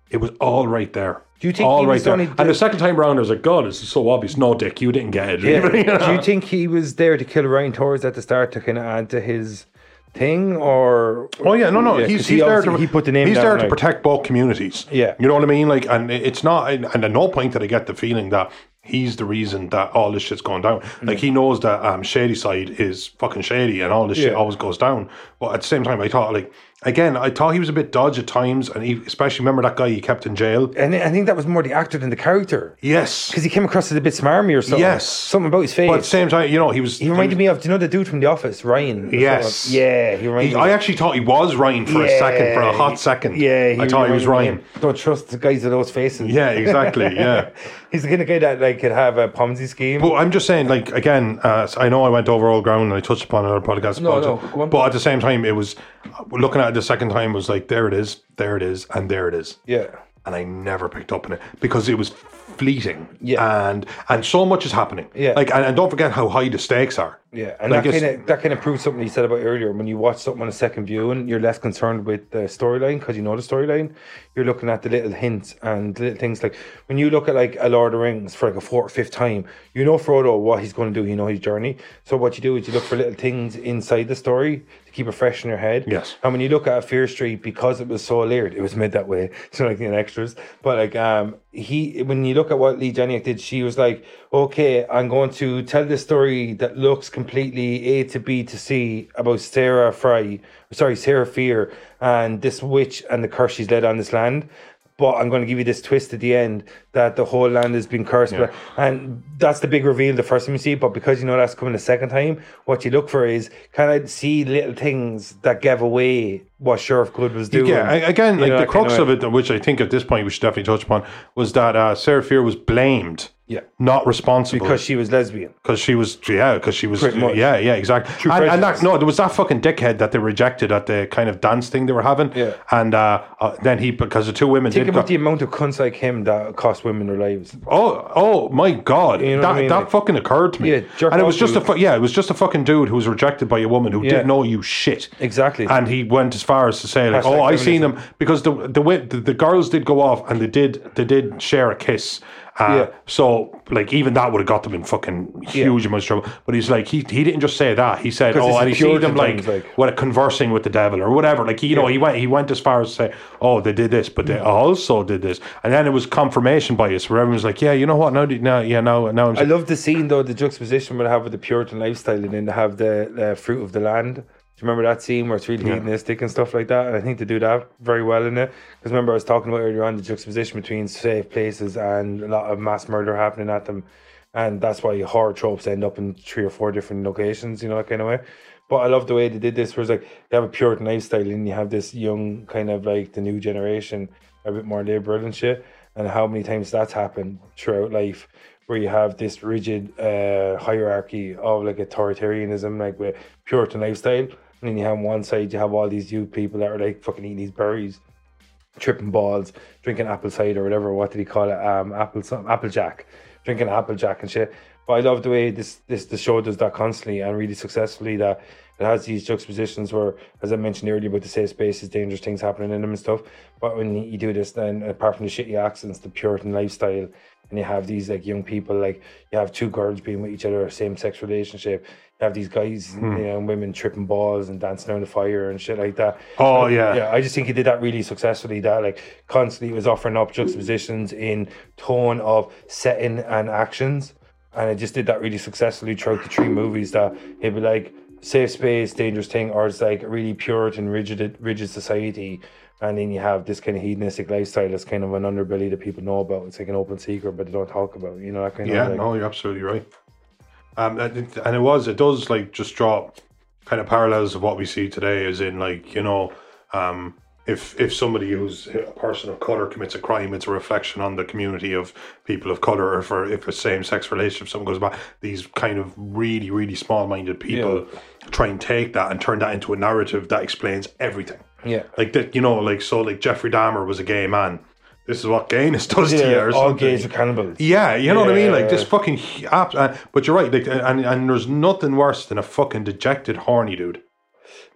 [SPEAKER 6] It was all right there.
[SPEAKER 5] Do you think
[SPEAKER 6] all
[SPEAKER 5] he
[SPEAKER 6] right
[SPEAKER 5] was
[SPEAKER 6] there?
[SPEAKER 5] only
[SPEAKER 6] and the second time round, I was like, God, this is so obvious. No, Dick, you didn't get it.
[SPEAKER 5] Yeah. Do you think he was there to kill Ryan Torres at the start to kind of add to his thing, or
[SPEAKER 6] Oh yeah, no, no.
[SPEAKER 5] Yeah, 'cause
[SPEAKER 6] he's
[SPEAKER 5] he
[SPEAKER 6] he's there to
[SPEAKER 5] obviously- he put the name
[SPEAKER 6] He's
[SPEAKER 5] down,
[SPEAKER 6] there to
[SPEAKER 5] like-
[SPEAKER 6] protect both communities.
[SPEAKER 5] Yeah.
[SPEAKER 6] you know what I mean. Like, and it- it's not. And and at no point did I get the feeling that he's the reason that all this shit's going down.
[SPEAKER 5] Mm.
[SPEAKER 6] Like he knows that um, Shady Side is fucking shady, and all this shit
[SPEAKER 5] Yeah.
[SPEAKER 6] always goes down. But at the same time, I thought like again, I thought he was a bit dodgy at times, and he, especially remember that guy he kept in jail.
[SPEAKER 5] And I think that was more the actor than the character
[SPEAKER 6] Yes,
[SPEAKER 5] because he came across as a bit smarmy or something.
[SPEAKER 6] Yes.
[SPEAKER 5] something about his face.
[SPEAKER 6] but at the same time, you know, he was.
[SPEAKER 5] he reminded me of do you know the dude from The Office, Ryan. or
[SPEAKER 6] Yes.
[SPEAKER 5] something? yeah, he reminded
[SPEAKER 6] He,
[SPEAKER 5] me.
[SPEAKER 6] I actually thought he was Ryan for a second, for a hot second.
[SPEAKER 5] Yeah,
[SPEAKER 6] I thought he
[SPEAKER 5] reminded me
[SPEAKER 6] was Ryan.
[SPEAKER 5] of him. Don't trust the guys with those faces.
[SPEAKER 6] Yeah, exactly. Yeah.
[SPEAKER 5] he's the kind of guy that like could have a Ponzi scheme.
[SPEAKER 6] But I'm just saying, like again, uh, I know I went over old ground and I touched upon another podcast.
[SPEAKER 5] No,
[SPEAKER 6] about
[SPEAKER 5] no,
[SPEAKER 6] it,
[SPEAKER 5] go on.
[SPEAKER 6] but at the same time, it was looking at it the second time was like, there it is, there it is, and there it is,
[SPEAKER 5] yeah,
[SPEAKER 6] and I never picked up on it because it was fleeting.
[SPEAKER 5] Yeah.
[SPEAKER 6] and and so much is happening.
[SPEAKER 5] Yeah.
[SPEAKER 6] like and, and don't forget how high the stakes are.
[SPEAKER 5] Yeah, and
[SPEAKER 6] Like
[SPEAKER 5] that
[SPEAKER 6] it's-
[SPEAKER 5] kind of that kind of proves something you said about earlier. When you watch something on a second view and you're less concerned with the storyline because you know the storyline, you're looking at the little hints and little things like when you look at like a Lord of the Rings for like a fourth or fifth time, you know Frodo what he's going to do, you know his journey. So what you do is you look for little things inside the story to keep it fresh in your head.
[SPEAKER 6] Yes.
[SPEAKER 5] And when you look at Fear Street, because it was so layered, it was made that way. So like in extras, but like um, he when you look at what Lee Janiak did, she was like, okay, I'm going to tell this story that looks completely A to B to C about Sarah Fry, sorry Sarah Fear and this witch and the curse she's led on this land. But I'm going to give you this twist at the end that the whole land has been cursed, but- and that's the big reveal the first time you see it. But because you know that's coming the second time, what you look for is can I see little things that gave away what Sheriff Good was doing?
[SPEAKER 6] Yeah, a- again,
[SPEAKER 5] You
[SPEAKER 6] like
[SPEAKER 5] know,
[SPEAKER 6] the
[SPEAKER 5] that kind
[SPEAKER 6] crux
[SPEAKER 5] way.
[SPEAKER 6] of it, which I think at this point we should definitely touch upon, was that uh, Sarah Fear was blamed
[SPEAKER 5] Yeah.
[SPEAKER 6] not responsible
[SPEAKER 5] because she was lesbian.
[SPEAKER 6] because she was yeah because she was
[SPEAKER 5] Pretty much.
[SPEAKER 6] yeah yeah exactly
[SPEAKER 5] True
[SPEAKER 6] and, and
[SPEAKER 5] prejudice.
[SPEAKER 6] that, no there was that fucking dickhead that they rejected at the kind of dance thing they were having
[SPEAKER 5] Yeah.
[SPEAKER 6] and uh, uh then he because the two women
[SPEAKER 5] Think
[SPEAKER 6] did
[SPEAKER 5] about
[SPEAKER 6] go,
[SPEAKER 5] the amount of cunts like him that cost women their lives.
[SPEAKER 6] oh oh my god
[SPEAKER 5] You know
[SPEAKER 6] that
[SPEAKER 5] what I mean?
[SPEAKER 6] that
[SPEAKER 5] Like-
[SPEAKER 6] fucking occurred to me
[SPEAKER 5] Yeah, jerk
[SPEAKER 6] and it
[SPEAKER 5] off
[SPEAKER 6] was just a
[SPEAKER 5] dude.
[SPEAKER 6] fu- yeah it was just a fucking dude who was rejected by a woman who
[SPEAKER 5] Yeah.
[SPEAKER 6] didn't know you shit
[SPEAKER 5] Exactly.
[SPEAKER 6] and he went as far as to say like,
[SPEAKER 5] Hashtag
[SPEAKER 6] "Oh, I seen
[SPEAKER 5] feminism.
[SPEAKER 6] him because the the, way, the the girls did go off and they did they did share a kiss." Uh,
[SPEAKER 5] Yeah.
[SPEAKER 6] So like even that would have got them in fucking huge amounts of trouble. But he's like he he didn't just say that. He said,
[SPEAKER 5] 'Cause
[SPEAKER 6] "Oh,
[SPEAKER 5] it's
[SPEAKER 6] and he seen
[SPEAKER 5] Puritan
[SPEAKER 6] them like,
[SPEAKER 5] things, like-
[SPEAKER 6] what conversing with the devil or whatever." Like you know he went he went as far as to say, "Oh, they did this, but they also did this." And then it was confirmation bias where everyone's like, "Yeah, you know what? Now do- now yeah now now I'm."
[SPEAKER 5] I love the scene though, the juxtaposition we have with the Puritan lifestyle, and then they have the uh, fruit of the land. Do you remember that scene where it's really hedonistic and stuff like that? And I think they do that very well in it. Because remember, I was talking about earlier on the juxtaposition between safe places and a lot of mass murder happening at them, and that's why horror tropes end up in three or four different locations. You know that kind of way. But I love the way they did this, where it's like you have a Puritan lifestyle, and you have this young kind of like the new generation, a bit more liberal and shit. And how many times that's happened throughout life where you have this rigid uh, hierarchy of like authoritarianism, like with Puritan lifestyle. And then you have on one side, you have all these youth people that are like fucking eating these berries, tripping balls, drinking apple cider, or whatever. What did he call it? Um, apple some apple jack, drinking apple jack and shit. But I love the way this this the show does that constantly and really successfully. That it has these juxtapositions where, as I mentioned earlier about the safe spaces, dangerous things happening in them and stuff. But when you do this, then apart from the shitty accents, the Puritan lifestyle and you have these like young people like you have two girls being with each other same sex relationship you have these guys
[SPEAKER 6] Hmm.
[SPEAKER 5] you know and women tripping balls and dancing around the fire and shit like that
[SPEAKER 6] Oh,
[SPEAKER 5] Uh,
[SPEAKER 6] yeah.
[SPEAKER 5] yeah i just think he did that really successfully that like constantly was offering up juxtapositions in tone of setting and actions and it just did that really successfully throughout the three movies that he'd be like safe space dangerous thing or it's like a really puritan rigid rigid society and then you have this kind of hedonistic lifestyle that's kind of an underbelly that people know about it's like an open secret but they don't talk about you know that kind
[SPEAKER 6] Yeah,
[SPEAKER 5] of like,
[SPEAKER 6] no, you're absolutely right. Um, and it- and it was, it does like just draw kind of parallels of what we see today, as in like you know, um, if if somebody who's a person of color commits a crime, it's a reflection on the community of people of color. Or for if a same sex relationship, someone goes back, these kind of really really small minded people try and take that and turn that into a narrative that explains everything.
[SPEAKER 5] yeah
[SPEAKER 6] Like that, you know, like so, like Jeffrey Dahmer was a gay man. This is what gayness does to you.
[SPEAKER 5] yeah,
[SPEAKER 6] Or
[SPEAKER 5] all
[SPEAKER 6] something.
[SPEAKER 5] gays are cannibals
[SPEAKER 6] Yeah, you know what I mean. Like this
[SPEAKER 5] Yeah.
[SPEAKER 6] fucking. h- Ab- uh, but you're right. Like, and and there's nothing worse than a fucking dejected, horny dude.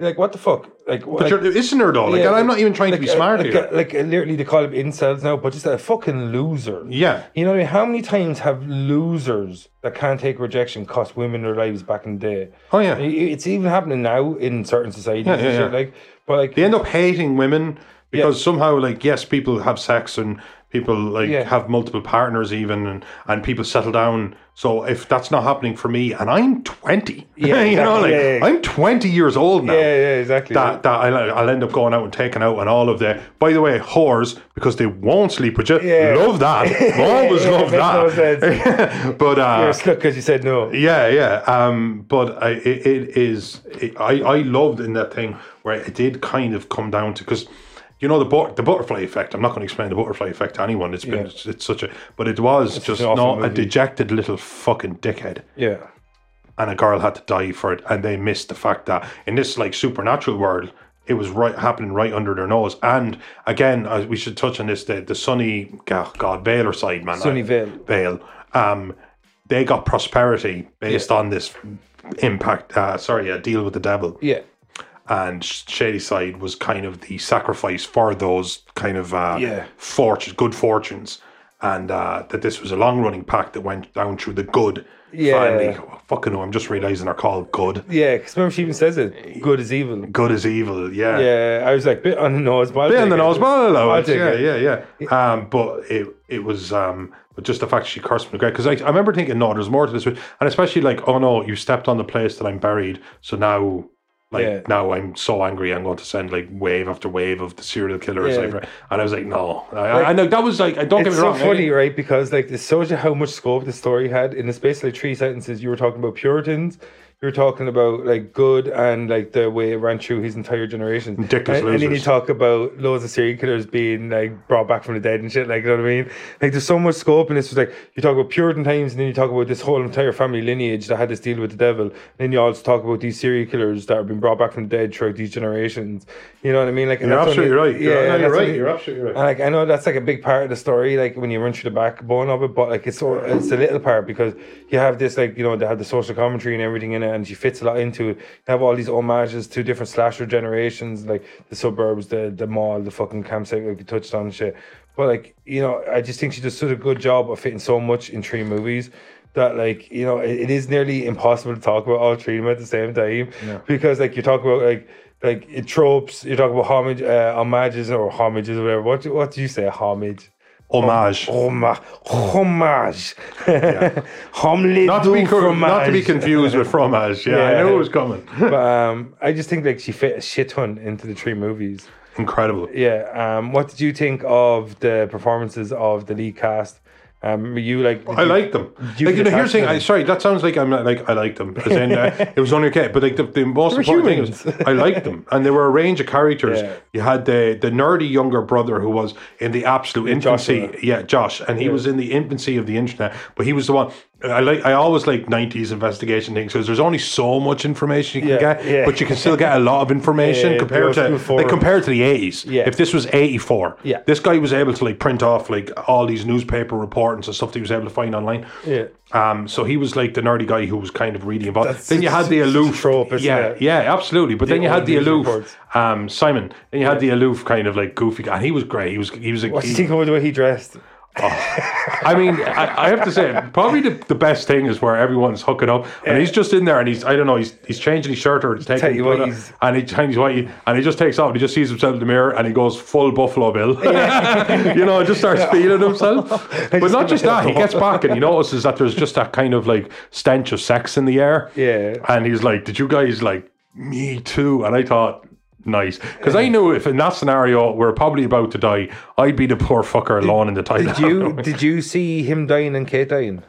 [SPEAKER 5] like what the fuck like
[SPEAKER 6] But
[SPEAKER 5] like,
[SPEAKER 6] you're, isn't there though? Like,
[SPEAKER 5] yeah,
[SPEAKER 6] and I'm not even trying
[SPEAKER 5] like,
[SPEAKER 6] to be smart
[SPEAKER 5] uh, like,
[SPEAKER 6] here.
[SPEAKER 5] uh, like uh, literally they call him incels now but just a fucking loser
[SPEAKER 6] yeah,
[SPEAKER 5] You know what I mean? How many times have losers that can't take rejection cost women their lives back in the day?
[SPEAKER 6] Oh, yeah.
[SPEAKER 5] I- it's even happening now in certain societies.
[SPEAKER 6] Yeah,
[SPEAKER 5] and
[SPEAKER 6] yeah,
[SPEAKER 5] shit,
[SPEAKER 6] yeah.
[SPEAKER 5] Like, but like,
[SPEAKER 6] they end up hating women because somehow, like, yes, people have sex and people like
[SPEAKER 5] Yeah.
[SPEAKER 6] have multiple partners, even and and people settle down. So if that's not happening for me, and I'm 20,
[SPEAKER 5] Yeah,
[SPEAKER 6] you know,
[SPEAKER 5] exactly,
[SPEAKER 6] like
[SPEAKER 5] yeah, yeah.
[SPEAKER 6] I'm 20 years old now.
[SPEAKER 5] yeah, yeah, exactly.
[SPEAKER 6] that, that I'll, I'll end up going out and taking out on all of the. By the way, whores because they won't sleep with you.
[SPEAKER 5] Yeah.
[SPEAKER 6] Love that. Always
[SPEAKER 5] Yeah,
[SPEAKER 6] love
[SPEAKER 5] makes no
[SPEAKER 6] that. but
[SPEAKER 5] You're a
[SPEAKER 6] uh,
[SPEAKER 5] slut because you said no.
[SPEAKER 6] yeah, yeah. Um, but I, it, it is. It, I I loved in that thing where it did kind of come down to because. You know the but, the butterfly effect. I'm not going to explain the butterfly effect to anyone. It's been
[SPEAKER 5] Yeah.
[SPEAKER 6] it's, it's such a but it was just
[SPEAKER 5] an awful
[SPEAKER 6] not a
[SPEAKER 5] movie.
[SPEAKER 6] dejected little fucking dickhead
[SPEAKER 5] Yeah,
[SPEAKER 6] and a girl had to die for it, and they missed the fact that in this like supernatural world, it was right happening right under their nose. And again, uh, we should touch on this: the the sunny oh God Baylor side, man,
[SPEAKER 5] Sunny Vale.
[SPEAKER 6] Vale, um, they got prosperity based on this impact. Uh, sorry, a deal with the devil,
[SPEAKER 5] yeah,
[SPEAKER 6] and Shady Side was kind of the sacrifice for those kind of uh,
[SPEAKER 5] Yeah.
[SPEAKER 6] fortune, good fortunes. And uh, that this was a long running pact that went down through the good
[SPEAKER 5] Yeah.
[SPEAKER 6] family. fucking hell, I'm just realizing they're called good.
[SPEAKER 5] yeah. Because remember, she even says it. Good is evil.
[SPEAKER 6] Good is evil, yeah.
[SPEAKER 5] Yeah, I was like bit on the nose, but I'll
[SPEAKER 6] Bit on
[SPEAKER 5] take
[SPEAKER 6] the
[SPEAKER 5] it.
[SPEAKER 6] nose, but I'll allow
[SPEAKER 5] I'll
[SPEAKER 6] it.
[SPEAKER 5] take
[SPEAKER 6] Yeah,
[SPEAKER 5] it.
[SPEAKER 6] yeah, yeah. Um, but it it was um, but just the fact she cursed me because I, I remember thinking, no, there's more to this, and especially like, oh no, you stepped on the place that I'm buried, so now, like
[SPEAKER 5] Yeah.
[SPEAKER 6] now I'm so angry, I'm going to send like wave after wave of the serial killers,
[SPEAKER 5] Yeah.
[SPEAKER 6] I've re- and I was like, no, I, I- I know that was like, I don't get
[SPEAKER 5] It's
[SPEAKER 6] me
[SPEAKER 5] so
[SPEAKER 6] wrong, I-
[SPEAKER 5] funny, right? Because like it shows you how much scope the story had in the space of like three sentences. You were talking about Puritans, we were talking about like good and like the way it ran through his entire generation.
[SPEAKER 6] Ridiculous
[SPEAKER 5] and, and then you
[SPEAKER 6] losers.
[SPEAKER 5] talk about loads of serial killers being like brought back from the dead and shit. Like you know what I mean? Like there's so much scope in this. It's like you talk about Puritan times, and then you talk about this whole entire family lineage that had this deal with the devil. And then you also talk about these serial killers that have been brought back from the dead throughout these generations. You know what I mean? Like and
[SPEAKER 6] You're
[SPEAKER 5] that's only-
[SPEAKER 6] absolutely right. You're- no,
[SPEAKER 5] and
[SPEAKER 6] you're
[SPEAKER 5] that's
[SPEAKER 6] right.
[SPEAKER 5] only-
[SPEAKER 6] You're absolutely right.
[SPEAKER 5] and, like I know that's like a big part of the story, like when you run through the backbone of it, but like it's so it's a little part because you have this like you know they have the social commentary and everything in it, and she fits a lot into it. You have all these homages to different slasher generations, like the suburbs, the the mall, the fucking campsite, like you touched on and shit. But like you know, I just think she does such a good job of fitting so much in three movies that like you know it, it is nearly impossible to talk about all three of them at the same time because like you talk about like like it tropes you talk about homage uh, homages or homages or whatever what do, what do you say homage
[SPEAKER 6] Homage.
[SPEAKER 5] Homa- homage homage
[SPEAKER 6] Not to, be
[SPEAKER 5] du
[SPEAKER 6] co- not to be
[SPEAKER 5] fromage.
[SPEAKER 6] confused with fromage. Yeah, I
[SPEAKER 5] oh, Yeah.
[SPEAKER 6] knew it was coming.
[SPEAKER 5] but um I just think like she fit a shit ton into the three movies
[SPEAKER 6] Incredible.
[SPEAKER 5] yeah um what did you think of the performances of the lead cast um were you like did
[SPEAKER 6] I
[SPEAKER 5] you-
[SPEAKER 6] like them.
[SPEAKER 5] you
[SPEAKER 6] like, you
[SPEAKER 5] could
[SPEAKER 6] know, here's
[SPEAKER 5] attach
[SPEAKER 6] the thing.
[SPEAKER 5] them.
[SPEAKER 6] I, sorry, that sounds like I'm not- like I like them. As in, uh, it was only okay, but like the, the most
[SPEAKER 5] They were
[SPEAKER 6] important thing
[SPEAKER 5] humans.
[SPEAKER 6] is I liked them, and there were a range of characters.
[SPEAKER 5] Yeah.
[SPEAKER 6] You had the the nerdy younger brother who was in the absolute infancy.
[SPEAKER 5] Joshua.
[SPEAKER 6] Yeah, Josh, and he was in the infancy of the internet, but he was the one. I like. I always like '90s investigation things because there's only so much information you can
[SPEAKER 5] Yeah,
[SPEAKER 6] get,
[SPEAKER 5] yeah.
[SPEAKER 6] but you can still get a lot of information
[SPEAKER 5] Yeah,
[SPEAKER 6] compared
[SPEAKER 5] through
[SPEAKER 6] to
[SPEAKER 5] forums.
[SPEAKER 6] like compared to the '80s.
[SPEAKER 5] Yeah.
[SPEAKER 6] If this was '84,
[SPEAKER 5] Yeah.
[SPEAKER 6] this guy was able to like print off like all these newspaper reports and stuff that he was able to find online.
[SPEAKER 5] yeah
[SPEAKER 6] Um, so he was like the nerdy guy who was kind of really involved.
[SPEAKER 5] That's
[SPEAKER 6] then you
[SPEAKER 5] such-
[SPEAKER 6] had the
[SPEAKER 5] such a
[SPEAKER 6] aloof
[SPEAKER 5] trope, isn't
[SPEAKER 6] yeah,
[SPEAKER 5] it?
[SPEAKER 6] yeah, absolutely. But then you
[SPEAKER 5] old
[SPEAKER 6] had the
[SPEAKER 5] news
[SPEAKER 6] aloof
[SPEAKER 5] reports.
[SPEAKER 6] um, Simon. Then you had the aloof kind of like goofy guy, and he was great. He was he was. A,
[SPEAKER 5] what do you
[SPEAKER 6] he-
[SPEAKER 5] think of the way he dressed
[SPEAKER 6] I mean, I, I have to say, probably the, the best thing is where everyone's hooking up, and he's just in there, and he's I don't know, he's he's changing his shirt or he's taking,
[SPEAKER 5] Tell you what,
[SPEAKER 6] put it-
[SPEAKER 5] he's-
[SPEAKER 6] and he changes what he, and he just takes off, and he just sees himself in the mirror, and he goes full Buffalo Bill, you know, and just starts feeling himself. but
[SPEAKER 5] just
[SPEAKER 6] not just
[SPEAKER 5] gonna
[SPEAKER 6] that, he
[SPEAKER 5] go.
[SPEAKER 6] gets back and he notices that there's just that kind of like stench of sex in the air,
[SPEAKER 5] Yeah.
[SPEAKER 6] and he's like, "Did you guys like me too?" And I thought. Nice, because I knew if in that scenario we're probably about to die, I'd be the poor fucker alone in the toilet.
[SPEAKER 5] Did you did you see him dying and Kate dying?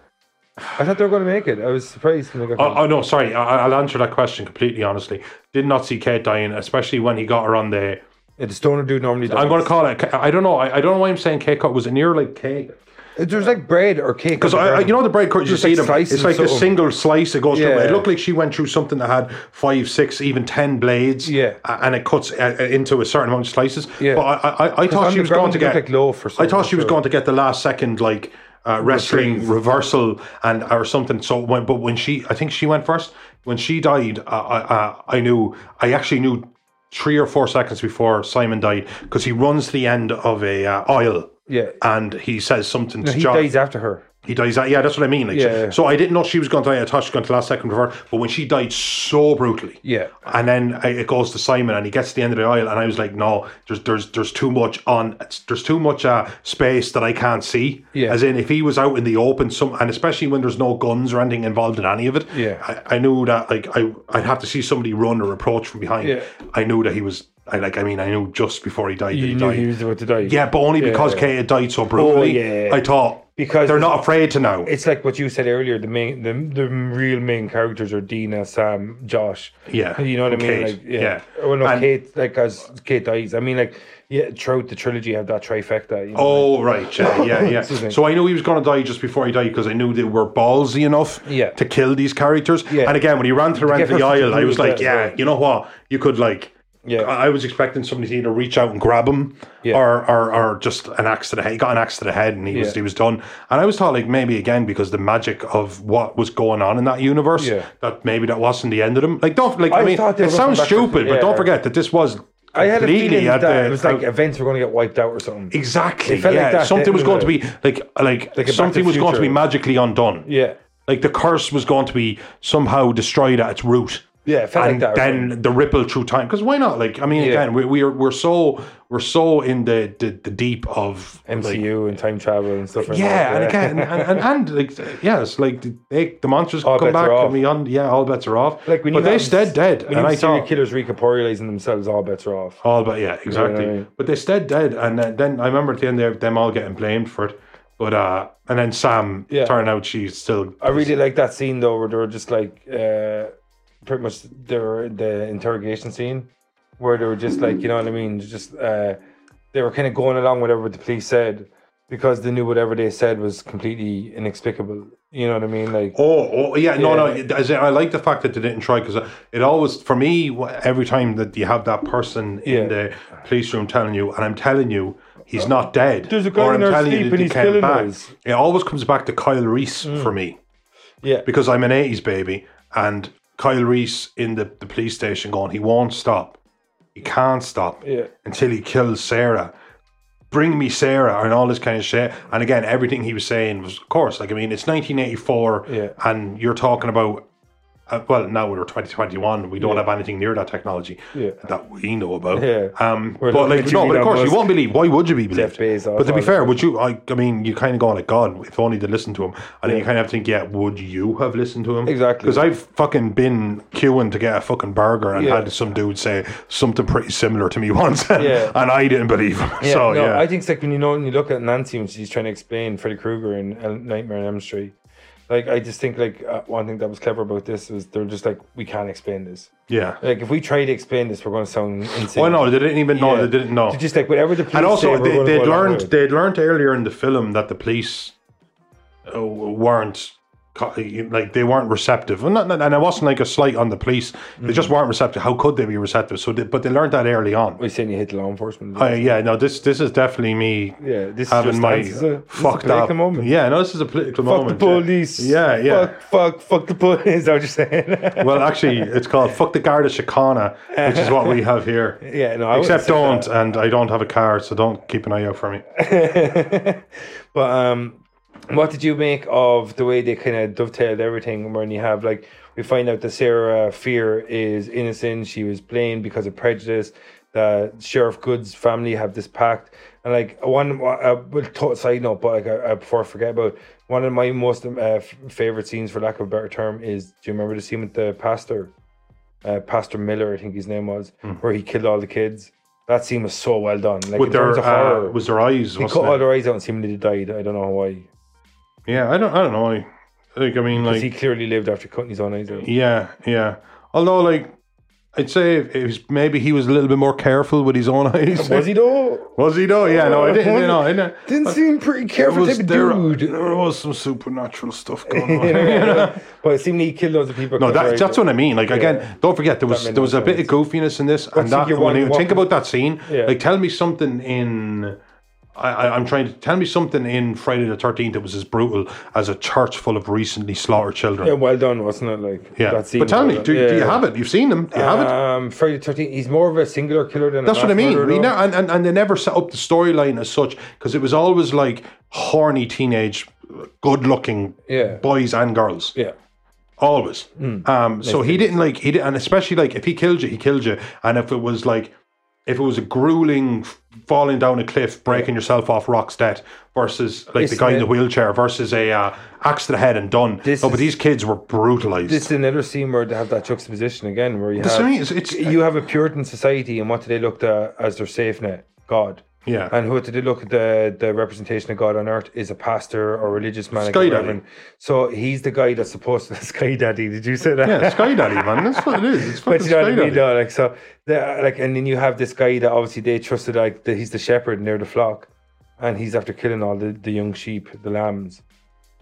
[SPEAKER 5] I thought they were going to make it. I was surprised when they got.
[SPEAKER 6] Oh, oh no, sorry. I, I'll answer that question completely honestly. Did not see Kate dying, especially when he got her on the.
[SPEAKER 5] yeah, the stoner dude normally. Dies.
[SPEAKER 6] oh. I'm going to call it. I don't know. I, I don't know why I'm saying Kate cut. Was it near like Kate?
[SPEAKER 5] There's like bread or cake.
[SPEAKER 6] Because
[SPEAKER 5] on
[SPEAKER 6] I, I,
[SPEAKER 5] ground.
[SPEAKER 6] you know the bread cut you
[SPEAKER 5] Just
[SPEAKER 6] see
[SPEAKER 5] like
[SPEAKER 6] them.
[SPEAKER 5] slices
[SPEAKER 6] It's like
[SPEAKER 5] or
[SPEAKER 6] the
[SPEAKER 5] something.
[SPEAKER 6] single slice it goes through.
[SPEAKER 5] Yeah.
[SPEAKER 6] It looked like she went through something that had five, six, even ten blades.
[SPEAKER 5] Yeah.
[SPEAKER 6] a- and it cuts uh, uh, into a certain amount of slices.
[SPEAKER 5] Yeah.
[SPEAKER 6] but I, I, I thought
[SPEAKER 5] on
[SPEAKER 6] she
[SPEAKER 5] the
[SPEAKER 6] was going
[SPEAKER 5] ground
[SPEAKER 6] to
[SPEAKER 5] it looked
[SPEAKER 6] get
[SPEAKER 5] like loaf or
[SPEAKER 6] I thought she was
[SPEAKER 5] something,
[SPEAKER 6] going to get the last second like. Uh, wrestling
[SPEAKER 5] Retrieve.
[SPEAKER 6] reversal and or something. So when, but when she, I think she went first. When she died, uh, I, uh, I knew. I actually knew three or four seconds before Simon died because he runs to the end of a uh, aisle.
[SPEAKER 5] Yeah.
[SPEAKER 6] and he says something to
[SPEAKER 5] he
[SPEAKER 6] John.
[SPEAKER 5] dies after her.
[SPEAKER 6] He dies. That, yeah, that's what I mean. Like,
[SPEAKER 5] Yeah.
[SPEAKER 6] so I didn't know she was going to die. I thought she was going to last second for her. But when she died so brutally,
[SPEAKER 5] Yeah.
[SPEAKER 6] And then I, it goes to Simon, and he gets to the end of the aisle, and I was like, no, there's there's there's too much on. it's- There's too much uh, space that I can't see.
[SPEAKER 5] Yeah.
[SPEAKER 6] As in, if he was out in the open, some, and especially when there's no guns or anything involved in any of it.
[SPEAKER 5] Yeah.
[SPEAKER 6] I, I knew that like I I'd have to see somebody run or approach from behind.
[SPEAKER 5] Yeah.
[SPEAKER 6] I knew that he was. I like. I mean, I knew just before he died that
[SPEAKER 5] You
[SPEAKER 6] he
[SPEAKER 5] knew
[SPEAKER 6] died.
[SPEAKER 5] he was about to die.
[SPEAKER 6] Yeah, but only
[SPEAKER 5] Yeah. Oh,
[SPEAKER 6] because Kate had died so brutally.
[SPEAKER 5] yeah.
[SPEAKER 6] I thought
[SPEAKER 5] Because
[SPEAKER 6] they're
[SPEAKER 5] it's-
[SPEAKER 6] not afraid to now.
[SPEAKER 5] It's like what you said earlier. The main, the, the real main characters are Dina, Sam, Josh.
[SPEAKER 6] Yeah.
[SPEAKER 5] you know what
[SPEAKER 6] And
[SPEAKER 5] I mean.
[SPEAKER 6] Kate.
[SPEAKER 5] Like, yeah,
[SPEAKER 6] Yeah.
[SPEAKER 5] Well, no,
[SPEAKER 6] And-
[SPEAKER 5] Kate, like as Kate dies. I mean, like yeah, throughout the trilogy, you have that trifecta. You know?
[SPEAKER 6] Oh right, yeah, yeah, yeah.
[SPEAKER 5] Excuse me.
[SPEAKER 6] so I knew he was going to die just before he died because I knew they were ballsy enough
[SPEAKER 5] Yeah.
[SPEAKER 6] to kill these characters.
[SPEAKER 5] Yeah.
[SPEAKER 6] And again, when he ran to the
[SPEAKER 5] To
[SPEAKER 6] end
[SPEAKER 5] get
[SPEAKER 6] of the
[SPEAKER 5] her to
[SPEAKER 6] aisle, I
[SPEAKER 5] do
[SPEAKER 6] was
[SPEAKER 5] that
[SPEAKER 6] like,
[SPEAKER 5] as
[SPEAKER 6] yeah,
[SPEAKER 5] well.
[SPEAKER 6] you know what? You could like.
[SPEAKER 5] Yeah.
[SPEAKER 6] I I was expecting somebody to either reach out and grab him,
[SPEAKER 5] Yeah.
[SPEAKER 6] or, or or just an axe to the head. He got an axe to the head, and he was
[SPEAKER 5] Yeah.
[SPEAKER 6] he was done. And I was thought like maybe again because the magic of what was going on in that universe,
[SPEAKER 5] Yeah.
[SPEAKER 6] that maybe that wasn't the end of them. Like don't like I,
[SPEAKER 5] I
[SPEAKER 6] mean
[SPEAKER 5] thought they
[SPEAKER 6] it
[SPEAKER 5] were gonna
[SPEAKER 6] sounds
[SPEAKER 5] come back to-
[SPEAKER 6] stupid, but
[SPEAKER 5] yeah.
[SPEAKER 6] don't forget that this was
[SPEAKER 5] I had a
[SPEAKER 6] completely
[SPEAKER 5] feeling
[SPEAKER 6] at
[SPEAKER 5] that
[SPEAKER 6] the-
[SPEAKER 5] it was like events were going to get wiped out or something.
[SPEAKER 6] Exactly.
[SPEAKER 5] It felt like
[SPEAKER 6] yeah.
[SPEAKER 5] that,
[SPEAKER 6] something
[SPEAKER 5] didn't
[SPEAKER 6] was
[SPEAKER 5] it?
[SPEAKER 6] going to be like like,
[SPEAKER 5] Back to
[SPEAKER 6] something
[SPEAKER 5] the
[SPEAKER 6] was going to be
[SPEAKER 5] Future.
[SPEAKER 6] magically undone.
[SPEAKER 5] Yeah,
[SPEAKER 6] Like the curse was going to be somehow destroyed at its root.
[SPEAKER 5] yeah, it felt
[SPEAKER 6] and
[SPEAKER 5] like that. right?
[SPEAKER 6] then the ripple through time. Because why not? Like I mean,
[SPEAKER 5] Yeah.
[SPEAKER 6] again, we, we are we're so we're so in the the, the deep of like,
[SPEAKER 5] MCU and time travel and stuff. Like
[SPEAKER 6] yeah,
[SPEAKER 5] that,
[SPEAKER 6] and again, and, and, and like yes, like they, the monsters
[SPEAKER 5] All
[SPEAKER 6] come
[SPEAKER 5] bets
[SPEAKER 6] back
[SPEAKER 5] are
[SPEAKER 6] and
[SPEAKER 5] off.
[SPEAKER 6] beyond. Yeah, all bets are off.
[SPEAKER 5] Like when
[SPEAKER 6] but
[SPEAKER 5] you
[SPEAKER 6] they
[SPEAKER 5] have-
[SPEAKER 6] stayed dead,
[SPEAKER 5] When you
[SPEAKER 6] and
[SPEAKER 5] have
[SPEAKER 6] I
[SPEAKER 5] serial
[SPEAKER 6] thought
[SPEAKER 5] killers recorporealizing themselves, all bets are off.
[SPEAKER 6] All but yeah, exactly.
[SPEAKER 5] Yeah, yeah.
[SPEAKER 6] But they stayed dead, and uh, then I remember at the end there them all getting blamed for it. But uh, and then Sam
[SPEAKER 5] Yeah.
[SPEAKER 6] turned out she's still. oh,
[SPEAKER 5] I really like that scene though, where they were just like, uh, pretty much their the interrogation scene where they were just like, you know what I mean, just uh, they were kind of going along with whatever the police said because they knew whatever they said was completely inexplicable. You know what I mean? Like,
[SPEAKER 6] Oh, oh yeah, no, no.
[SPEAKER 5] Yeah.
[SPEAKER 6] as in, I like the fact that they didn't try because it always, for me, wh- every time that you have that person
[SPEAKER 5] Yeah.
[SPEAKER 6] in the police room telling you, and I'm telling you, he's not dead.
[SPEAKER 5] There's a guy
[SPEAKER 6] or
[SPEAKER 5] in
[SPEAKER 6] I'm
[SPEAKER 5] our
[SPEAKER 6] telling you
[SPEAKER 5] sleep
[SPEAKER 6] that
[SPEAKER 5] and
[SPEAKER 6] he
[SPEAKER 5] he's
[SPEAKER 6] came
[SPEAKER 5] killing Mm.
[SPEAKER 6] back.
[SPEAKER 5] us.
[SPEAKER 6] It always comes back to Kyle Reese for me
[SPEAKER 5] yeah,
[SPEAKER 6] because I'm an 80s baby and Kyle Reese in the, the police station going, he won't stop. He can't stop
[SPEAKER 5] Yeah.
[SPEAKER 6] until he kills Sarah. Bring me Sarah and all this kind of shit. And again, everything he was saying was, of course, like, I mean, it's 1984
[SPEAKER 5] Yeah.
[SPEAKER 6] and you're talking about, uh, well, now we're 2021. We don't have anything near that technology
[SPEAKER 5] Yeah.
[SPEAKER 6] that we know about.
[SPEAKER 5] Yeah.
[SPEAKER 6] Um,
[SPEAKER 5] We're
[SPEAKER 6] but,
[SPEAKER 5] looking
[SPEAKER 6] like,
[SPEAKER 5] at
[SPEAKER 6] no,
[SPEAKER 5] you,
[SPEAKER 6] but
[SPEAKER 5] Elon
[SPEAKER 6] of course, you
[SPEAKER 5] Musk.
[SPEAKER 6] won't believe. Why would you be
[SPEAKER 5] Jeff
[SPEAKER 6] believed?
[SPEAKER 5] Bezos,
[SPEAKER 6] But to be
[SPEAKER 5] all
[SPEAKER 6] fair,
[SPEAKER 5] that.
[SPEAKER 6] would you? I, I mean, you kind of go like, God, if only they listened to him. And then you kind of think, yeah, would you have listened to him?
[SPEAKER 5] Exactly.
[SPEAKER 6] Because I've fucking been queuing to get a fucking burger and
[SPEAKER 5] Yeah.
[SPEAKER 6] had some dude say something pretty similar to me once, and,
[SPEAKER 5] Yeah.
[SPEAKER 6] and I didn't believe him.
[SPEAKER 5] yeah.
[SPEAKER 6] so
[SPEAKER 5] no,
[SPEAKER 6] yeah,
[SPEAKER 5] I think it's like when you know when you look at Nancy when she's trying to explain Freddy Krueger and El- Nightmare on Elm Street. Like, I just think like uh, one thing that was clever about this was they're just like, we can't explain this.
[SPEAKER 6] yeah.
[SPEAKER 5] Like, if we try to explain this, we're going to sound insane.
[SPEAKER 6] Why no? They didn't even know.
[SPEAKER 5] Yeah.
[SPEAKER 6] They didn't know.
[SPEAKER 5] So just like whatever the police
[SPEAKER 6] and also
[SPEAKER 5] say, we're
[SPEAKER 6] they,
[SPEAKER 5] gonna
[SPEAKER 6] they'd
[SPEAKER 5] go along
[SPEAKER 6] learned
[SPEAKER 5] with.
[SPEAKER 6] they'd learned earlier in the film that the police uh, weren't co- like they weren't receptive and, not, and it wasn't like a slight on the police they
[SPEAKER 5] Mm-hmm.
[SPEAKER 6] just weren't receptive how could they be receptive so they, but they learned that early on
[SPEAKER 5] We're saying you hit law enforcement.
[SPEAKER 6] I, yeah no this this is definitely me
[SPEAKER 5] Yeah, this is
[SPEAKER 6] having
[SPEAKER 5] your
[SPEAKER 6] my
[SPEAKER 5] stance, is it? This is a
[SPEAKER 6] fucked up
[SPEAKER 5] political moment.
[SPEAKER 6] yeah no this is a political
[SPEAKER 5] fuck
[SPEAKER 6] moment
[SPEAKER 5] the
[SPEAKER 6] yeah.
[SPEAKER 5] police.
[SPEAKER 6] yeah yeah,
[SPEAKER 5] Fuck, fuck, fuck the police. I was just saying.
[SPEAKER 6] well actually it's called fuck the guard of Chicana which is what we have here
[SPEAKER 5] yeah, no. I wouldn't
[SPEAKER 6] except
[SPEAKER 5] say
[SPEAKER 6] don't and I don't have a car so don't keep an eye out for me
[SPEAKER 5] that. but um, what did you make of the way they kind of dovetailed everything? When you have like, we find out that Sarah Fear is innocent. She was blamed because of prejudice. That Sheriff Good's family have this pact, and like one, uh, well, to- side note, but like uh, uh, before I forget about one of my most um, uh, f- favorite scenes, for lack of a better term, is do you remember the scene with the pastor? uh, Pastor Miller, I think his name was, where he killed all the kids. That scene was so well done. Like
[SPEAKER 6] Hmm. with
[SPEAKER 5] in terms
[SPEAKER 6] their
[SPEAKER 5] of
[SPEAKER 6] uh,
[SPEAKER 5] horror,
[SPEAKER 6] was their eyes
[SPEAKER 5] he
[SPEAKER 6] wasn't
[SPEAKER 5] cut
[SPEAKER 6] it?
[SPEAKER 5] all their eyes out and seemingly died. I don't know why.
[SPEAKER 6] Yeah, I don't, I don't know. I, I think I mean
[SPEAKER 5] Because he
[SPEAKER 6] like,
[SPEAKER 5] clearly lived after cutting his own eyes out.
[SPEAKER 6] yeah, yeah. Although like, I'd say if, if he's- maybe he was a little bit more careful with his own eyes.
[SPEAKER 5] Was he though?
[SPEAKER 6] Was he though? Yeah, no, I didn't.
[SPEAKER 5] Was
[SPEAKER 6] You
[SPEAKER 5] he?
[SPEAKER 6] know, I didn't.
[SPEAKER 5] Didn't seem pretty
[SPEAKER 6] There
[SPEAKER 5] careful
[SPEAKER 6] was,
[SPEAKER 5] type of
[SPEAKER 6] there,
[SPEAKER 5] dude.
[SPEAKER 6] there was some supernatural stuff going on.
[SPEAKER 5] but seemingly he killed loads of people.
[SPEAKER 6] No,
[SPEAKER 5] cut their
[SPEAKER 6] that,
[SPEAKER 5] eyes
[SPEAKER 6] that's
[SPEAKER 5] out.
[SPEAKER 6] what I mean. Like
[SPEAKER 5] Yeah.
[SPEAKER 6] again, don't forget there was
[SPEAKER 5] made
[SPEAKER 6] there was
[SPEAKER 5] no
[SPEAKER 6] a bit of goofiness in this, and
[SPEAKER 5] That's like
[SPEAKER 6] that
[SPEAKER 5] you're
[SPEAKER 6] when
[SPEAKER 5] walking-
[SPEAKER 6] you think
[SPEAKER 5] walking-
[SPEAKER 6] about that scene,
[SPEAKER 5] Yeah.
[SPEAKER 6] like tell me something in. I, I, I'm trying to tell me something in Friday the Thirteenth that was as brutal as a church full of recently slaughtered children.
[SPEAKER 5] Yeah, well done, wasn't it? Like
[SPEAKER 6] Yeah.
[SPEAKER 5] that scene.
[SPEAKER 6] but tell
[SPEAKER 5] was
[SPEAKER 6] me,
[SPEAKER 5] well
[SPEAKER 6] do,
[SPEAKER 5] done.
[SPEAKER 6] do you
[SPEAKER 5] Yeah.
[SPEAKER 6] have it? You've seen them. Do you have it?
[SPEAKER 5] Um, Friday the Thirteenth. He's more of a singular killer than. a
[SPEAKER 6] That's what I
[SPEAKER 5] mass
[SPEAKER 6] mean.
[SPEAKER 5] murderer,
[SPEAKER 6] We
[SPEAKER 5] though.
[SPEAKER 6] ne- and, and, and they never set up the storyline as such because it was always like horny teenage, good looking
[SPEAKER 5] Yeah.
[SPEAKER 6] boys and girls.
[SPEAKER 5] Yeah.
[SPEAKER 6] Always.
[SPEAKER 5] Hmm.
[SPEAKER 6] Um, so he didn't like, he did, and especially like if he killed you, he killed you. And if it was like, if it was a grueling f- falling down a cliff, breaking yourself off rocks, debt versus like the
[SPEAKER 5] This
[SPEAKER 6] guy in the
[SPEAKER 5] is-
[SPEAKER 6] wheelchair versus a uh, axe to the head and done.
[SPEAKER 5] This
[SPEAKER 6] no, but
[SPEAKER 5] is-
[SPEAKER 6] these kids were brutalized.
[SPEAKER 5] This is another scene where they have that juxtaposition again, where you
[SPEAKER 6] That's
[SPEAKER 5] have
[SPEAKER 6] what I mean, it's- it's-
[SPEAKER 5] you have a Puritan society, and what do they look to as their safe net? God.
[SPEAKER 6] Yeah.
[SPEAKER 5] And who do they look at the the representation of God on earth is a pastor or religious man, like a
[SPEAKER 6] Sky Daddy.
[SPEAKER 5] reverend. So he's the guy that's supposed to Sky Daddy. Did you say that?
[SPEAKER 6] yeah, Sky Daddy, man. That's what it is. It's fucking
[SPEAKER 5] But you know what I
[SPEAKER 6] Sky
[SPEAKER 5] mean,
[SPEAKER 6] Daddy.
[SPEAKER 5] though, like so, the- like, and then you have this guy that obviously they trusted, like that he's the shepherd and they're the flock, and he's after killing all the, the young sheep, the lambs.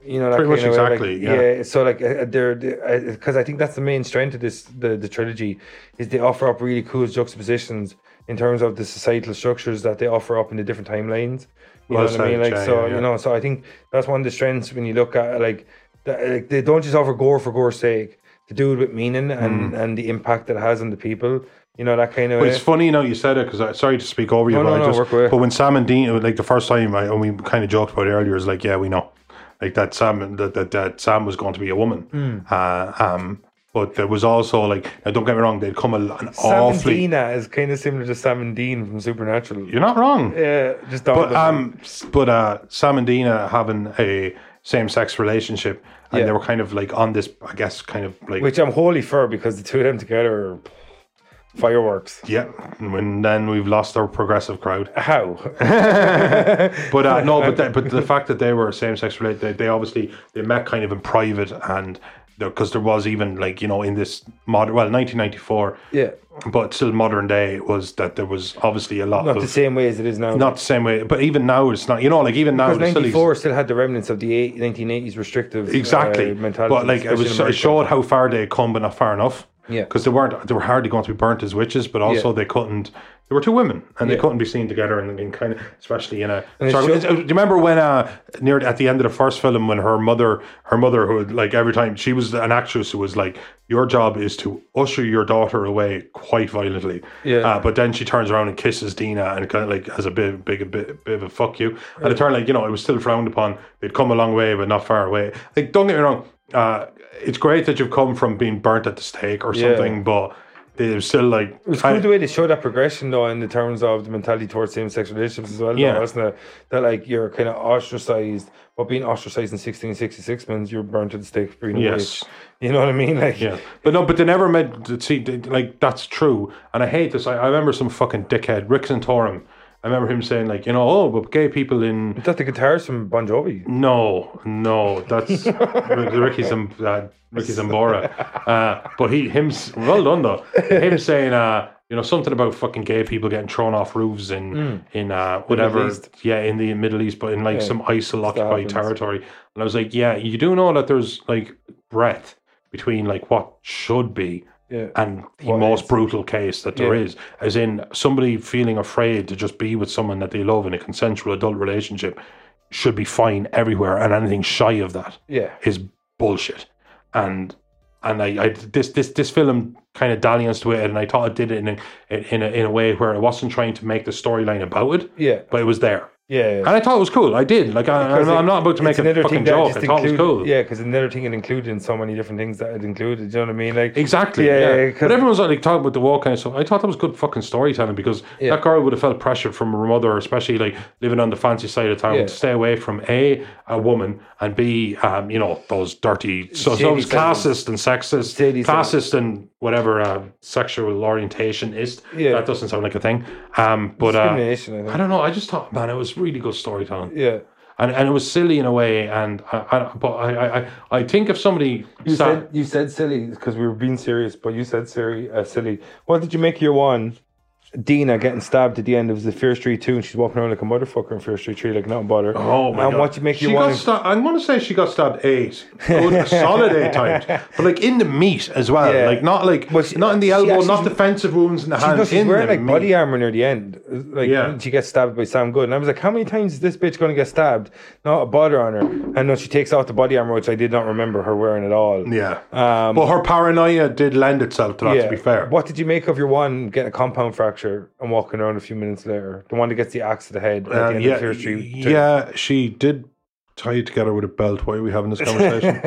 [SPEAKER 5] You know, that
[SPEAKER 6] Pretty much
[SPEAKER 5] kind of way, like,
[SPEAKER 6] exactly, yeah.
[SPEAKER 5] So like, uh, they're because I think that's the main strength of this the the trilogy is they offer up really cool juxtapositions in terms of the societal structures that they offer up in the different timelines. You
[SPEAKER 6] Well
[SPEAKER 5] know what I mean?
[SPEAKER 6] said,
[SPEAKER 5] Like
[SPEAKER 6] yeah,
[SPEAKER 5] so,
[SPEAKER 6] yeah, yeah.
[SPEAKER 5] you know. So I think that's one of the strengths when you look at like, the, like they don't just offer gore for gore's sake. They do it with meaning and and the impact that it has on the people. You know that kind of.
[SPEAKER 6] Mm. But
[SPEAKER 5] way.
[SPEAKER 6] it's funny, you know, you said it because I sorry to speak over you,
[SPEAKER 5] Eh. No,
[SPEAKER 6] but
[SPEAKER 5] no, no,
[SPEAKER 6] I just
[SPEAKER 5] work away.
[SPEAKER 6] but when Sam and Dean, like the first time, I, and we kind of joked about it earlier, is like, yeah, we know, like that Sam that that, that Sam was going to be a woman,
[SPEAKER 5] Hmm.
[SPEAKER 6] uh, um, but there was also like, now, don't get me wrong, they'd come a, an awfully.
[SPEAKER 5] Samandina is kind of similar to Sam and Dean from Supernatural.
[SPEAKER 6] You're not wrong.
[SPEAKER 5] Yeah, just don't.
[SPEAKER 6] But um, s- but uh, Sam and Dina having a same-sex relationship, and
[SPEAKER 5] Yeah.
[SPEAKER 6] they were kind of like on this, I guess, kind of like
[SPEAKER 5] which I'm wholly for because the two of them together are fireworks.
[SPEAKER 6] yeah. And then we've lost our progressive crowd.
[SPEAKER 5] How?
[SPEAKER 6] But uh, no, but the, but the fact that they were same sex related, they, they obviously they met kind of in private, and because there was even like you know in this modern well 1994
[SPEAKER 5] Yeah.
[SPEAKER 6] but still modern day was that there was obviously a lot
[SPEAKER 5] Not
[SPEAKER 6] of
[SPEAKER 5] the same way as it is now.
[SPEAKER 6] not the same way but even now it's not you know like even now
[SPEAKER 5] because
[SPEAKER 6] there's still these-
[SPEAKER 5] 94 still had the remnants of the eight, 1980s restrictive
[SPEAKER 6] exactly
[SPEAKER 5] uh, mentality.
[SPEAKER 6] but like it
[SPEAKER 5] especially
[SPEAKER 6] was
[SPEAKER 5] in
[SPEAKER 6] it
[SPEAKER 5] America.
[SPEAKER 6] showed how far they had come but not far enough
[SPEAKER 5] Yeah.
[SPEAKER 6] because they weren't they were hardly going to be burnt as witches but also
[SPEAKER 5] Yeah.
[SPEAKER 6] they couldn't they were two women and they
[SPEAKER 5] Yeah.
[SPEAKER 6] couldn't be seen together and, and kind of especially in a
[SPEAKER 5] And it
[SPEAKER 6] sorry,
[SPEAKER 5] showed-
[SPEAKER 6] it's- do you remember when uh near at the end of the first film when her mother her mother who had, like every time she was an actress who was like your job is to usher your daughter away quite violently
[SPEAKER 5] Yeah.
[SPEAKER 6] uh, but then she turns around and kisses Dina and kind of like has a big, big, a bit, bit of a fuck you. And it turned like you know it was still frowned upon. They'd come a long way, but not far away. Like don't get me wrong, uh, it's great that you've come from being burnt at the stake or
[SPEAKER 5] Yeah.
[SPEAKER 6] something, but it was still like
[SPEAKER 5] It was
[SPEAKER 6] I-
[SPEAKER 5] cool the way they show that progression though in the terms of the mentality towards same sex relationships as well, though,
[SPEAKER 6] Yeah.
[SPEAKER 5] wasn't it? That like you're kinda ostracized, but being ostracized in sixteen sixty six means you're burnt at the stake for being a
[SPEAKER 6] Yes.
[SPEAKER 5] witch. You know what I mean? Like
[SPEAKER 6] Yeah, but no, but they never made. See, they- like that's true, and I hate this. I, I remember some fucking dickhead Rick Santorum. I remember him saying like, you know, oh, but gay people in
[SPEAKER 5] is that the guitarist from Bon Jovi.
[SPEAKER 6] No, no, that's Rick- Ricky Zam, uh, Ricky Zambora. Uh, but he, him, s- well done though. Him saying, uh, you know, something about fucking gay people getting thrown off roofs in in uh, whatever,
[SPEAKER 5] Hmm. East.
[SPEAKER 6] yeah, in the Middle East, but in like some ISIL occupied
[SPEAKER 5] happens.
[SPEAKER 6] territory. And I was like, yeah, you do know that there's like breadth between like what should be
[SPEAKER 5] Yeah.
[SPEAKER 6] and the
[SPEAKER 5] What
[SPEAKER 6] most
[SPEAKER 5] is.
[SPEAKER 6] brutal case that there
[SPEAKER 5] Yeah.
[SPEAKER 6] is, as in somebody feeling afraid to just be with someone that they love in a consensual adult relationship should be fine everywhere, and anything shy of that
[SPEAKER 5] Yeah.
[SPEAKER 6] is bullshit. And and I, I this this this film kind of dallianced with it, and I thought it did it in a, in a in a way where it wasn't trying to make the storyline about it,
[SPEAKER 5] Yeah.
[SPEAKER 6] but it was there,
[SPEAKER 5] Yeah.
[SPEAKER 6] and I thought it was cool. I did like I, I'm,
[SPEAKER 5] Because it-
[SPEAKER 6] I'm not about to
[SPEAKER 5] it's
[SPEAKER 6] make a
[SPEAKER 5] another
[SPEAKER 6] fucking
[SPEAKER 5] that
[SPEAKER 6] joke.
[SPEAKER 5] just
[SPEAKER 6] I thought it was
[SPEAKER 5] included-
[SPEAKER 6] cool.
[SPEAKER 5] Yeah, because another thing it included in so many different things that it included. Do you know what I mean? Like
[SPEAKER 6] Exactly.
[SPEAKER 5] Yeah,
[SPEAKER 6] Yeah.
[SPEAKER 5] yeah, 'cause-
[SPEAKER 6] But everyone's like talking about the war kind of stuff. I thought that was good fucking storytelling because
[SPEAKER 5] Yeah.
[SPEAKER 6] that girl would have felt pressure from her mother, especially like living on the fancy side of town,
[SPEAKER 5] Yeah.
[SPEAKER 6] to stay away from a a woman and b um, you know those dirty so, so
[SPEAKER 5] Shady
[SPEAKER 6] it's classist and sexist,
[SPEAKER 5] Shady
[SPEAKER 6] classist and whatever uh, sexual orientation is.
[SPEAKER 5] Yeah.
[SPEAKER 6] That doesn't sound like a thing. Um, but uh,
[SPEAKER 5] discrimination, I think.
[SPEAKER 6] I don't know. I just thought, man, it was really good storytelling
[SPEAKER 5] yeah.
[SPEAKER 6] and and it was silly in a way. And I, I but I- I I I think if somebody
[SPEAKER 5] You
[SPEAKER 6] sat-
[SPEAKER 5] said you said silly because we were being serious, but you said silly. Uh, silly. What did you make of your one? Dina getting stabbed at the end of the Fear Street two, and she's walking around like a motherfucker in Fear Street three, like nothing about her.
[SPEAKER 6] Oh my
[SPEAKER 5] and
[SPEAKER 6] god!
[SPEAKER 5] what you make
[SPEAKER 6] she
[SPEAKER 5] your
[SPEAKER 6] got
[SPEAKER 5] one?
[SPEAKER 6] sta- I'm gonna say she got stabbed eight, good, solid eight times, but like in the meat as well.
[SPEAKER 5] Yeah.
[SPEAKER 6] Like not like
[SPEAKER 5] Well, she-
[SPEAKER 6] not in the
[SPEAKER 5] she
[SPEAKER 6] elbow,
[SPEAKER 5] actually-
[SPEAKER 6] not defensive wounds in the
[SPEAKER 5] She,
[SPEAKER 6] hand.
[SPEAKER 5] no, she's
[SPEAKER 6] in
[SPEAKER 5] wearing
[SPEAKER 6] the
[SPEAKER 5] like
[SPEAKER 6] meat.
[SPEAKER 5] body armor near the end. Like
[SPEAKER 6] Yeah.
[SPEAKER 5] she gets stabbed by Sam Good, and I was like, how many times is this bitch gonna get stabbed? Not a bother on her. And no, she takes off the body armor, which I did not remember her wearing at all.
[SPEAKER 6] Yeah, but her paranoia did lend itself to that. To be fair,
[SPEAKER 5] um, What did you make of your one getting a compound fracture and walking around a few minutes later? The one that gets the axe to the head. At the
[SPEAKER 6] Um,
[SPEAKER 5] end
[SPEAKER 6] yeah,
[SPEAKER 5] of Fear Street two.
[SPEAKER 6] yeah, she did tie it together with a belt. Why are we having this conversation?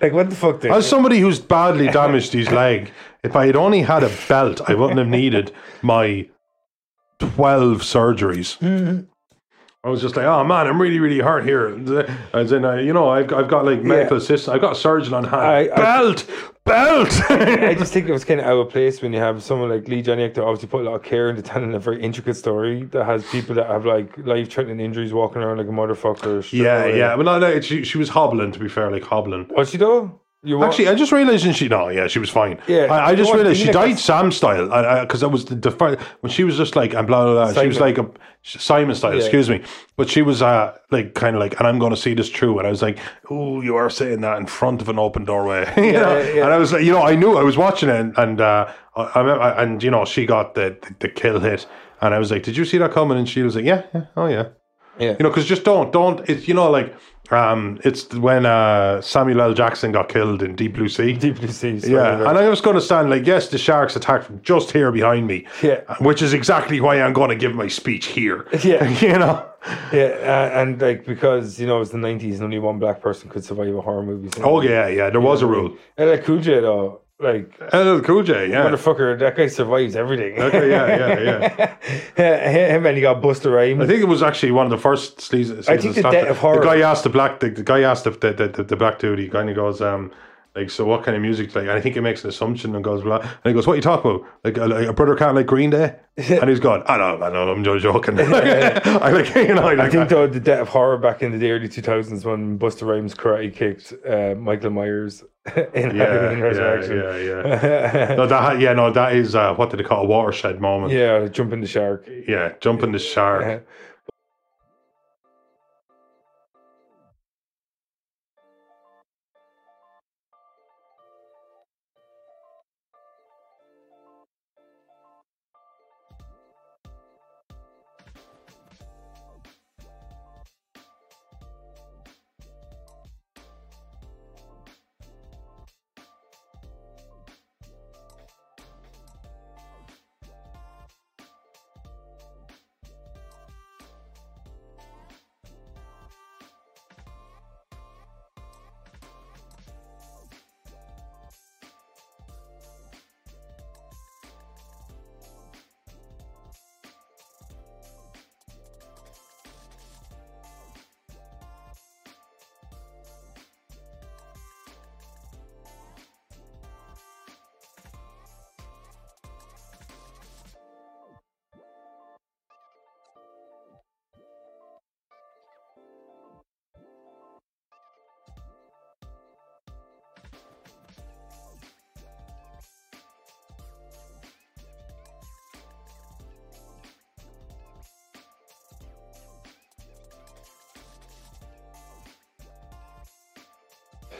[SPEAKER 5] like what the fuck dude?
[SPEAKER 6] As somebody who's badly damaged his leg, if I had only had a belt, I wouldn't have needed my 12 surgeries.
[SPEAKER 5] Mm-hmm.
[SPEAKER 6] I was just like, oh man, I'm really, really hurt here. As in, I, you know, I've, I've got like medical
[SPEAKER 5] Yeah.
[SPEAKER 6] assistance, I've got a surgeon on hand.
[SPEAKER 5] I- I-
[SPEAKER 6] belt!
[SPEAKER 5] I
[SPEAKER 6] belt!
[SPEAKER 5] just think it was kind of out of place when you have someone like Lee Johnny Ector obviously put a lot of care into telling a very intricate story that has people that have like life threatening injuries walking around like a motherfucker. straight
[SPEAKER 6] yeah,
[SPEAKER 5] away.
[SPEAKER 6] yeah. Well, no, no, she, she was hobbling, to be fair, like hobbling.
[SPEAKER 5] Was she though? You wa-
[SPEAKER 6] Actually, I just realized and she no, yeah, she was fine.
[SPEAKER 5] Yeah.
[SPEAKER 6] I, I just
[SPEAKER 5] You know what,
[SPEAKER 6] realized she
[SPEAKER 5] Dina
[SPEAKER 6] died
[SPEAKER 5] got-
[SPEAKER 6] Sam style because that was the, the fir- when she was just like and blah blah blah. She was
[SPEAKER 5] Simon.
[SPEAKER 6] like a Simon style,
[SPEAKER 5] Yeah.
[SPEAKER 6] excuse me. But she was uh like kind of like, and I'm going to see this through. And I was like, oh, you are saying that in front of an open doorway, you know?
[SPEAKER 5] yeah, yeah.
[SPEAKER 6] And I was like, you know, I knew I was watching it, and, and uh, I, I remember, and you know, she got the, the the kill hit, and I was like, did you see that coming? And she was like, yeah, yeah oh yeah
[SPEAKER 5] yeah.
[SPEAKER 6] you know because just don't don't it's you know like um it's when uh samuel l jackson got killed in deep blue sea
[SPEAKER 5] deeply sees.
[SPEAKER 6] yeah, and I was going to stand like, yes, the sharks attacked from just here behind me.
[SPEAKER 5] Yeah.
[SPEAKER 6] which is exactly why I'm going to give my speech here.
[SPEAKER 5] Yeah.
[SPEAKER 6] you know.
[SPEAKER 5] yeah, uh, and like because you know it was the nineties and only one black person could survive a horror movie. so-
[SPEAKER 6] Oh yeah, yeah. There was a rule.
[SPEAKER 5] LL Cool J though, like
[SPEAKER 6] LL Cool J. Yeah.
[SPEAKER 5] motherfucker, that guy survives everything.
[SPEAKER 6] okay. Yeah. Yeah. Yeah.
[SPEAKER 5] Yeah, him and he got Buster Rhymes.
[SPEAKER 6] I think it was actually one of the first seasons.
[SPEAKER 5] I think the
[SPEAKER 6] seasons
[SPEAKER 5] death
[SPEAKER 6] after-
[SPEAKER 5] of horror-
[SPEAKER 6] The guy asked the black. The, the guy asked the the, the, the black dude. He kind of goes, um, Like, so what kind of music? Like, and I think he makes an assumption and goes, blah. And he goes, "What are you talking about? Like, a, like, a brother can't like Green Day?" And he's gone, "I know, I know, I'm just joking." I like, you know, like,
[SPEAKER 5] I think though the death of horror back in the early 2000s when Buster Rhymes karate kicked uh, Michael Myers in
[SPEAKER 6] yeah,
[SPEAKER 5] Halloween
[SPEAKER 6] yeah,
[SPEAKER 5] Resurrection.
[SPEAKER 6] yeah, yeah. no, that, yeah, no, that is uh, what do they call it? a watershed moment?
[SPEAKER 5] Yeah, jumping the shark. Uh-huh.
[SPEAKER 6] yeah, jumping the shark.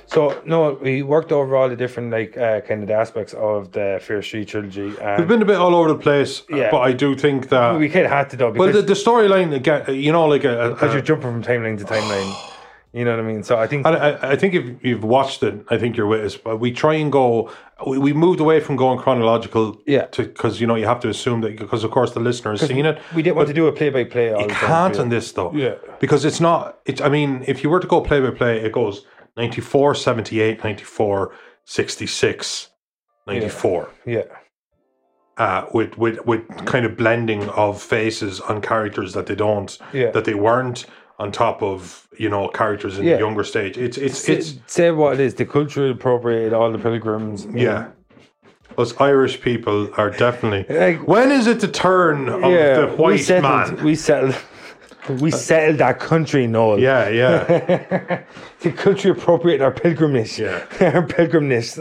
[SPEAKER 5] So no, we worked over all the different like uh, kind of the aspects of the Fear Street trilogy,
[SPEAKER 6] We've
[SPEAKER 5] and
[SPEAKER 6] been a bit all over the place,
[SPEAKER 5] Yeah.
[SPEAKER 6] but I do think that.
[SPEAKER 5] we kind of had to though
[SPEAKER 6] well,
[SPEAKER 5] because
[SPEAKER 6] the, the storyline again, you know, like uh, a, a,
[SPEAKER 5] because you're jumping from timeline to timeline. you know what I mean? So I think
[SPEAKER 6] And I, I think if you've watched it, I think you're with us. But we try and go. We, we moved away from going chronological,
[SPEAKER 5] Yeah.
[SPEAKER 6] because you know you have to assume that because of course the listener has seen it.
[SPEAKER 5] we didn't want to do a play by play.
[SPEAKER 6] You can't on this though,
[SPEAKER 5] Yeah.
[SPEAKER 6] because it's not. It's I mean, if you were to go play by play, it goes 94, 78, 94, 66, 94.
[SPEAKER 5] Yeah,
[SPEAKER 6] Uh, with, with with kind of blending of faces on characters that they don't
[SPEAKER 5] Yeah.
[SPEAKER 6] that they weren't on top of you know characters in
[SPEAKER 5] Yeah.
[SPEAKER 6] the younger stage it's it's it's
[SPEAKER 5] it's say what it is. The culture appropriated all the pilgrims. you know.
[SPEAKER 6] Yeah. Us Irish people are definitely.
[SPEAKER 5] Like-
[SPEAKER 6] when is it the turn of the
[SPEAKER 5] we
[SPEAKER 6] white
[SPEAKER 5] settled.
[SPEAKER 6] man?
[SPEAKER 5] We settled. We settled that country, Noel.
[SPEAKER 6] Yeah, yeah.
[SPEAKER 5] the country appropriated our pilgrimage.
[SPEAKER 6] Yeah.
[SPEAKER 5] our pilgrimness.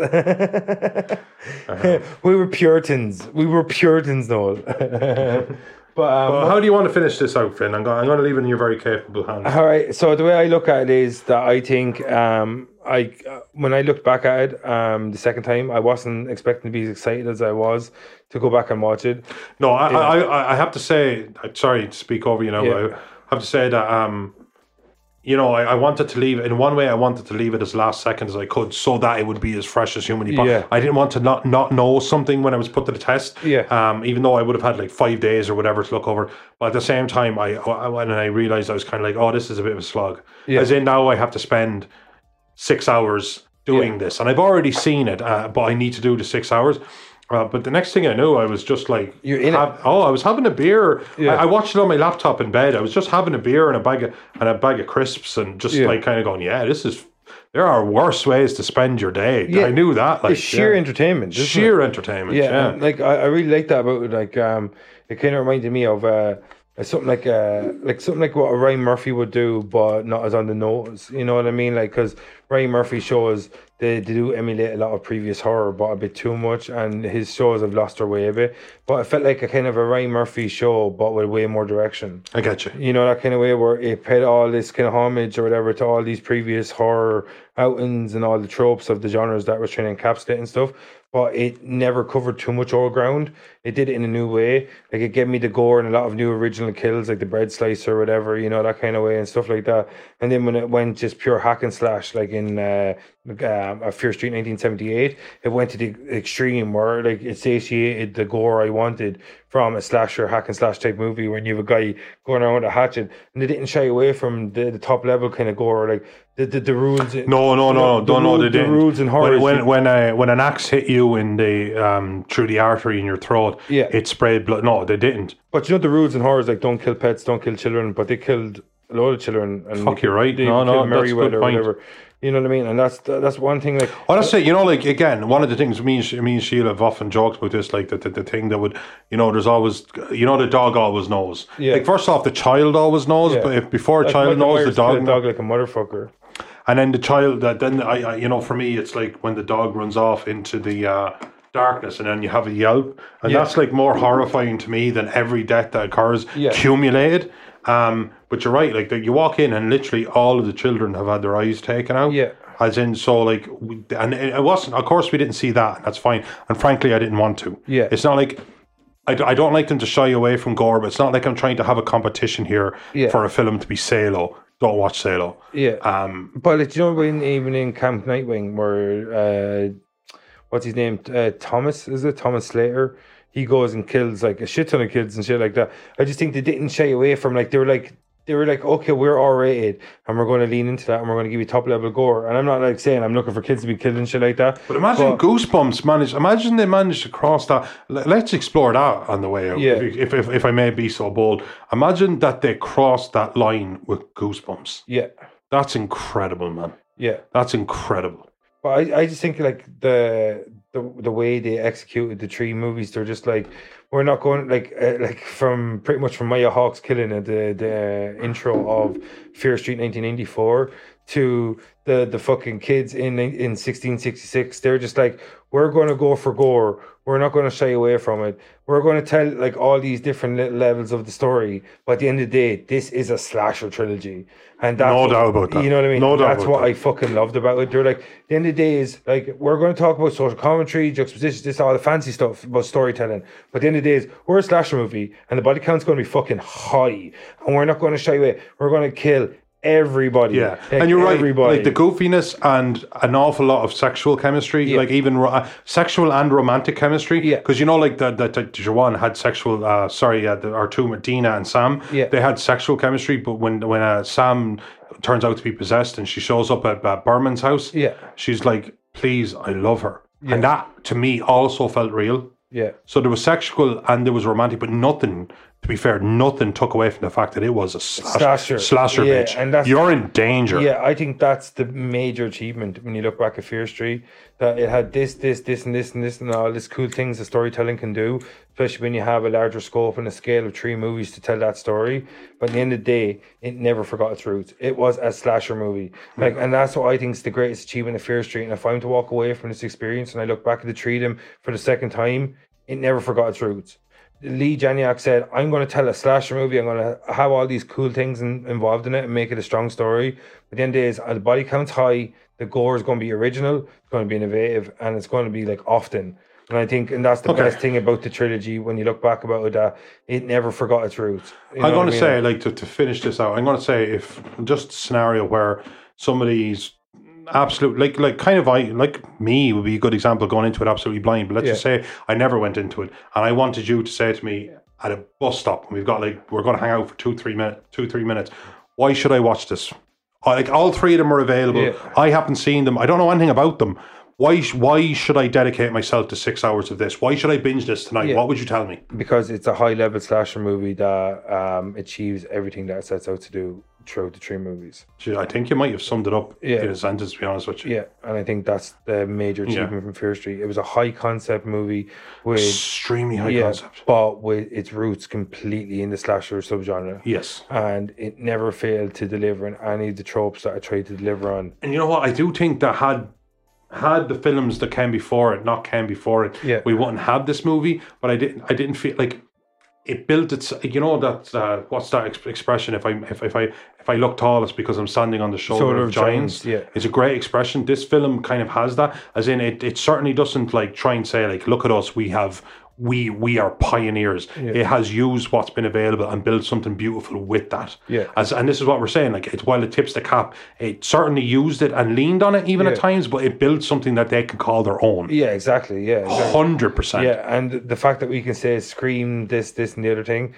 [SPEAKER 6] Uh-huh.
[SPEAKER 5] we were Puritans. We were Puritans, Noel. but um,
[SPEAKER 6] well, how do you want to finish this out, Finn? I'm going, I'm going to leave it in your very capable hands.
[SPEAKER 5] All right. So the way I look at it is that I think um, I uh, when I looked back at it um, the second time, I wasn't expecting to be as excited as I was to go back and watch it.
[SPEAKER 6] No, I, I, I, I have to say, I'm sorry to speak over you now,
[SPEAKER 5] Yeah.
[SPEAKER 6] but I have to say that, um, you know, I, I wanted to leave, in one way, I wanted to leave it as last second as I could so that it would be as fresh as humanly possible.
[SPEAKER 5] Yeah.
[SPEAKER 6] I didn't want to not, not know something when I was put to the test.
[SPEAKER 5] Yeah.
[SPEAKER 6] Um, even though I would have had like five days or whatever to look over. But at the same time, I, I when I realized I was kind of like, oh, this is a bit of a slog.
[SPEAKER 5] Yeah.
[SPEAKER 6] As in now I have to spend six hours doing
[SPEAKER 5] Yeah.
[SPEAKER 6] this. And I've already seen it, uh, but I need to do the six hours. Uh, but the next thing I knew, I was just like,
[SPEAKER 5] You're in it.
[SPEAKER 6] have- oh, I was having a beer.
[SPEAKER 5] Yeah.
[SPEAKER 6] I, I watched it on my laptop in bed. I was just having a beer and a bag of, and a bag of crisps and just
[SPEAKER 5] Yeah.
[SPEAKER 6] like kind of going, yeah, this is. There are worse ways to spend your day.
[SPEAKER 5] Yeah.
[SPEAKER 6] I knew that. Like
[SPEAKER 5] It's sheer
[SPEAKER 6] yeah.
[SPEAKER 5] entertainment. isn't it?
[SPEAKER 6] sheer entertainment.
[SPEAKER 5] yeah,
[SPEAKER 6] Yeah,
[SPEAKER 5] and, like I, I really like that about it. Like um, it kind of reminded me of uh, something like uh, like something like what Ryan Murphy would do, but not as on the nose. You know what I mean? Like because Ryan Murphy shows they, they do emulate a lot of previous horror, but a bit too much, and his shows have lost their way a bit. But it felt like a kind of a Ryan Murphy show, but with way more direction
[SPEAKER 6] I get you.
[SPEAKER 5] you know that kind of way where it paid all this kind of homage or whatever to all these previous horror outings and all the tropes of the genres that was trying to encapsulate and stuff but it never covered too much old ground it did it in a new way like it gave me the gore and a lot of new original kills like the bread slicer or whatever you know that kind of way and stuff like that and then when it went just pure hack and slash like in uh, um, uh, Fear Street 1978 it went to the extreme where like it satiated the gore I wanted from a slasher hack and slash type movie when you have a guy going around with a hatchet and they didn't shy away from the, the top level kind of gore like the the, the rules
[SPEAKER 6] No, no, no, no,
[SPEAKER 5] the
[SPEAKER 6] no, no,
[SPEAKER 5] rule-
[SPEAKER 6] they
[SPEAKER 5] the
[SPEAKER 6] didn't.
[SPEAKER 5] rules and horrors
[SPEAKER 6] When
[SPEAKER 5] you-
[SPEAKER 6] when when, uh, when an axe hit you in the um, through the artery in your throat,
[SPEAKER 5] Yeah.
[SPEAKER 6] it sprayed blood. No, they didn't.
[SPEAKER 5] but you know the rules and horrors like don't kill pets don't kill children but they killed a lot of children and
[SPEAKER 6] Fuck, you're right. No, no,
[SPEAKER 5] killed
[SPEAKER 6] that's a good
[SPEAKER 5] Merriweather or
[SPEAKER 6] point.
[SPEAKER 5] whatever You know what I mean? And that's that's one thing. Like
[SPEAKER 6] Well, that's it. You know, like again, one of the things me and, Sh- me and Sheila have often joked about this, like the, the, the thing that would, you know, there's always, you know, the dog always knows.
[SPEAKER 5] Yeah.
[SPEAKER 6] Like first off, the child always knows,
[SPEAKER 5] Yeah.
[SPEAKER 6] but if before a
[SPEAKER 5] like
[SPEAKER 6] child
[SPEAKER 5] Michael
[SPEAKER 6] knows, the
[SPEAKER 5] Myers
[SPEAKER 6] dog,
[SPEAKER 5] killed a
[SPEAKER 6] knows.
[SPEAKER 5] dog like a motherfucker.
[SPEAKER 6] and then the child that then I, I you know for me it's like when the dog runs off into the uh, darkness and then you have a yelp and
[SPEAKER 5] Yeah.
[SPEAKER 6] that's like more horrifying to me than every death that occurs
[SPEAKER 5] Yeah.
[SPEAKER 6] accumulated um but you're right like that you walk in and literally all of the children have had their eyes taken out
[SPEAKER 5] Yeah.
[SPEAKER 6] as in so like we, and it it wasn't of course we didn't see that and that's fine and frankly i didn't want to
[SPEAKER 5] Yeah.
[SPEAKER 6] it's not like I, d- I don't like them to shy away from gore, but it's not like I'm trying to have a competition here
[SPEAKER 5] Yeah.
[SPEAKER 6] for a film to be Salo. Don't watch Salo.
[SPEAKER 5] Yeah.
[SPEAKER 6] Um,
[SPEAKER 5] But it's you know when even in Camp Nightwing where uh, what's his name uh, Thomas is it Thomas Slater he goes and kills like a shit ton of kids and shit like that. I just think they didn't shy away from like they were like they were like okay we're R rated and we're going to lean into that and we're going to give you top level gore and I'm not like saying I'm looking for kids to be killed and shit like that.
[SPEAKER 6] But imagine
[SPEAKER 5] But-
[SPEAKER 6] Goosebumps managed. Imagine they managed to cross that. le- Let's explore that on the way out.
[SPEAKER 5] Yeah.
[SPEAKER 6] If, you- if, if, if I may be so bold, imagine that they crossed that line with Goosebumps.
[SPEAKER 5] Yeah,
[SPEAKER 6] That's incredible, man.
[SPEAKER 5] yeah.
[SPEAKER 6] That's incredible.
[SPEAKER 5] But I, I just think like the the the way they executed the three movies, they're just like we're not going like uh, like from pretty much from Maya Hawke's killing and the the uh, intro of Fear Street 1994 to the the fucking kids in in 1666. They're just like we're going to go for gore. We're not going to shy away from it. We're going to tell like all these different little levels of the story. But at the end of the day, this is a slasher trilogy, and that's
[SPEAKER 6] No doubt about that.
[SPEAKER 5] You know what I mean?
[SPEAKER 6] No doubt
[SPEAKER 5] That's
[SPEAKER 6] about
[SPEAKER 5] what
[SPEAKER 6] that.
[SPEAKER 5] I fucking loved about it. They're like, the end of the day is like, we're going to talk about social commentary, juxtapositions, this, all the fancy stuff about storytelling. But the end of the day is, we're a slasher movie and the body count's going to be fucking high. And we're not going to shy away. We're going to kill everybody.
[SPEAKER 6] Yeah,
[SPEAKER 5] Like,
[SPEAKER 6] and you're right.
[SPEAKER 5] Everybody.
[SPEAKER 6] Like the goofiness and an awful lot of sexual chemistry,
[SPEAKER 5] Yeah.
[SPEAKER 6] like even ro- uh, sexual and romantic chemistry.
[SPEAKER 5] Yeah.
[SPEAKER 6] because you know, like that that that Jawan had sexual. Uh, sorry, uh, the, our two Medina and Sam.
[SPEAKER 5] Yeah.
[SPEAKER 6] they had sexual chemistry, but when when uh, Sam turns out to be possessed and she shows up at uh, Berman's house,
[SPEAKER 5] Yeah.
[SPEAKER 6] she's like, "Please, I love her,"
[SPEAKER 5] Yeah.
[SPEAKER 6] and that to me also felt real.
[SPEAKER 5] yeah.
[SPEAKER 6] So there was sexual and there was romantic, but nothing. To be fair, nothing took away from the fact that it was a slash,
[SPEAKER 5] Slasher.
[SPEAKER 6] slasher,
[SPEAKER 5] Yeah,
[SPEAKER 6] bitch.
[SPEAKER 5] and that's-
[SPEAKER 6] You're in danger.
[SPEAKER 5] Yeah, I think that's the major achievement when you look back at Fear Street. That it had this, this, this, and this, and this, and all these cool things that storytelling can do, especially when you have a larger scope and a scale of three movies to tell that story. But at the end of the day, it never forgot its roots. It was a slasher movie. Like, and that's what I think is the greatest achievement of Fear Street. And if I'm to walk away from this experience and I look back at the Treedom for the second time, it never forgot its roots. Lee Janiak said, I'm going to tell a slasher movie. I'm going to have all these cool things in, involved in it and make it a strong story. But the end is, uh, the body count's high. The gore is going to be original. It's going to be innovative. And it's going to be like often. And I think, and that's the
[SPEAKER 6] Okay.
[SPEAKER 5] best thing about the trilogy when you look back about it, that it never forgot its roots. You
[SPEAKER 6] I'm
[SPEAKER 5] know what
[SPEAKER 6] going to
[SPEAKER 5] I mean?
[SPEAKER 6] say, like, to, to finish this out, I'm going to say if just a scenario where somebody's absolute, like, like kind of I, like me would be a good example going into it absolutely blind. But let's just say I never went into it, and I wanted you to say to me at a bus stop, and we've got like we're going to hang out for two, three minutes, two, three minutes. Why should I watch this? I, like all three of them are available.
[SPEAKER 5] Yeah.
[SPEAKER 6] I haven't seen them. I don't know anything about them. Why? sh- Why should I dedicate myself to six hours of this? Why should I binge this tonight?
[SPEAKER 5] Yeah.
[SPEAKER 6] What would you tell me?
[SPEAKER 5] because it's a high level slasher movie that um, achieves everything that it sets out to do throughout the three movies.
[SPEAKER 6] Gee, I think you might have summed it up
[SPEAKER 5] Yeah.
[SPEAKER 6] in a sentence, to be honest with you.
[SPEAKER 5] Yeah. And I think that's the major
[SPEAKER 6] Yeah.
[SPEAKER 5] achievement from Fear Street. It was a high concept movie with.
[SPEAKER 6] Extremely high
[SPEAKER 5] yeah,
[SPEAKER 6] concept.
[SPEAKER 5] but with its roots completely in the slasher subgenre,
[SPEAKER 6] Yes.
[SPEAKER 5] and it never failed to deliver on any of the tropes that I tried to deliver on.
[SPEAKER 6] And you know what? I do think that had had the films that came before it not came before it,
[SPEAKER 5] Yeah.
[SPEAKER 6] we wouldn't have this movie. But I didn't. I didn't feel like it built its. You know that uh, what's that ex- expression? If I if, if I if I look tall, it's because I'm standing on the shoulder,
[SPEAKER 5] Shoulder
[SPEAKER 6] of,
[SPEAKER 5] of
[SPEAKER 6] giants.
[SPEAKER 5] giants, yeah.
[SPEAKER 6] it's a great expression. This film kind of has that, as in it. It certainly doesn't like try and say like, look at us, we have. We we are pioneers. It has used what's been available and built something beautiful with that.
[SPEAKER 5] Yeah.
[SPEAKER 6] As and this is what we're saying. Like it, while it tips the cap, it certainly used it and leaned on it even at
[SPEAKER 5] Yeah.
[SPEAKER 6] times. But it built something that they can call their own.
[SPEAKER 5] Yeah, exactly. Yeah, exactly.
[SPEAKER 6] Hundred percent.
[SPEAKER 5] yeah, and the fact that we can say scream this, this, and the other thing.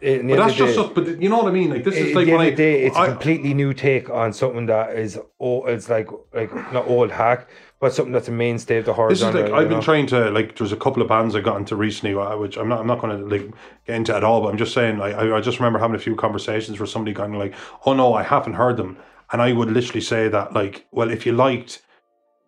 [SPEAKER 5] It, at the end
[SPEAKER 6] But
[SPEAKER 5] of
[SPEAKER 6] that's
[SPEAKER 5] the
[SPEAKER 6] just
[SPEAKER 5] day-
[SPEAKER 6] us. But you know what I mean. Like this
[SPEAKER 5] At
[SPEAKER 6] is
[SPEAKER 5] the
[SPEAKER 6] like
[SPEAKER 5] end of
[SPEAKER 6] when I,
[SPEAKER 5] the day, it's a
[SPEAKER 6] I-
[SPEAKER 5] completely new take on something that is oh, it's like like not old hack, but something that's a mainstay of the horror
[SPEAKER 6] This is
[SPEAKER 5] genre.
[SPEAKER 6] like
[SPEAKER 5] you
[SPEAKER 6] I've been
[SPEAKER 5] know?
[SPEAKER 6] trying to like. There's a couple of bands I got into recently, uh, which I'm not. I'm not going to like get into at all. But I'm just saying. Like I, I just remember having a few conversations where somebody kind of like, "Oh no, I haven't heard them," And I would literally say that, like, well, if you liked,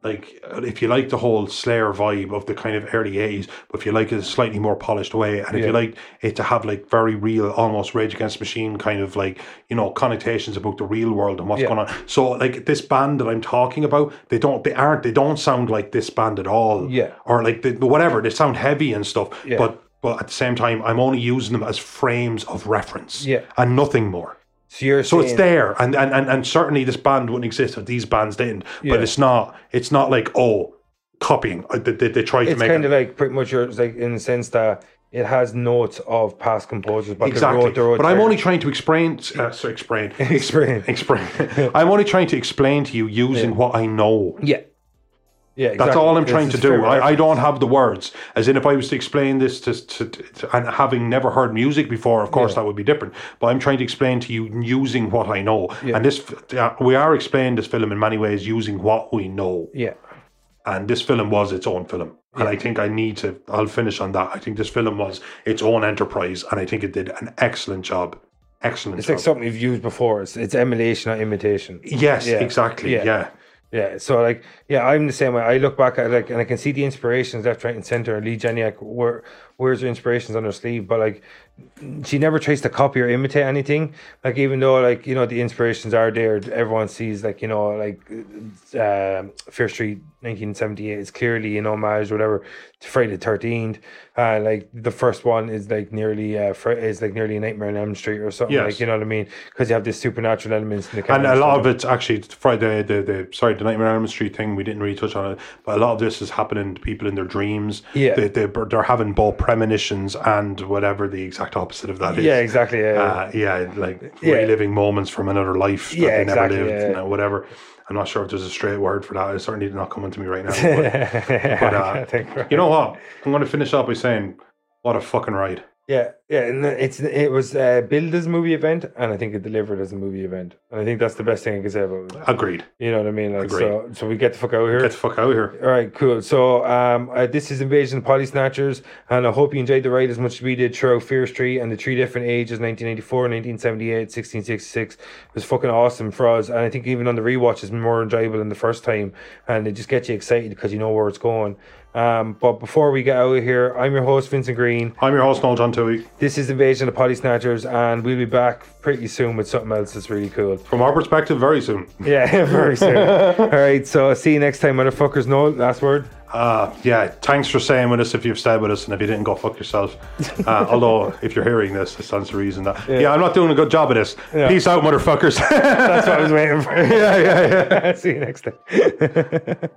[SPEAKER 6] like, uh, if you like the whole Slayer vibe of the kind of early 80s, but if you like it a slightly more polished way, and if
[SPEAKER 5] Yeah.
[SPEAKER 6] you like it to have, like, very real, almost Rage Against the Machine kind of, like, you know, connotations about the real world and what's
[SPEAKER 5] Yeah.
[SPEAKER 6] going on. So, like, this band that I'm talking about, they don't, they aren't, they don't sound like this band at all.
[SPEAKER 5] Yeah.
[SPEAKER 6] Or, like, they, whatever, they sound heavy and stuff,
[SPEAKER 5] Yeah.
[SPEAKER 6] but but at the same time, I'm only using them as frames of reference
[SPEAKER 5] Yeah.
[SPEAKER 6] and nothing more.
[SPEAKER 5] So you're
[SPEAKER 6] So it's
[SPEAKER 5] saying-
[SPEAKER 6] there, and, and, and, and certainly this band wouldn't exist if these bands didn't.
[SPEAKER 5] Yeah.
[SPEAKER 6] But it's not it's not like oh copying. Uh, They, they, they tried to
[SPEAKER 5] It's
[SPEAKER 6] make
[SPEAKER 5] kind
[SPEAKER 6] it.
[SPEAKER 5] of like pretty much your, it's like in the sense that it has notes of past composers, but
[SPEAKER 6] Exactly,
[SPEAKER 5] they wrote their own.
[SPEAKER 6] but I'm
[SPEAKER 5] thing.
[SPEAKER 6] only trying to explain. Uh, sorry, explain,
[SPEAKER 5] Explain.
[SPEAKER 6] explain. I'm only trying to explain to you using what I know.
[SPEAKER 5] yeah, yeah.
[SPEAKER 6] That's
[SPEAKER 5] exactly.
[SPEAKER 6] all I'm
[SPEAKER 5] It's-
[SPEAKER 6] trying
[SPEAKER 5] it's
[SPEAKER 6] to do.
[SPEAKER 5] fair
[SPEAKER 6] I, I
[SPEAKER 5] reference.
[SPEAKER 6] don't have the words. As in, if I was to explain this to, to, to and having never heard music before, of course that would be different. But I'm trying to explain to you using what I know. And this, f- uh, we are explaining this film in many ways using what we know.
[SPEAKER 5] Yeah,
[SPEAKER 6] And this film was its own film. And I think I need to. I'll finish on that. I think this film was its own enterprise, and I think it did an excellent job. Excellent
[SPEAKER 5] it's
[SPEAKER 6] job.
[SPEAKER 5] like something you've used before. It's, it's emulation, not imitation.
[SPEAKER 6] yes,
[SPEAKER 5] Yeah.
[SPEAKER 6] exactly.
[SPEAKER 5] Yeah.
[SPEAKER 6] yeah.
[SPEAKER 5] Yeah, so like, yeah, I'm the same way. I look back at like, and I can see the inspirations left, right, and center. Lee Janiak, where where's her inspirations on her sleeve? But like, she never tries to copy or imitate anything. Like, even though like you know the inspirations are there, everyone sees like you know like, um Fear Street 1978 is clearly an homage, whatever, to Friday the 13th. Uh, like the first one is like nearly uh Fri- is like nearly Nightmare on Elm Street or something.
[SPEAKER 6] Yes.
[SPEAKER 5] Like you know what I mean? Because you have this supernatural elements in the
[SPEAKER 6] and a
[SPEAKER 5] characters.
[SPEAKER 6] lot of it's actually Friday the, the sorry the Nightmare on Elm Street thing we didn't really touch on it but a lot of this is happening to people in their dreams
[SPEAKER 5] Yeah.
[SPEAKER 6] they, they, they're having both premonitions and whatever the exact opposite of that is
[SPEAKER 5] Yeah, exactly. Yeah, yeah.
[SPEAKER 6] uh, yeah like
[SPEAKER 5] Yeah.
[SPEAKER 6] reliving moments from another life that
[SPEAKER 5] Yeah,
[SPEAKER 6] they never
[SPEAKER 5] exactly,
[SPEAKER 6] lived
[SPEAKER 5] yeah.
[SPEAKER 6] you know, whatever I'm not sure if there's a straight word for that it's certainly not coming to me right now but, but,
[SPEAKER 5] I
[SPEAKER 6] uh,
[SPEAKER 5] can't think right.
[SPEAKER 6] you know what I'm going to finish up by saying what a fucking ride
[SPEAKER 5] yeah, yeah, and it's it was uh, billed as a movie event, and I think it delivered as a movie event, and I think that's the best thing I can say about it.
[SPEAKER 6] agreed
[SPEAKER 5] You know what I mean? Like,
[SPEAKER 6] Agreed.
[SPEAKER 5] so, so we get the fuck out of here.
[SPEAKER 6] get the fuck out of here
[SPEAKER 5] All right, cool. So, um, uh, this is Invasion of Polly Snatchers, and I hope you enjoyed the ride as much as we did throughout Fear Street and the three different ages 1984, 1978, 1666. It was fucking awesome for us, and I think even on the rewatch, it's more enjoyable than the first time, and it just gets you excited because you know where it's going. Um, but before we get out of here, I'm your host, Vincent Green.
[SPEAKER 6] I'm your host Noel John Toohey
[SPEAKER 5] This is Invasion of the Potty Snatchers, and we'll be back pretty soon with something else that's really cool.
[SPEAKER 6] from our perspective very soon
[SPEAKER 5] Yeah, very soon. All right, so see you next time, motherfuckers. No, last word.
[SPEAKER 6] Uh, yeah, thanks for staying with us if you've stayed with us and if you didn't go fuck yourself. Uh, although, if you're hearing this, it stands to reason that. Yeah, I'm not doing a good job of this. Peace out, motherfuckers.
[SPEAKER 5] That's what I was waiting for. yeah, yeah, yeah. see you next time.